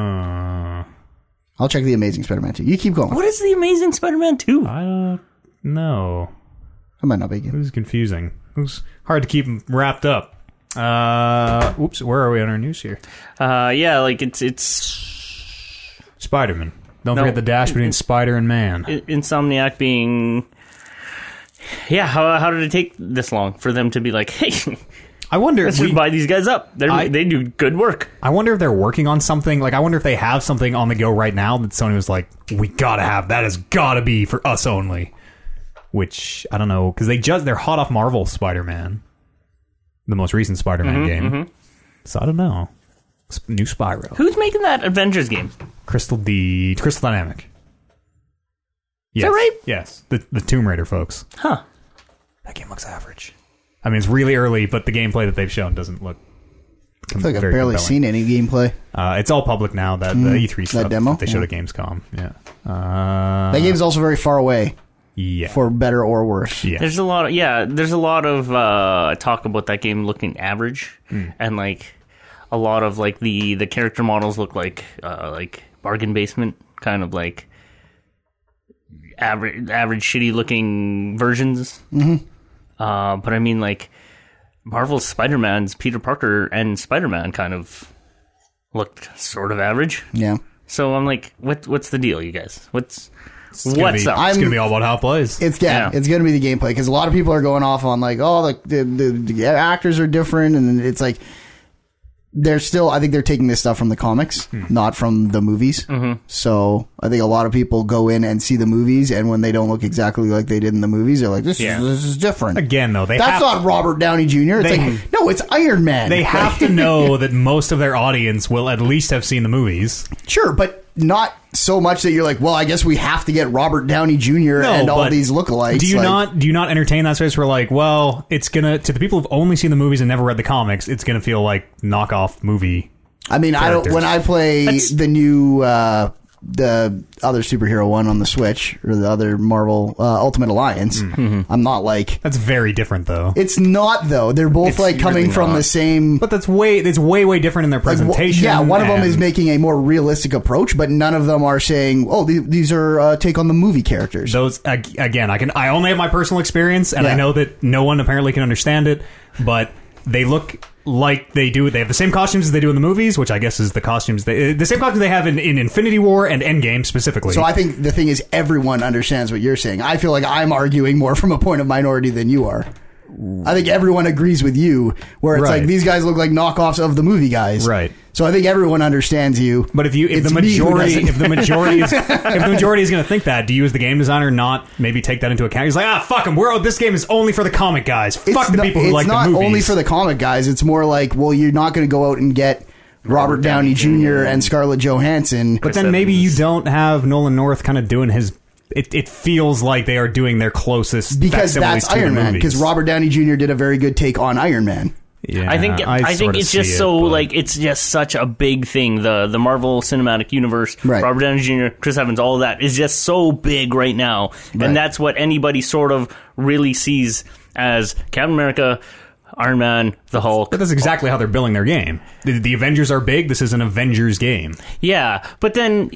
S3: I'll check the Amazing Spider-Man too. You keep going.
S2: Hmm. What is the Amazing Spider Man 2?
S1: I don't know.
S3: I might not be good.
S2: Hmm,
S1: It was confusing. It was hard to keep them wrapped up. Uh, oops, where are we on our news here?
S2: Uh, yeah, like it's it's
S1: Spider Man. Don't
S2: No.
S1: forget the dash between Spider and Man.
S2: I- Insomniac being. Yeah, how, how did it take this long for them to be like, hey,
S1: I wonder
S2: let's
S1: if we,
S2: just buy these guys up? They're,
S1: I-
S2: they do good work.
S1: I wonder if they're working on something. Like I wonder if they have something on the go right now that Sony was like, "We gotta have that. Has gotta be for us only." Which I don't know because they just they're hot off Marvel Spider Man, the most recent Spider
S2: Mm-hmm,
S1: Man game. So I don't know. Sp- New Spyro,
S2: Who's making that Avengers game?
S1: Crystal D, Crystal Dynamic. Yes.
S2: that right?
S1: Yes, the the Tomb Raider folks.
S2: Huh.
S1: That game looks average. I mean, it's really early, but the gameplay that they've shown doesn't look.
S3: I feel like I've barely seen any gameplay.
S1: Uh, it's all public now. That the E3 stuff
S3: Mm, demo?
S1: that they showed
S3: Yeah.
S1: at Gamescom. Yeah. Uh,
S3: That
S2: Uh-huh.
S3: game's also very far away,
S1: yeah.
S3: for better or worse.
S1: yeah.
S2: There's a lot of yeah. There's a lot of uh, talk about that game looking average, and like a lot of like the the character models look like uh, like bargain basement kind of like average average shitty looking versions. Mm-hmm. Uh, but I mean like Marvel's Spider Man's Peter Parker and Spider Man kind of looked sort of average.
S3: Yeah.
S2: So I'm like, what what's the deal, you guys? What's
S1: It's gonna
S2: what's
S1: be,
S2: up?
S1: It's
S3: I'm-
S1: gonna be all about how it plays.
S3: It's yeah,
S2: Yeah.
S3: it's going to be the gameplay because a lot of people are going off on like, oh, the, the, the, the actors are different, and it's like they're still. I think they're taking this stuff from the comics,
S2: Hmm.
S3: not from the movies. So I think a lot of people go in and see the movies, and when they don't look exactly like they did in the movies, they're like, this
S2: Yeah.
S3: is this is different.
S1: Again, though, they
S3: That's
S1: have,
S3: not Robert Downey Jr. It's
S1: They-
S3: like no, it's Iron Man.
S1: they
S3: Like,
S1: have to know that most of their audience will at least have seen the movies.
S3: sure, but not so much that you're like, well, I guess we have to get Robert Downey Jr.
S1: No,
S3: and all
S1: but
S3: these lookalikes.
S1: Do you
S3: Like,
S1: not? Do you not entertain that space? Where like, well, it's gonna to the people who've only seen the movies and never read the comics. It's gonna feel like knockoff movie.
S3: I mean, I
S1: characters.
S3: don't. When I play the new uh, the other superhero one on the Switch or the other Marvel uh, Ultimate Alliance,
S1: Mm-hmm.
S3: I'm not like.
S1: That's very different, though.
S3: It's not though. They're both
S2: It's
S3: like coming
S2: really
S3: from
S2: not.
S3: the same.
S1: but that's way. It's way way different in their
S3: like, wh-
S1: presentation.
S3: yeah, one of them
S1: and-
S3: is making a more realistic approach, but none of them are saying, "Oh, the- these are uh, take on the movie characters."
S1: those ag- again i can i only have my personal experience and i
S3: Yeah.
S1: know that no one apparently can understand it but they look like they do they have the same costumes as they do in the movies which i guess is the costumes they, uh, the same costumes they have in, in infinity war and endgame specifically
S3: So I think the thing is, everyone understands what you're saying. I feel like I'm arguing more from a point of minority than you are. I think everyone agrees with you, where it's
S1: Right.
S3: like these guys look like knockoffs of the movie guys.
S1: Right.
S3: So I think everyone understands you.
S1: but if you if
S3: It's
S1: the
S3: me who
S1: majority
S3: doesn't.
S1: if the majority is if the majority is going to think that do you as the game designer not maybe take that into account he's like ah fuck them we're oh, this game is only for the comic guys fuck the
S3: not-
S1: people who
S3: it's
S1: like
S3: not
S1: the movies
S3: only for the comic guys. It's more like, well, you're not going to go out and get Robert, Downey, Jr. and Scarlett Johansson.
S1: but then maybe you don't have Nolan North kind of doing his. It, it feels like they are doing their closest
S3: because
S1: facsimiles
S3: that's
S1: to the
S3: Iron Man. Because
S1: movies.
S3: Robert Downey Jr. did a very good take on Iron Man.
S1: Yeah,
S2: I think I, think
S1: sorta
S2: it's
S1: see
S2: just
S1: it,
S2: so
S1: but-
S2: like it's just such a big thing. The the Marvel Cinematic Universe,
S3: Right.
S2: Robert Downey Jr., Chris Evans, all of that is just so big right now,
S3: Right.
S2: and that's what anybody sort of really sees as Captain America, Iron Man, the Hulk.
S1: But that's exactly how they're billing their game. The, the Avengers are big. This is an Avengers game.
S2: Yeah, but then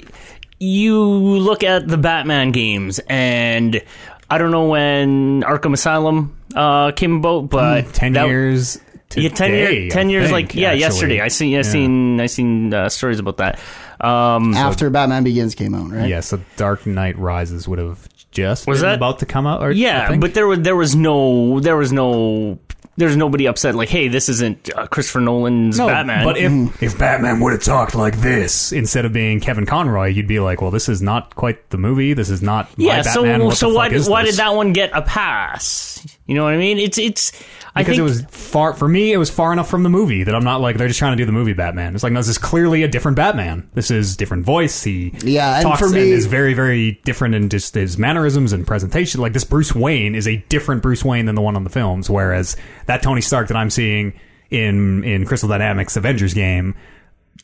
S2: you look at the Batman games, and I don't know when Arkham Asylum uh, came about, but
S1: Hmm, Ten
S2: that-
S1: years. Today,
S2: yeah, ten years. Ten
S1: I
S2: years,
S1: think,
S2: like yeah,
S1: actually.
S2: yesterday. I seen, I
S1: Yeah.
S2: seen, I seen uh, stories about that.
S1: Mm-hmm.
S2: Um,
S3: After Batman Begins came out, right?
S1: Yeah, so Dark Knight Rises would have just
S2: Was
S1: been
S2: that-
S1: about to come out. Or, I
S2: yeah,
S1: think.
S2: but there was there was no there was no there's nobody upset like, hey, this isn't uh, Christopher Nolan's
S1: No,
S2: Batman.
S1: But if if Batman would have talked like this instead of being Kevin Conroy, you'd be like, well, this is not quite the movie. This is not
S2: yeah,
S1: My
S2: so
S1: Batman. What the
S2: so
S1: fuck
S2: why
S1: is
S2: why
S1: this?
S2: did that one get a pass? You know what I mean? It's it's I
S1: because
S2: think
S1: it was far for me it was far enough from the movie that i'm not like they're just trying to do the movie batman it's like no this is clearly a different batman this is different voice he
S3: Yeah, and
S1: talks
S3: for me-
S1: is very very different in just his mannerisms and presentation like this bruce wayne is a different bruce wayne than the one on the films whereas that tony stark that i'm seeing in in crystal dynamics avengers game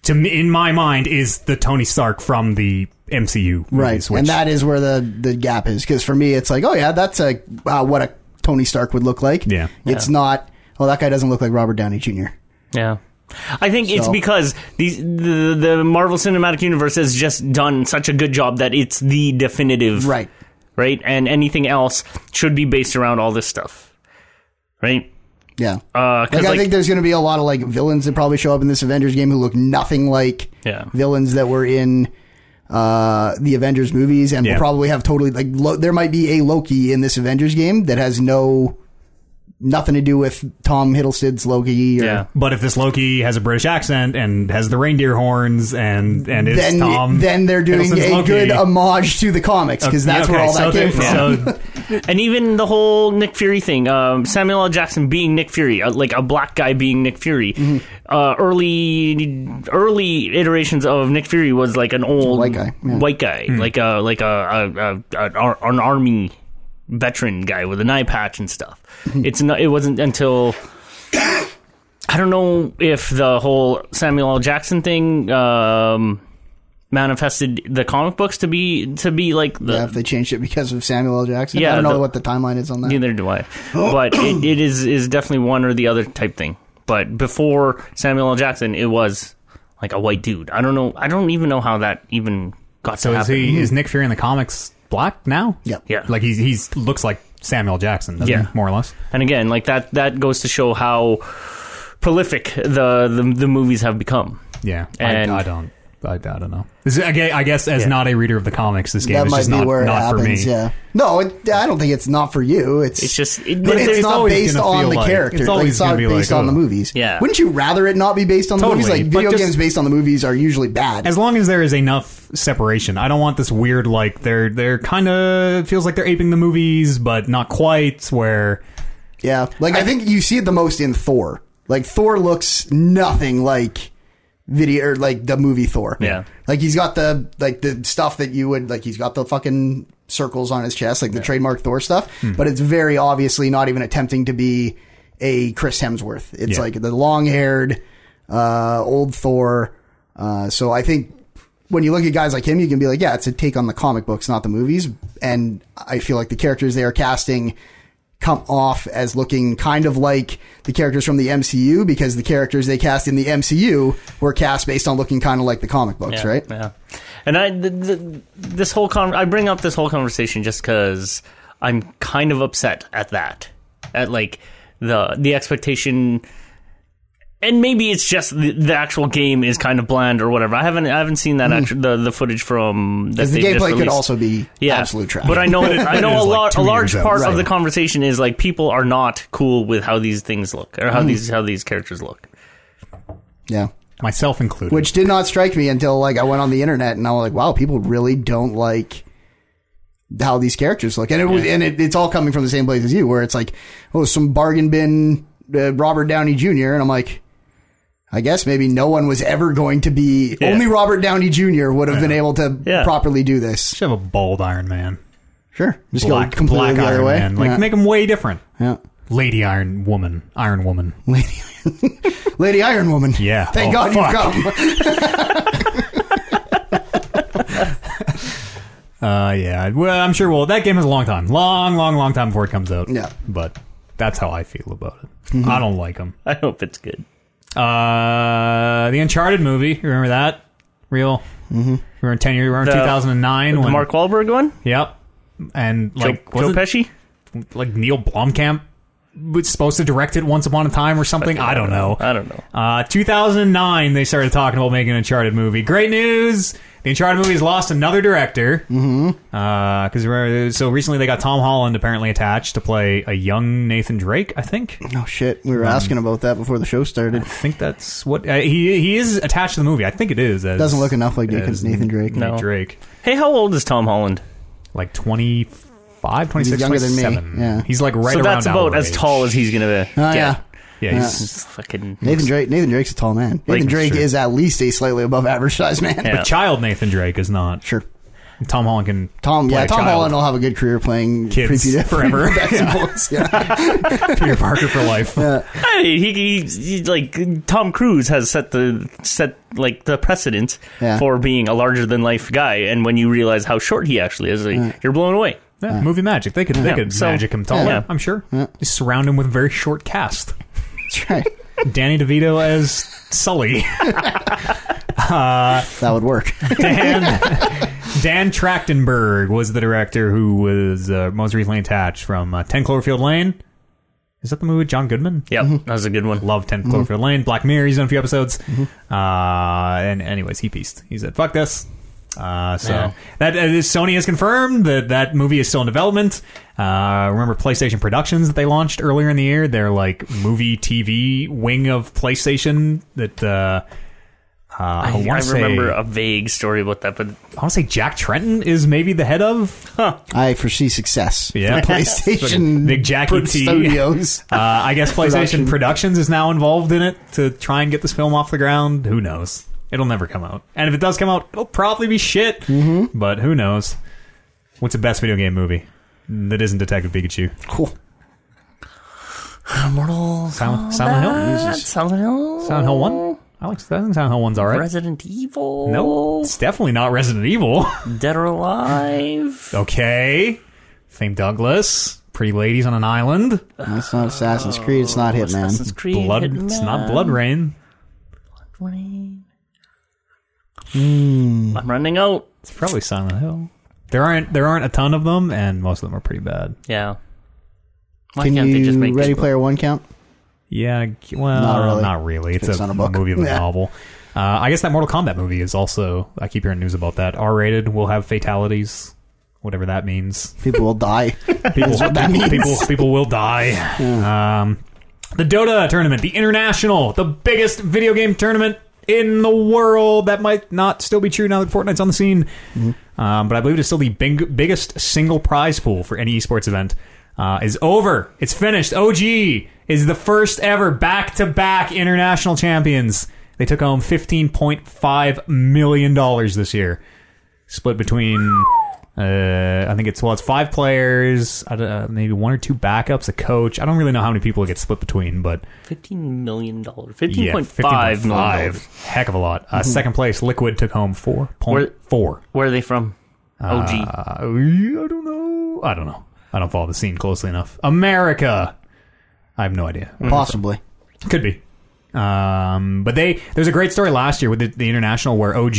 S1: to me, in my mind is the tony stark from the mcu
S3: Right,
S1: movies, which
S3: and that is where the the gap is because for me, it's like, oh yeah, that's a uh, what a Tony Stark would look like.
S1: Yeah.
S3: it's not. Oh, that guy doesn't look like Robert Downey Jr.
S2: Yeah. I think it's
S3: So-
S2: because these the, the Marvel Cinematic Universe has just done such a good job that it's the definitive
S3: Right.
S2: right and anything else should be based around all this stuff. right?
S3: Yeah.
S2: Uh, 'cause,
S3: Like, I
S2: like-
S3: think there's going to be a lot of like villains that probably show up in this Avengers game who look nothing like
S2: Yeah.
S3: villains that were in uh, the Avengers movies, and
S1: Yeah.
S3: will probably have totally like lo- there might be a Loki in this Avengers game that has no nothing to do with Tom Hiddleston's Loki. Or,
S2: yeah.
S1: But if this Loki has a British accent and has the reindeer horns and and is
S3: Then,
S1: Tom,
S3: then they're doing
S1: Hiddleston's
S3: a
S1: Loki.
S3: good homage to the comics because that's
S1: Yeah,
S3: where
S1: okay,
S3: all that
S1: so
S3: came
S1: they-
S3: from.
S1: So
S2: And even the whole Nick Fury thing, um, Samuel L. Jackson being Nick Fury, uh, like a black guy being Nick Fury.
S3: Mm-hmm.
S2: Uh, early, early iterations of Nick Fury was like an old
S3: White guy, yeah.
S2: white guy, like a like a, a, a, a- an ar- an army veteran guy with an eye patch and stuff.
S3: Mm-hmm.
S2: It's not. It wasn't until. I don't know if the whole Samuel L. Jackson thing um, manifested the comic books to be to be like the,
S3: yeah, if they changed it because of Samuel L. Jackson,
S2: Yeah,
S3: I don't know
S2: the-
S3: what the timeline is on that.
S2: Neither do I. But it, it is is definitely one or the other type thing. But before Samuel L. Jackson, it was like a white dude. I don't know. I don't even know how that even got
S1: so
S2: to
S1: is
S2: happen.
S1: he is Nick Fury in the comics black now?
S3: Yep.
S2: Yeah.
S1: Like he's he's looks like Samuel Jackson, doesn't
S2: Yeah.
S1: he? More or less.
S2: and again, like that that goes to show how prolific the the, the movies have become.
S1: Yeah.
S2: And-
S1: I, I don't I, I don't know. This is, I gue- I guess as not a reader of the comics, this game
S3: that
S1: is
S3: might
S1: just
S3: be
S1: not,
S3: where it
S1: not for me.
S3: happens. Yeah. No, it, I don't think it's not for you. It's
S2: It's just it,
S3: But it's
S2: there's
S3: not
S1: always
S3: based
S1: gonna
S3: on
S1: feel
S3: the
S1: like-
S3: character.
S1: it's
S3: Like,
S1: always
S3: it's not
S1: gonna be
S3: based
S1: like,
S3: on the
S1: ugh.
S3: movies.
S2: Yeah.
S3: Wouldn't you rather it not be based on the
S1: Totally,
S3: movies? Like
S1: but
S3: video
S1: just-
S3: games based on the movies are usually bad.
S1: As long as there is enough separation, I don't want this weird like they're they're kind of feels like they're aping the movies, but not quite. Where
S3: yeah. Like I, think you see it the most in Thor. Like Thor looks nothing like video or like the movie Thor.
S2: Yeah.
S3: Like he's got the like the stuff that you would like he's got the fucking circles on his chest, like the trademark Thor stuff, but it's very obviously not even attempting to be a Chris Hemsworth. It's
S1: Yeah.
S3: like the long-haired uh old Thor. Uh so I think when you look at guys like him, you can be like, yeah, it's a take on the comic books, not the movies. And I feel like the characters they are casting come off as looking kind of like the characters from the MCU because the characters they cast in the MCU were cast based on looking kind of like the comic books,
S2: yeah,
S3: right?
S2: Yeah. And I th- th- this whole con- I bring up this whole conversation just because I'm kind of upset at that, at like the the expectation. And maybe it's just the, the actual game is kind of bland or whatever. I haven't I haven't seen that actu- the the footage from that
S3: Hmm. Because the
S2: they just
S3: gameplay could
S2: released.
S3: also be
S2: yeah,
S3: absolute trash.
S2: But I know I know
S1: It
S2: a
S1: is like
S2: lot
S1: two
S2: a large
S1: years out,
S2: part
S1: so.
S2: of the conversation is like people are not cool with how these things look or
S3: Hmm.
S2: how these how these characters look.
S3: yeah.
S1: myself included,
S3: Which did not strike me until like I went on the internet and I was like, wow, people really don't like how these characters look. And it was, and it, it's all coming from the same place as you, where it's like, oh, some bargain bin uh, Robert Downey Jr. And I'm like, I guess maybe no one was ever going to be.
S2: Yeah.
S3: Only Robert Downey Jr. would have been able to
S2: Yeah.
S3: properly do this.
S1: should have a bald Iron Man,
S3: Sure, just
S1: black
S3: go completely
S1: black
S3: the other
S1: Iron
S3: way.
S1: Man, like
S3: yeah.
S1: make him way different.
S3: Yeah.
S1: Lady Iron Woman, Iron Woman.
S3: Lady, Lady Iron Woman.
S1: Yeah.
S3: Thank
S1: Oh,
S3: God
S1: fuck.
S3: you've come.
S1: Uh, yeah. Well, I'm sure. Well, that game is a long time, long, long, long time before it comes out.
S3: Yeah. Mm-hmm.
S1: But that's how I feel about it. I don't like them.
S2: I hope it's good.
S1: Uh, the Uncharted movie. you Remember that? Real. Mm-hmm. Remember ten years. Remember
S2: The-
S1: 2009
S2: The
S1: when
S2: Mark Wahlberg one,
S1: Yep. And like
S2: Joe, Joe
S1: wasn't-
S2: Pesci.
S1: like Neil Blomkamp was supposed to direct it once upon a time or something. I don't know.
S2: I don't know.
S1: Uh, 2009, they started talking about making an Uncharted movie. Great news! The Uncharted movie has lost another director. Mm-hmm. Because so recently they got Tom Holland apparently attached to play a young Nathan Drake. I think. I
S3: oh shit, we were
S1: Um,
S3: asking about that before the show started.
S1: think that's what uh, he he is attached to the movie. I think it is. As,
S3: Doesn't look enough like
S1: as
S3: Nathan Drake.
S1: Nate
S2: No.
S1: Drake,
S2: Hey, how old is Tom Holland?
S1: like 25, 26,
S3: younger than me,
S1: 27.
S3: yeah.
S1: he's like right
S2: so
S1: around
S2: that's about
S1: our
S2: as
S1: age.
S2: tall as he's gonna be.
S3: Oh yeah.
S1: Yeah, he's,
S2: This is fucking
S3: Nathan Drake. Nathan Drake's a tall man. Nathan
S2: Like,
S3: Drake
S1: sure.
S3: is at least a slightly above average size man.
S2: Yeah.
S1: But child Nathan Drake is not.
S3: Sure.
S1: Tom Holland can.
S3: Tom,
S1: play
S3: yeah,
S1: a
S3: Tom
S1: child.
S3: Holland will have a good career playing
S1: Kids
S3: creepy different
S1: forever.
S3: backs and bulls. Yeah.
S1: Peter Parker for life.
S2: I mean, he, he, he- like Tom Cruise has set the set like the precedent
S3: Yeah.
S2: for being a larger than life guy, and when you realize how short he actually is, like, you're blown away.
S1: Yeah, movie magic. They could they
S2: Yeah,
S1: could
S2: so-
S1: magic him taller.
S2: yeah.
S1: I'm sure. Just surround him with a very short cast.
S3: That's right.
S1: Danny DeVito as Sully.
S3: That would work.
S1: Dan Dan Trachtenberg was the director who was uh, most recently attached from uh, Ten Cloverfield Lane Is that the movie with John Goodman?
S2: Yep, that was a good one.
S1: Love 10 Cloverfield Lane, Black Mirror. He's done a few episodes. Uh, and anyways, he pieced. He said, "Fuck this." Uh, so
S2: Yeah.
S1: that that is- Sony has confirmed that that movie is still in development. Uh, remember PlayStation Productions that they launched earlier in the year? Their like movie TV wing of PlayStation that uh, uh, I,
S2: I, I
S1: want to say
S2: remember a vague story about that, but
S1: I want to say Jack Trenton is maybe the head of
S3: I foresee success.
S1: Yeah.
S3: For PlayStation.
S1: Big
S2: E
S1: Jackie T.
S3: Studios.
S1: Uh, I guess PlayStation
S3: Production.
S1: Productions is now involved in it to try and get this film off the ground. Who knows? It'll never come out. And if it does come out, it'll probably be shit. Mm-hmm. But who knows? What's the best video game movie that isn't Detective Pikachu?
S3: cool.
S2: Immortal
S1: Silent, Silent Hill?
S2: Silent Hill,
S1: Silent Hill 1? I, like, I think Silent Hill 1's alright.
S2: Resident Evil,
S1: no, it's definitely not Resident Evil.
S2: Dead or Alive.
S1: okay. Fame Douglas. Pretty ladies on an island.
S3: That's not Assassin's Creed. It's not Hitman.
S2: Oh, Assassin's Creed,
S1: Blood.
S2: Hitman.
S1: It's not Blood Rain.
S2: Rain. I'm running out.
S1: It's probably Silent Hill. There aren't there aren't a ton of them, and most of them are pretty bad.
S2: Yeah. Why
S3: Can
S2: can't
S3: you
S2: they just make
S3: Ready
S2: this
S3: Player One count?
S1: Yeah, g- well,
S3: Not
S1: not really.
S3: really.
S1: It's,
S3: It's
S1: a,
S3: not a book.
S1: movie of a
S3: Yeah.
S1: novel. Uh, I guess that Mortal Kombat movie is also. I keep hearing news about that. R rated. Will have fatalities, whatever that means.
S3: People will die.
S2: Mm-hmm.
S1: People,
S3: that
S1: people,
S3: means.
S1: people, people will die. Um, the Dota tournament, the international, the biggest video game tournament in the world. That might not still be true now that Fortnite's on the scene,
S3: Mm-hmm.
S1: um, but I believe it's still the big, biggest single prize pool for any esports event. Uh, is over. It's finished. OG is the first ever back-to-back international champions. They took home fifteen point five million dollars this year split between uh, I think it's well, it's five players, I don't- uh, maybe one or two backups, a coach. I don't really know how many people it gets split between, but
S2: Fifteen million dollars.
S1: yeah,
S2: Fifteen point five million. Mm-hmm.
S1: 15.5.
S2: dollars.
S1: heck of a lot. Uh, Second place, Liquid took home four point four.
S2: Where are they from? OG.
S1: Uh, I don't know. I don't know. I don't follow the scene closely enough. America, I have no idea.
S3: Possibly.
S1: Could be. Um, but they there's a great story last year with the, the international where OG.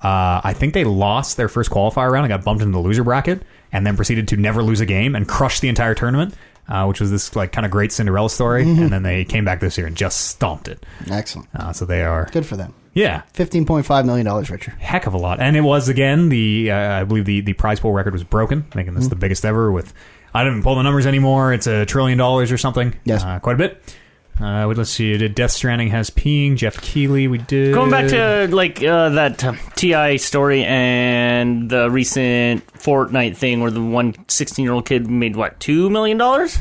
S1: Uh, I think they lost their first qualifier round and got bumped into the loser bracket, and then proceeded to never lose a game and crush the entire tournament, uh, which was this like kind of great Cinderella story. And then they came back this year and just stomped it.
S3: Excellent.
S1: Uh, so they are
S3: Good for them.
S1: yeah,
S3: Fifteen point five million dollars richer.
S1: heck of a lot. And it was again the uh, I believe the the prize pool record was broken, making
S3: Hmm.
S1: this the biggest ever. With I don't even pull the numbers anymore. It's a trillion dollars or something.
S3: Yes.
S1: uh, quite a bit. Uh, wait, let's see. Did Death Stranding has peeing? Jeff Keeley, we did.
S2: Going back to like uh, that uh, Ti story and the recent Fortnite thing, where the one 16 year old kid made what two million dollars.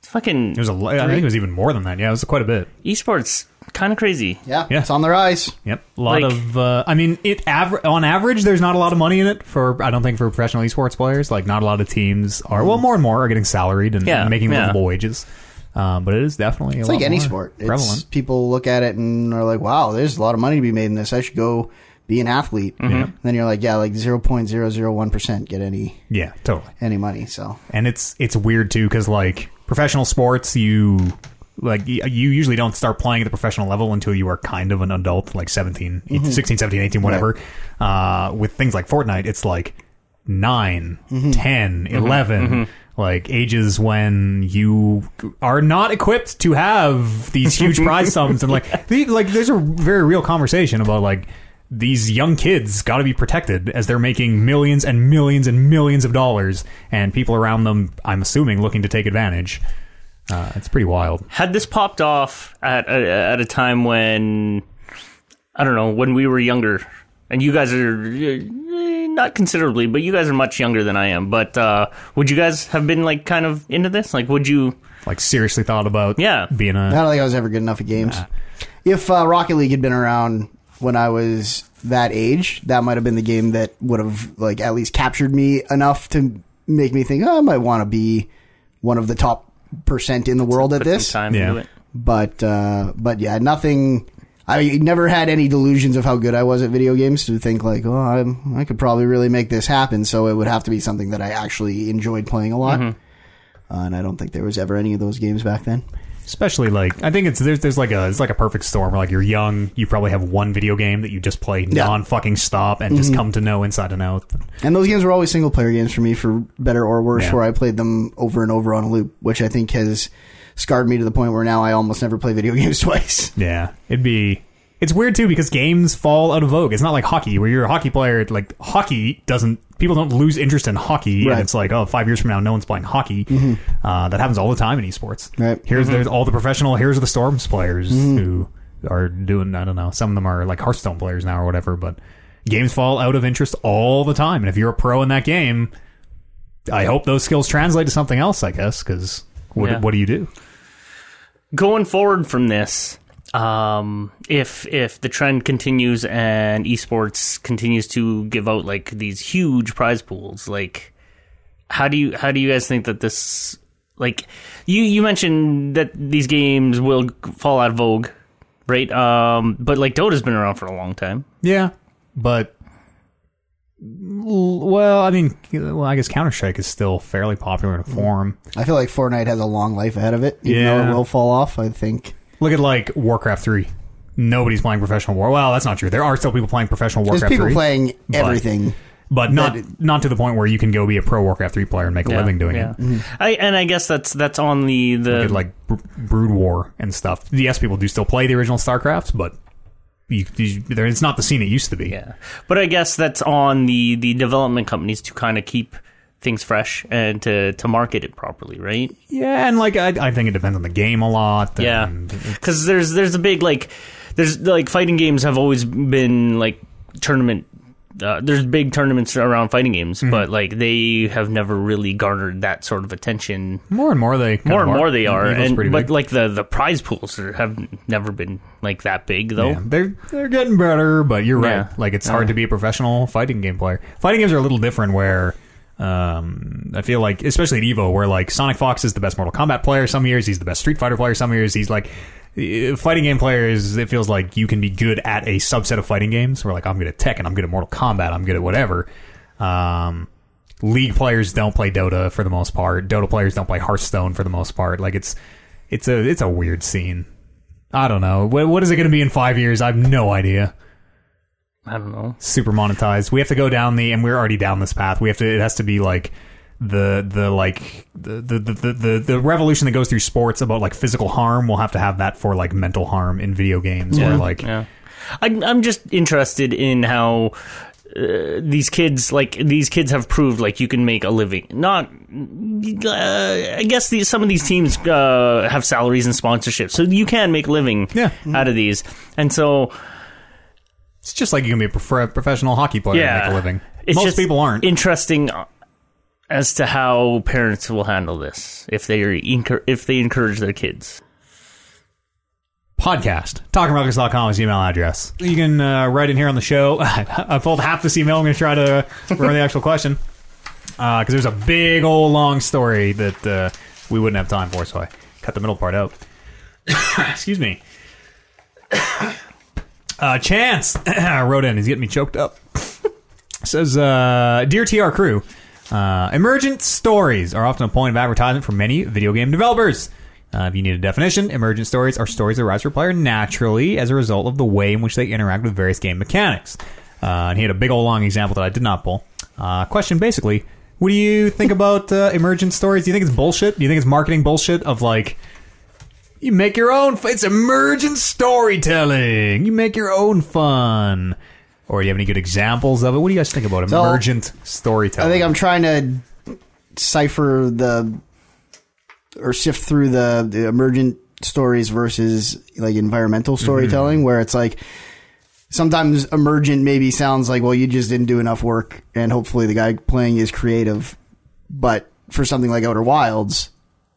S2: It's fucking
S1: it was a. li- I think it was even more than that. Yeah, it was quite a bit.
S2: esports, kind of crazy.
S3: Yeah,
S1: Yeah.
S3: it's on the rise.
S1: Yep, a lot
S2: Like-
S1: of. Uh, I mean, it aver- on average, there's not a lot of money in it for. I don't think for professional esports players, like not a lot of teams are. Well, more and more are getting salaried and,
S2: Yeah,
S1: and making
S2: yeah.
S1: livable wages. Um, but it is definitely
S3: It's like any sport. It's,
S1: prevalent.
S3: People look at it and are like, "Wow, there's a lot of money to be made in this. I should go be an athlete." And then you're like, "Yeah, like zero point zero zero one percent get any
S1: yeah, totally.
S3: any money." So
S1: and it's it's weird too because like professional sports you like y- you usually don't start playing at the professional level until you are kind of an adult like 17 16 17 18 whatever uh, with things like fortnite it's like 9 10 11 like ages when you are not equipped to have these huge prize sums and like the, like there's a very real conversation about like these young kids got to be protected as they're making millions and millions and millions of dollars, and people around them, I'm assuming, looking to take advantage. Uh, it's pretty wild.
S2: Had this popped off at a, at a time when I don't know when we were younger, and you guys are eh, not considerably, but you guys are much younger than I am. But uh, would you guys have been like kind of into this? Like, would you?
S1: Like seriously thought about
S2: Yeah.
S1: being
S3: I
S1: a
S3: don't think I was ever good enough at games. If uh, Rocket League had been around when I was that age, that might have been the game that would have like at least captured me enough to make me think, "Oh, I might want to be one of the top percent in the world at
S2: put some
S3: this."
S2: time
S1: Yeah.
S2: into it?
S3: but uh, but yeah, nothing. I never had any delusions of how good I was at video games to think like, oh, I'm, I could probably really make this happen. So it would have to be something
S1: Mm-hmm.
S3: that I actually enjoyed playing a lot. Uh, and I don't think there was ever any of those games back then.
S1: especially like I think it's there's there's like a it's like a perfect storm where like you're young, you probably have one video game that you just play
S3: Yeah.
S1: non fucking stop and just come to know inside and out.
S3: And those games were always single player games for me, for better or worse,
S1: Yeah.
S3: where I played them over and over on a loop, which I think has scarred me to the point where now I almost never play video games twice.
S1: Yeah, it'd be. It's weird too because games fall out of vogue. It's not like hockey where you're a hockey player. Like hockey doesn't people don't lose interest in hockey,
S3: Right. Mm-hmm.
S1: and it's like oh, five years from now, no one's playing hockey. Uh, that happens all the time in esports.
S3: Right. Mm-hmm.
S1: Here's there's all the professional. Here's the Storms players who are doing. I don't know. Some of them are like Hearthstone players now or whatever. But games fall out of interest all the time, and if you're a pro in that game, I hope those skills translate to something else. I guess because what
S2: Yeah.
S1: what do you do?
S2: going forward from this, um, if if the trend continues and esports continues to give out like these huge prize pools, like how do you how do you guys think that this like you you mentioned that these games will fall out of vogue, right? Um, but like Dota's been around for a long time.
S1: Yeah, but l- well, I mean, well, I guess Counter Strike is still fairly popular
S3: Mm-hmm.
S1: in form.
S3: I feel like Fortnite has a long life ahead of it, even
S1: Yeah.
S3: though it will fall off. I think
S1: Look at like Warcraft three. Nobody's playing professional war. Well, that's not true. There are still people playing professional
S3: there's
S1: Warcraft
S3: people
S1: three,
S3: playing everything.
S1: but not
S3: that
S1: not to the point where you can go be a pro Warcraft three player and make a living doing it.
S2: Mm-hmm. I and I guess that's that's on the the
S1: Look at, like Br- Brood War and stuff. Yes, people do still play the original StarCraft, but you, you, there- it's not the scene it used to be.
S2: Yeah, but I guess that's on the the development companies to kind of keep things fresh and to to market it properly, right?
S1: Yeah, and like I, I think it depends on the game a lot.
S2: Yeah,
S1: and-
S2: because there's there's a big like there's like fighting games have always been like tournament. Uh, there's big tournaments around fighting games,
S1: Mm-hmm.
S2: but like they have never really garnered that sort of attention.
S1: more and more they kind
S2: More
S1: of
S2: and more they are,
S1: Evil's
S2: and
S1: pretty
S2: but
S1: big.
S2: like the the prize pools are, have never been like that big though.
S1: Yeah, they're they're getting better, but you're right.
S2: Yeah.
S1: Like it's hard to be a professional fighting game player. Fighting games are a little different where um, I feel like especially at Evo where like Sonic Fox is the best Mortal Kombat player some years, he's the best Street Fighter player some years, he's like eh, fighting game players it feels like you can be good at a subset of fighting games where like I'm good at Tekken, I'm good at Mortal Kombat, I'm good at whatever. Um League players don't play Dota for the most part. Dota players don't play Hearthstone for the most part. Like it's it's a it's a weird scene. I don't know. What, what is it going to be in five years? I have no idea.
S2: I don't know.
S1: Super monetized. We have to go down the, and we're already down this path. We have to. It has to be like the the like the the the the, the revolution that goes through sports about like physical harm. We'll have to have that for like mental harm in video games. Where like
S2: yeah I, i'm just interested in how uh, these kids like these kids have proved like you can make a living not uh, i guess these, some of these teams uh, have salaries and sponsorships so you can make a living
S1: Yeah. Mm-hmm.
S2: out of these and so
S1: it's just like you can be a prof- professional hockey player
S2: yeah
S1: and make a living.
S2: it's
S1: Most
S2: just
S1: people aren't.
S2: interesting uh, as to how parents will handle this if they are encour- if they encourage their kids
S1: podcast. TalkingRuckus.com is email address. You can uh, write in here on the show. I pulled half this email. I'm going to try to remember the actual question because there's a big old long story that uh, we wouldn't have time for, so I cut the middle part out. Excuse me. Uh, Chance wrote in. He's getting me choked up. Says, uh, Dear TR Crew, uh, emergent stories are often a point of advertisement for many video game developers. Uh, if you need a definition, emergent stories are stories that rise for a player naturally as a result of the way in which they interact with various game mechanics. Uh, and he had a big old long example that I did not pull. Uh, question basically, what do you think about uh, emergent stories? Do you think it's bullshit? Do you think it's marketing bullshit of like, you make your own. F- it's emergent storytelling. You make your own fun. Or do you have any good examples of it? What do you guys think about
S3: So,
S1: emergent storytelling?
S3: I think I'm trying to cipher the or sift through the, the emergent stories versus like environmental storytelling, where it's like sometimes emergent maybe sounds like well you just didn't do enough work and hopefully the guy playing is creative, but for something like Outer Wilds,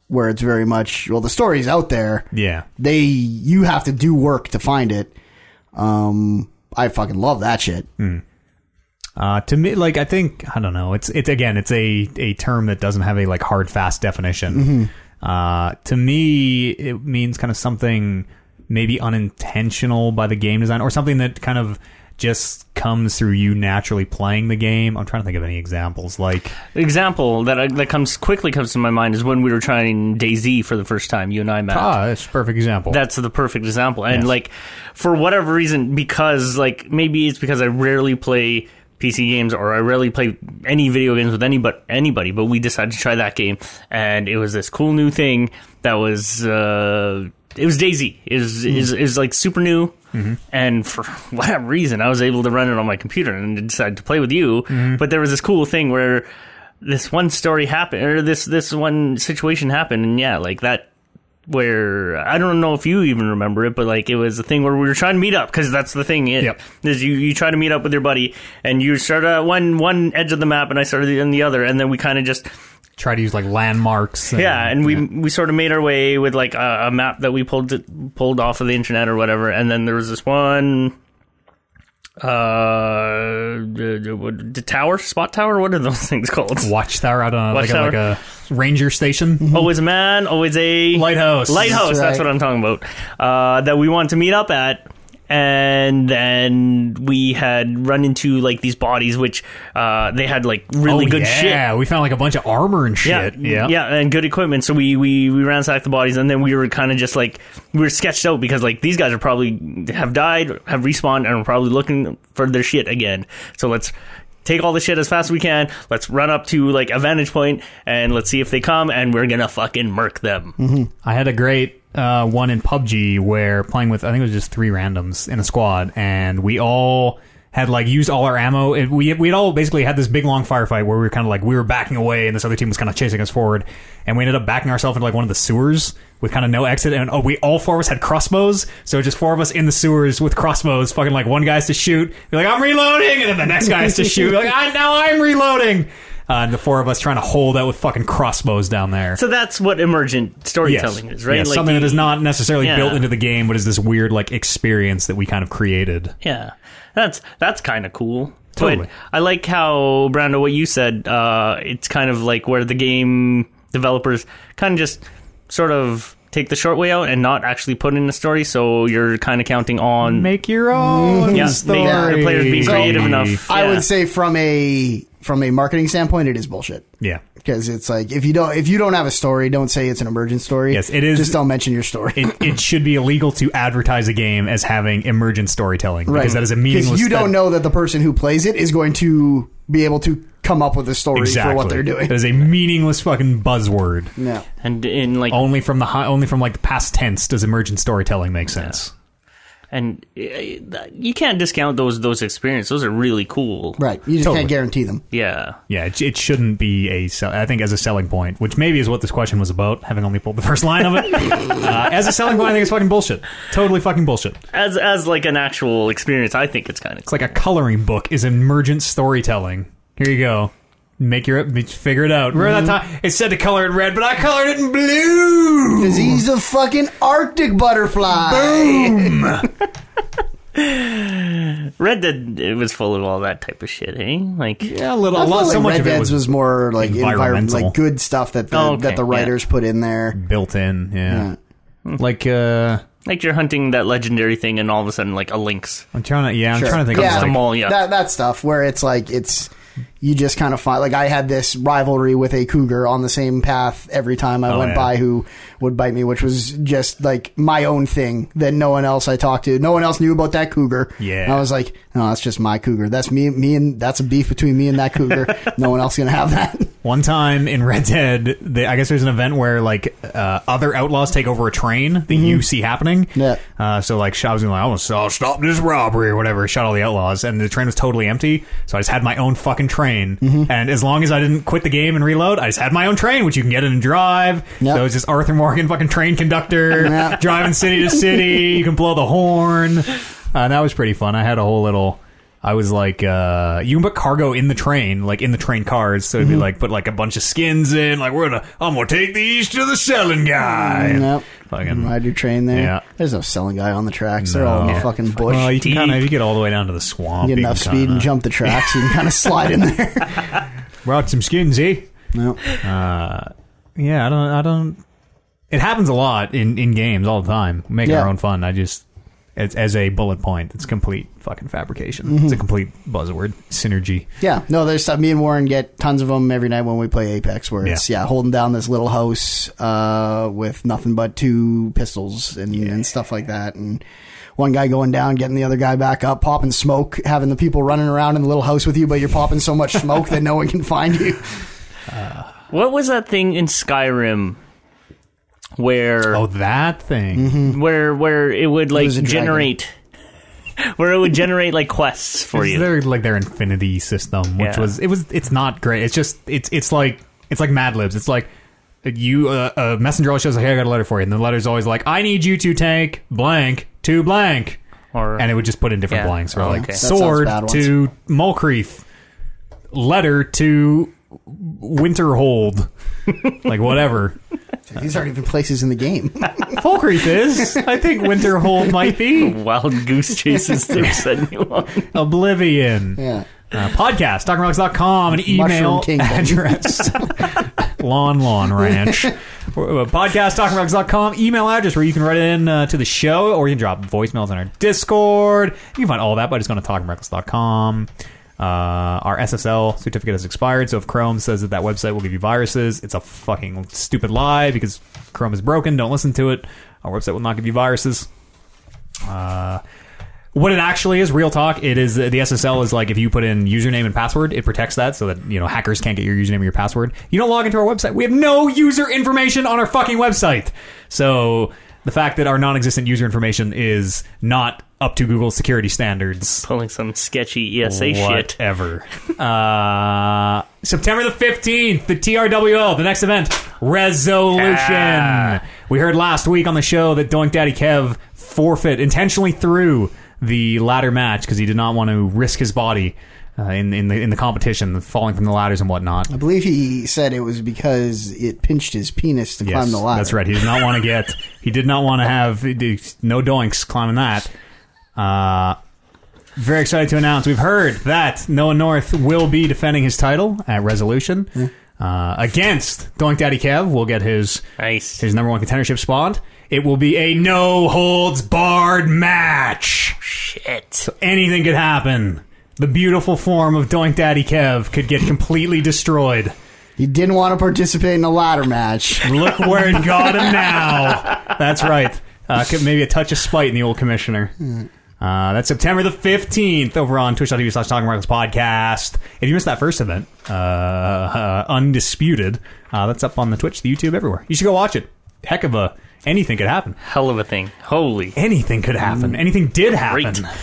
S3: where it's very much well the story's out there,
S1: yeah.
S3: they you have to do work to find it. Um, I fucking love that shit.
S1: Uh, to me, like I think I don't know. It's it's again, it's a a term that doesn't have a like hard fast definition.
S3: Mm-hmm.
S1: Uh, to me, it means kind of something maybe unintentional by the game design or something that kind of just comes through you naturally playing the game. I'm trying to think of any examples. Like,
S2: Example that I, that comes quickly comes to my mind is when we were trying DayZ for the first time. You and I met.
S1: ah, that's a perfect example.
S2: That's the perfect example. And
S1: Yes.
S2: like for whatever reason, because like maybe it's because I rarely play PC games or I rarely play any video games with any but anybody, but we decided to try that game and it was this cool new thing that was uh it was Daisy. Is is is like super new,
S1: Mm-hmm.
S2: and for whatever reason, I was able to run it on my computer and decided to play with you.
S1: Mm-hmm.
S2: But there was this cool thing where this one story happened, or this this one situation happened, and yeah, like that where I don't know if you even remember it, but like it was a thing where we were trying to meet up because that's the thing. It,
S1: Yep.
S2: is you you try to meet up with your buddy and you start at one one edge of the map and I started on the other, and then we kind of just
S1: Try to use like landmarks. And,
S2: yeah, and we we sort of made our way with like a, a map that we pulled pulled off of the internet or whatever, and then there was this one. Uh, the, the, what- the tower, spot tower. What are those things called?
S1: watchtower out on a, like, a,
S2: Watchtower.
S1: like a ranger station.
S2: Always a man, always a
S1: Lighthouse.
S2: Lighthouse,
S3: That's
S2: that's
S3: right.
S2: what I'm talking about. Uh, that we want to meet up at. And then we had run into like these bodies, which uh, they had like really
S1: Oh,
S2: good
S1: yeah.
S2: shit.
S1: we found like a bunch of armor and shit.
S2: yeah, and good equipment. So we we we ransacked the bodies, and then we were kind of just like we were sketched out because like these guys are probably have died, have respawned, and are probably looking for their shit again. So let's take all the shit as fast as we can. Let's run up to like a vantage point, and let's see if they come, and we're gonna fucking murk them.
S1: I had a great uh, one in PUBG where playing with I think it was just three randoms in a squad, and we all had like used all our ammo. It, we we had all basically had this big long firefight where we were kind of like we were backing away, and this other team was kind of chasing us forward, and we ended up backing ourselves into like one of the sewers with kind of no exit, and oh, we all four of us had crossbows, so just four of us in the sewers with crossbows, fucking like one guy's to shoot, you're like I'm reloading, and then the next guy's to shoot, You're like I, now I'm reloading. Uh, and the four of us trying to hold out with fucking crossbows down there.
S2: So that's what emergent storytelling is, right?
S1: Yes, something that
S2: the-
S1: is not necessarily
S2: Yeah.
S1: built into the game, but is this weird like experience that we kind of created.
S2: Yeah, that's that's kind of cool.
S1: Totally.
S2: But I like how Brando, what you said. Uh, it's kind of like where the game developers kind of just sort of take the short way out and not actually put in a story. So you're kind of counting on.
S1: Make your own
S2: Yeah, make
S1: story.
S2: the players being
S3: So-
S2: creative enough.
S3: I
S2: Yeah.
S3: would say from a from a marketing standpoint, it is bullshit.
S1: Yeah,
S3: Because it's like if you don't if you don't have a story, don't say it's an emergent story.
S1: Yes, it is-
S3: Just don't mention your story.
S1: it, it should be illegal to advertise a game as having emergent storytelling because that is a meaningless.
S3: you don't
S1: that-
S3: know that the person who plays it is going to be able to come up with a story
S1: exactly
S3: for what they're doing.
S1: That is a meaningless fucking buzzword.
S3: No.
S2: And in like
S1: Only from the hi- only from like the past tense does emergent storytelling make sense.
S2: and uh, you can't discount those those experiences. Those are really cool.
S3: Right. You just
S1: Totally.
S3: can't guarantee them.
S2: Yeah.
S1: Yeah, it, it shouldn't be a sell. I think as a selling point, which maybe is what this question was about, having only pulled the first line of it. uh, as a selling point, I think it's fucking bullshit. Totally fucking bullshit.
S2: As as like an actual experience, I think it's kind of
S1: It's like a coloring book is emergent storytelling. Here you go. Make your figure it out. Remember that
S3: Mm-hmm.
S1: time it said to color in red, but I colored it in blue.
S3: Because he's a fucking Arctic butterfly.
S2: Red Dead. It was full of all that type of shit, eh? Like
S1: Yeah, a little.
S3: I
S1: A
S3: felt
S1: lot.
S3: like
S1: So much
S3: Red
S1: of it
S3: Dead's
S1: was,
S3: was, more like environment,
S1: environmental.
S3: like good stuff that the,
S2: Oh, okay,
S3: that the
S2: yeah.
S3: writers put in there.
S1: built in. Yeah. Like uh,
S2: Like you're hunting that legendary thing, and all of a sudden, like a lynx.
S1: I'm trying to. Yeah, I'm
S3: Sure.
S1: trying to think.
S3: Yeah.
S1: of
S2: Custom
S1: like,
S2: all, yeah.
S3: That that stuff where it's like it's you just kind of find like I had this rivalry with a cougar on the same path every time I went
S1: Oh, yeah.
S3: by who would bite me, which was just like my own thing that no one else I talked to, no one else knew about that cougar.
S1: Yeah.
S3: And I was like, no, that's just my cougar. That's me, me and that's a beef between me and that cougar. no one else gonna have that.
S1: One time in Red Dead, they, I guess there's an event where like uh, other outlaws take over a train that you see happening.
S3: Yeah.
S1: Uh, so like, sh- I was like, I was, I'll stop this robbery or whatever. Shot all the outlaws, and the train was totally empty. So I just had my own fucking train, and as long as I didn't quit the game and reload, I just had my own train, which you can get in and drive.
S3: Yep.
S1: So it's just Arthur Morgan, fucking train conductor,
S3: Yeah.
S1: driving city to city. You can blow the horn. Uh, that was pretty fun. I had a whole little. I was like, uh, you can put cargo in the train, like in the train cars. So it'd
S3: Mm-hmm.
S1: be like, put like a bunch of skins in. Like we're gonna, I'm gonna take these to the selling guy.
S3: Nope.
S1: Fucking.
S3: Ride your train there.
S1: Yeah.
S3: There's no selling guy on the tracks. They're all in the
S1: No.
S3: fucking bush.
S1: Well, you can
S2: Deep.
S1: kind of you get all the way down to the swamp.
S3: get
S1: you
S3: enough
S1: can
S3: speed
S1: kinda-
S3: and jump the tracks, you can kind of slide in there.
S1: Brought some skins, eh?
S3: No.
S1: Yeah, I don't. I don't. It happens a lot in in games all the time. Making
S3: Yeah.
S1: our own fun. I just. as, as a bullet point. It's complete fucking fabrication. It's a complete buzzword synergy.
S3: Yeah, no, there's stuff. Me and Warren get tons of them every night when we play Apex, where it's yeah, holding down this little house uh, with nothing but two pistols and, and stuff like that, and one guy going down, getting the other guy back up, popping smoke, having the people running around in the little house with you, but you're popping so much smoke that no one can find you.
S2: What was that thing in Skyrim where
S1: Oh, that thing.
S2: where where it would like
S3: was a dragon.
S2: generate where it would generate like quests for
S1: It's
S2: you?
S1: their like their infinity system, which
S2: Yeah.
S1: was it was it's not great. It's just it's it's like it's like Mad Libs. It's like you uh, a messenger always shows like, hey, I got a letter for you, and the letter's always like, I need you to tank blank to blank,
S2: or
S1: and it would just put in different
S2: Yeah. Oh,
S1: blanks, or like
S2: okay. That
S3: sounds
S1: sword
S3: bad once.
S1: to Mulcreath, letter to Winterhold, like whatever.
S3: These aren't even places in the game.
S1: Mulcreath is, I think Winterhold might be
S2: wild goose chases through said you on.
S1: Oblivion.
S3: yeah,
S1: uh, podcast talkingrocks.com and email
S3: Mushroom Kingdom.
S1: address lawn lawn ranch Uh, podcast talkingrocks.com email address where you can write in uh, to the show or you can drop voicemails on our discord you can find all that by just going to talkingrocks.com uh, our SSL certificate has expired, so if Chrome says that that website will give you viruses, it's a fucking stupid lie because Chrome is broken. Don't listen to it. Our website will not give you viruses what it actually is real talk it is the ssl is like if you put in username and password it protects that so that you know hackers can't get your username or your password you don't log into our website we have no user information on our fucking website so the fact that our non-existent user information is not up to google's security standards
S2: pulling some sketchy ESA shit.
S1: Whatever. uh, September the 15th, the TRWL, the next event, Resolution.
S2: Ah.
S1: We heard last week on the show that Doink Daddy Kev forfeit, intentionally threw the ladder match because he did not want to risk his body. Uh, in in the in the competition, falling from the ladders and whatnot.
S3: I believe he said it was because it pinched his penis to climb the ladder.
S1: That's right. He did not want to get. He did not want to have no doinks climbing that. Uh, very excited to announce we've heard that Noah North will be defending his title at Resolution uh, against Doink Daddy Kev. We'll get his
S2: Nice.
S1: his number one contendership spawned. It will be a no holds barred match.
S2: Shit.
S1: Anything could happen. The beautiful form of Doink Daddy Kev could get completely destroyed.
S3: He didn't want to participate in a ladder match.
S1: Look where it got him now. That's right. Uh, could- maybe a touch of spite in the old commissioner. Uh, that's September the 15th over on twitch.tv slash Talking Markets Podcast. If you missed that first event, uh, uh, Undisputed, uh, that's up on the Twitch, the YouTube, everywhere. You should go watch it. Heck of a. Anything could happen.
S2: Hell of a thing. Holy.
S1: Anything could happen. Anything did happen.
S2: Great.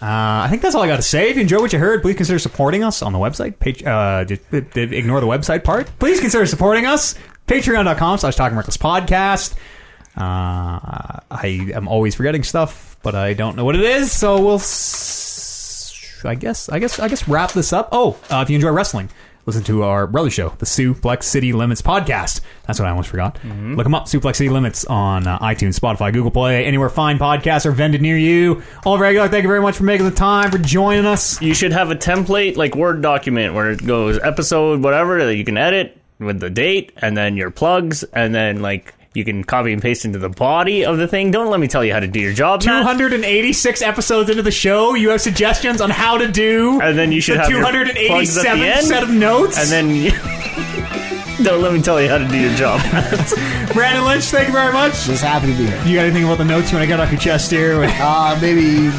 S1: Uh, I think that's all I got to say. If you enjoyed what you heard, please consider supporting us on the website. Page, uh, d- d- d- ignore the website part. Please consider supporting us. Patreon.com slash Talking Reckless Podcast. Uh, I am always forgetting stuff, but I don't know what it is, so we'll... S- I guess, I guess, I guess wrap this up. Oh, uh, if you enjoy wrestling, listen to our brother show, the Suplex City Limits podcast. That's what I almost forgot.
S2: Mm-hmm.
S1: Look them up, Suplex City Limits on uh, iTunes, Spotify, Google Play, anywhere fine podcasts are vended near you. All regular, thank you very much for making the time for joining us.
S2: You should have a template like Word document where it goes episode whatever that you can edit with the date and then your plugs and then like you can copy and paste into the body of the thing. Don't let me tell you how to do your job. Matt.
S1: 286 episodes into the show, you have suggestions on how to do
S2: And then you should
S1: the
S2: have your plugs at the
S1: 287th
S2: end,
S1: set of notes.
S2: And then you Don't let me tell you how to do your job.
S1: Brandon Lynch, thank you very much.
S3: Just happy to be here.
S1: You got anything about the notes you want to get off your chest here?
S3: Uh, maybe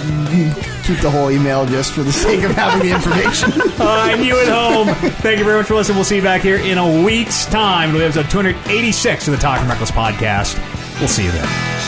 S3: keep the whole email just for the sake of having the information.
S1: uh, and you at home. Thank you very much for listening. We'll see you back here in a week's time. We have episode 286 of the Talking Reckless podcast. We'll see you then.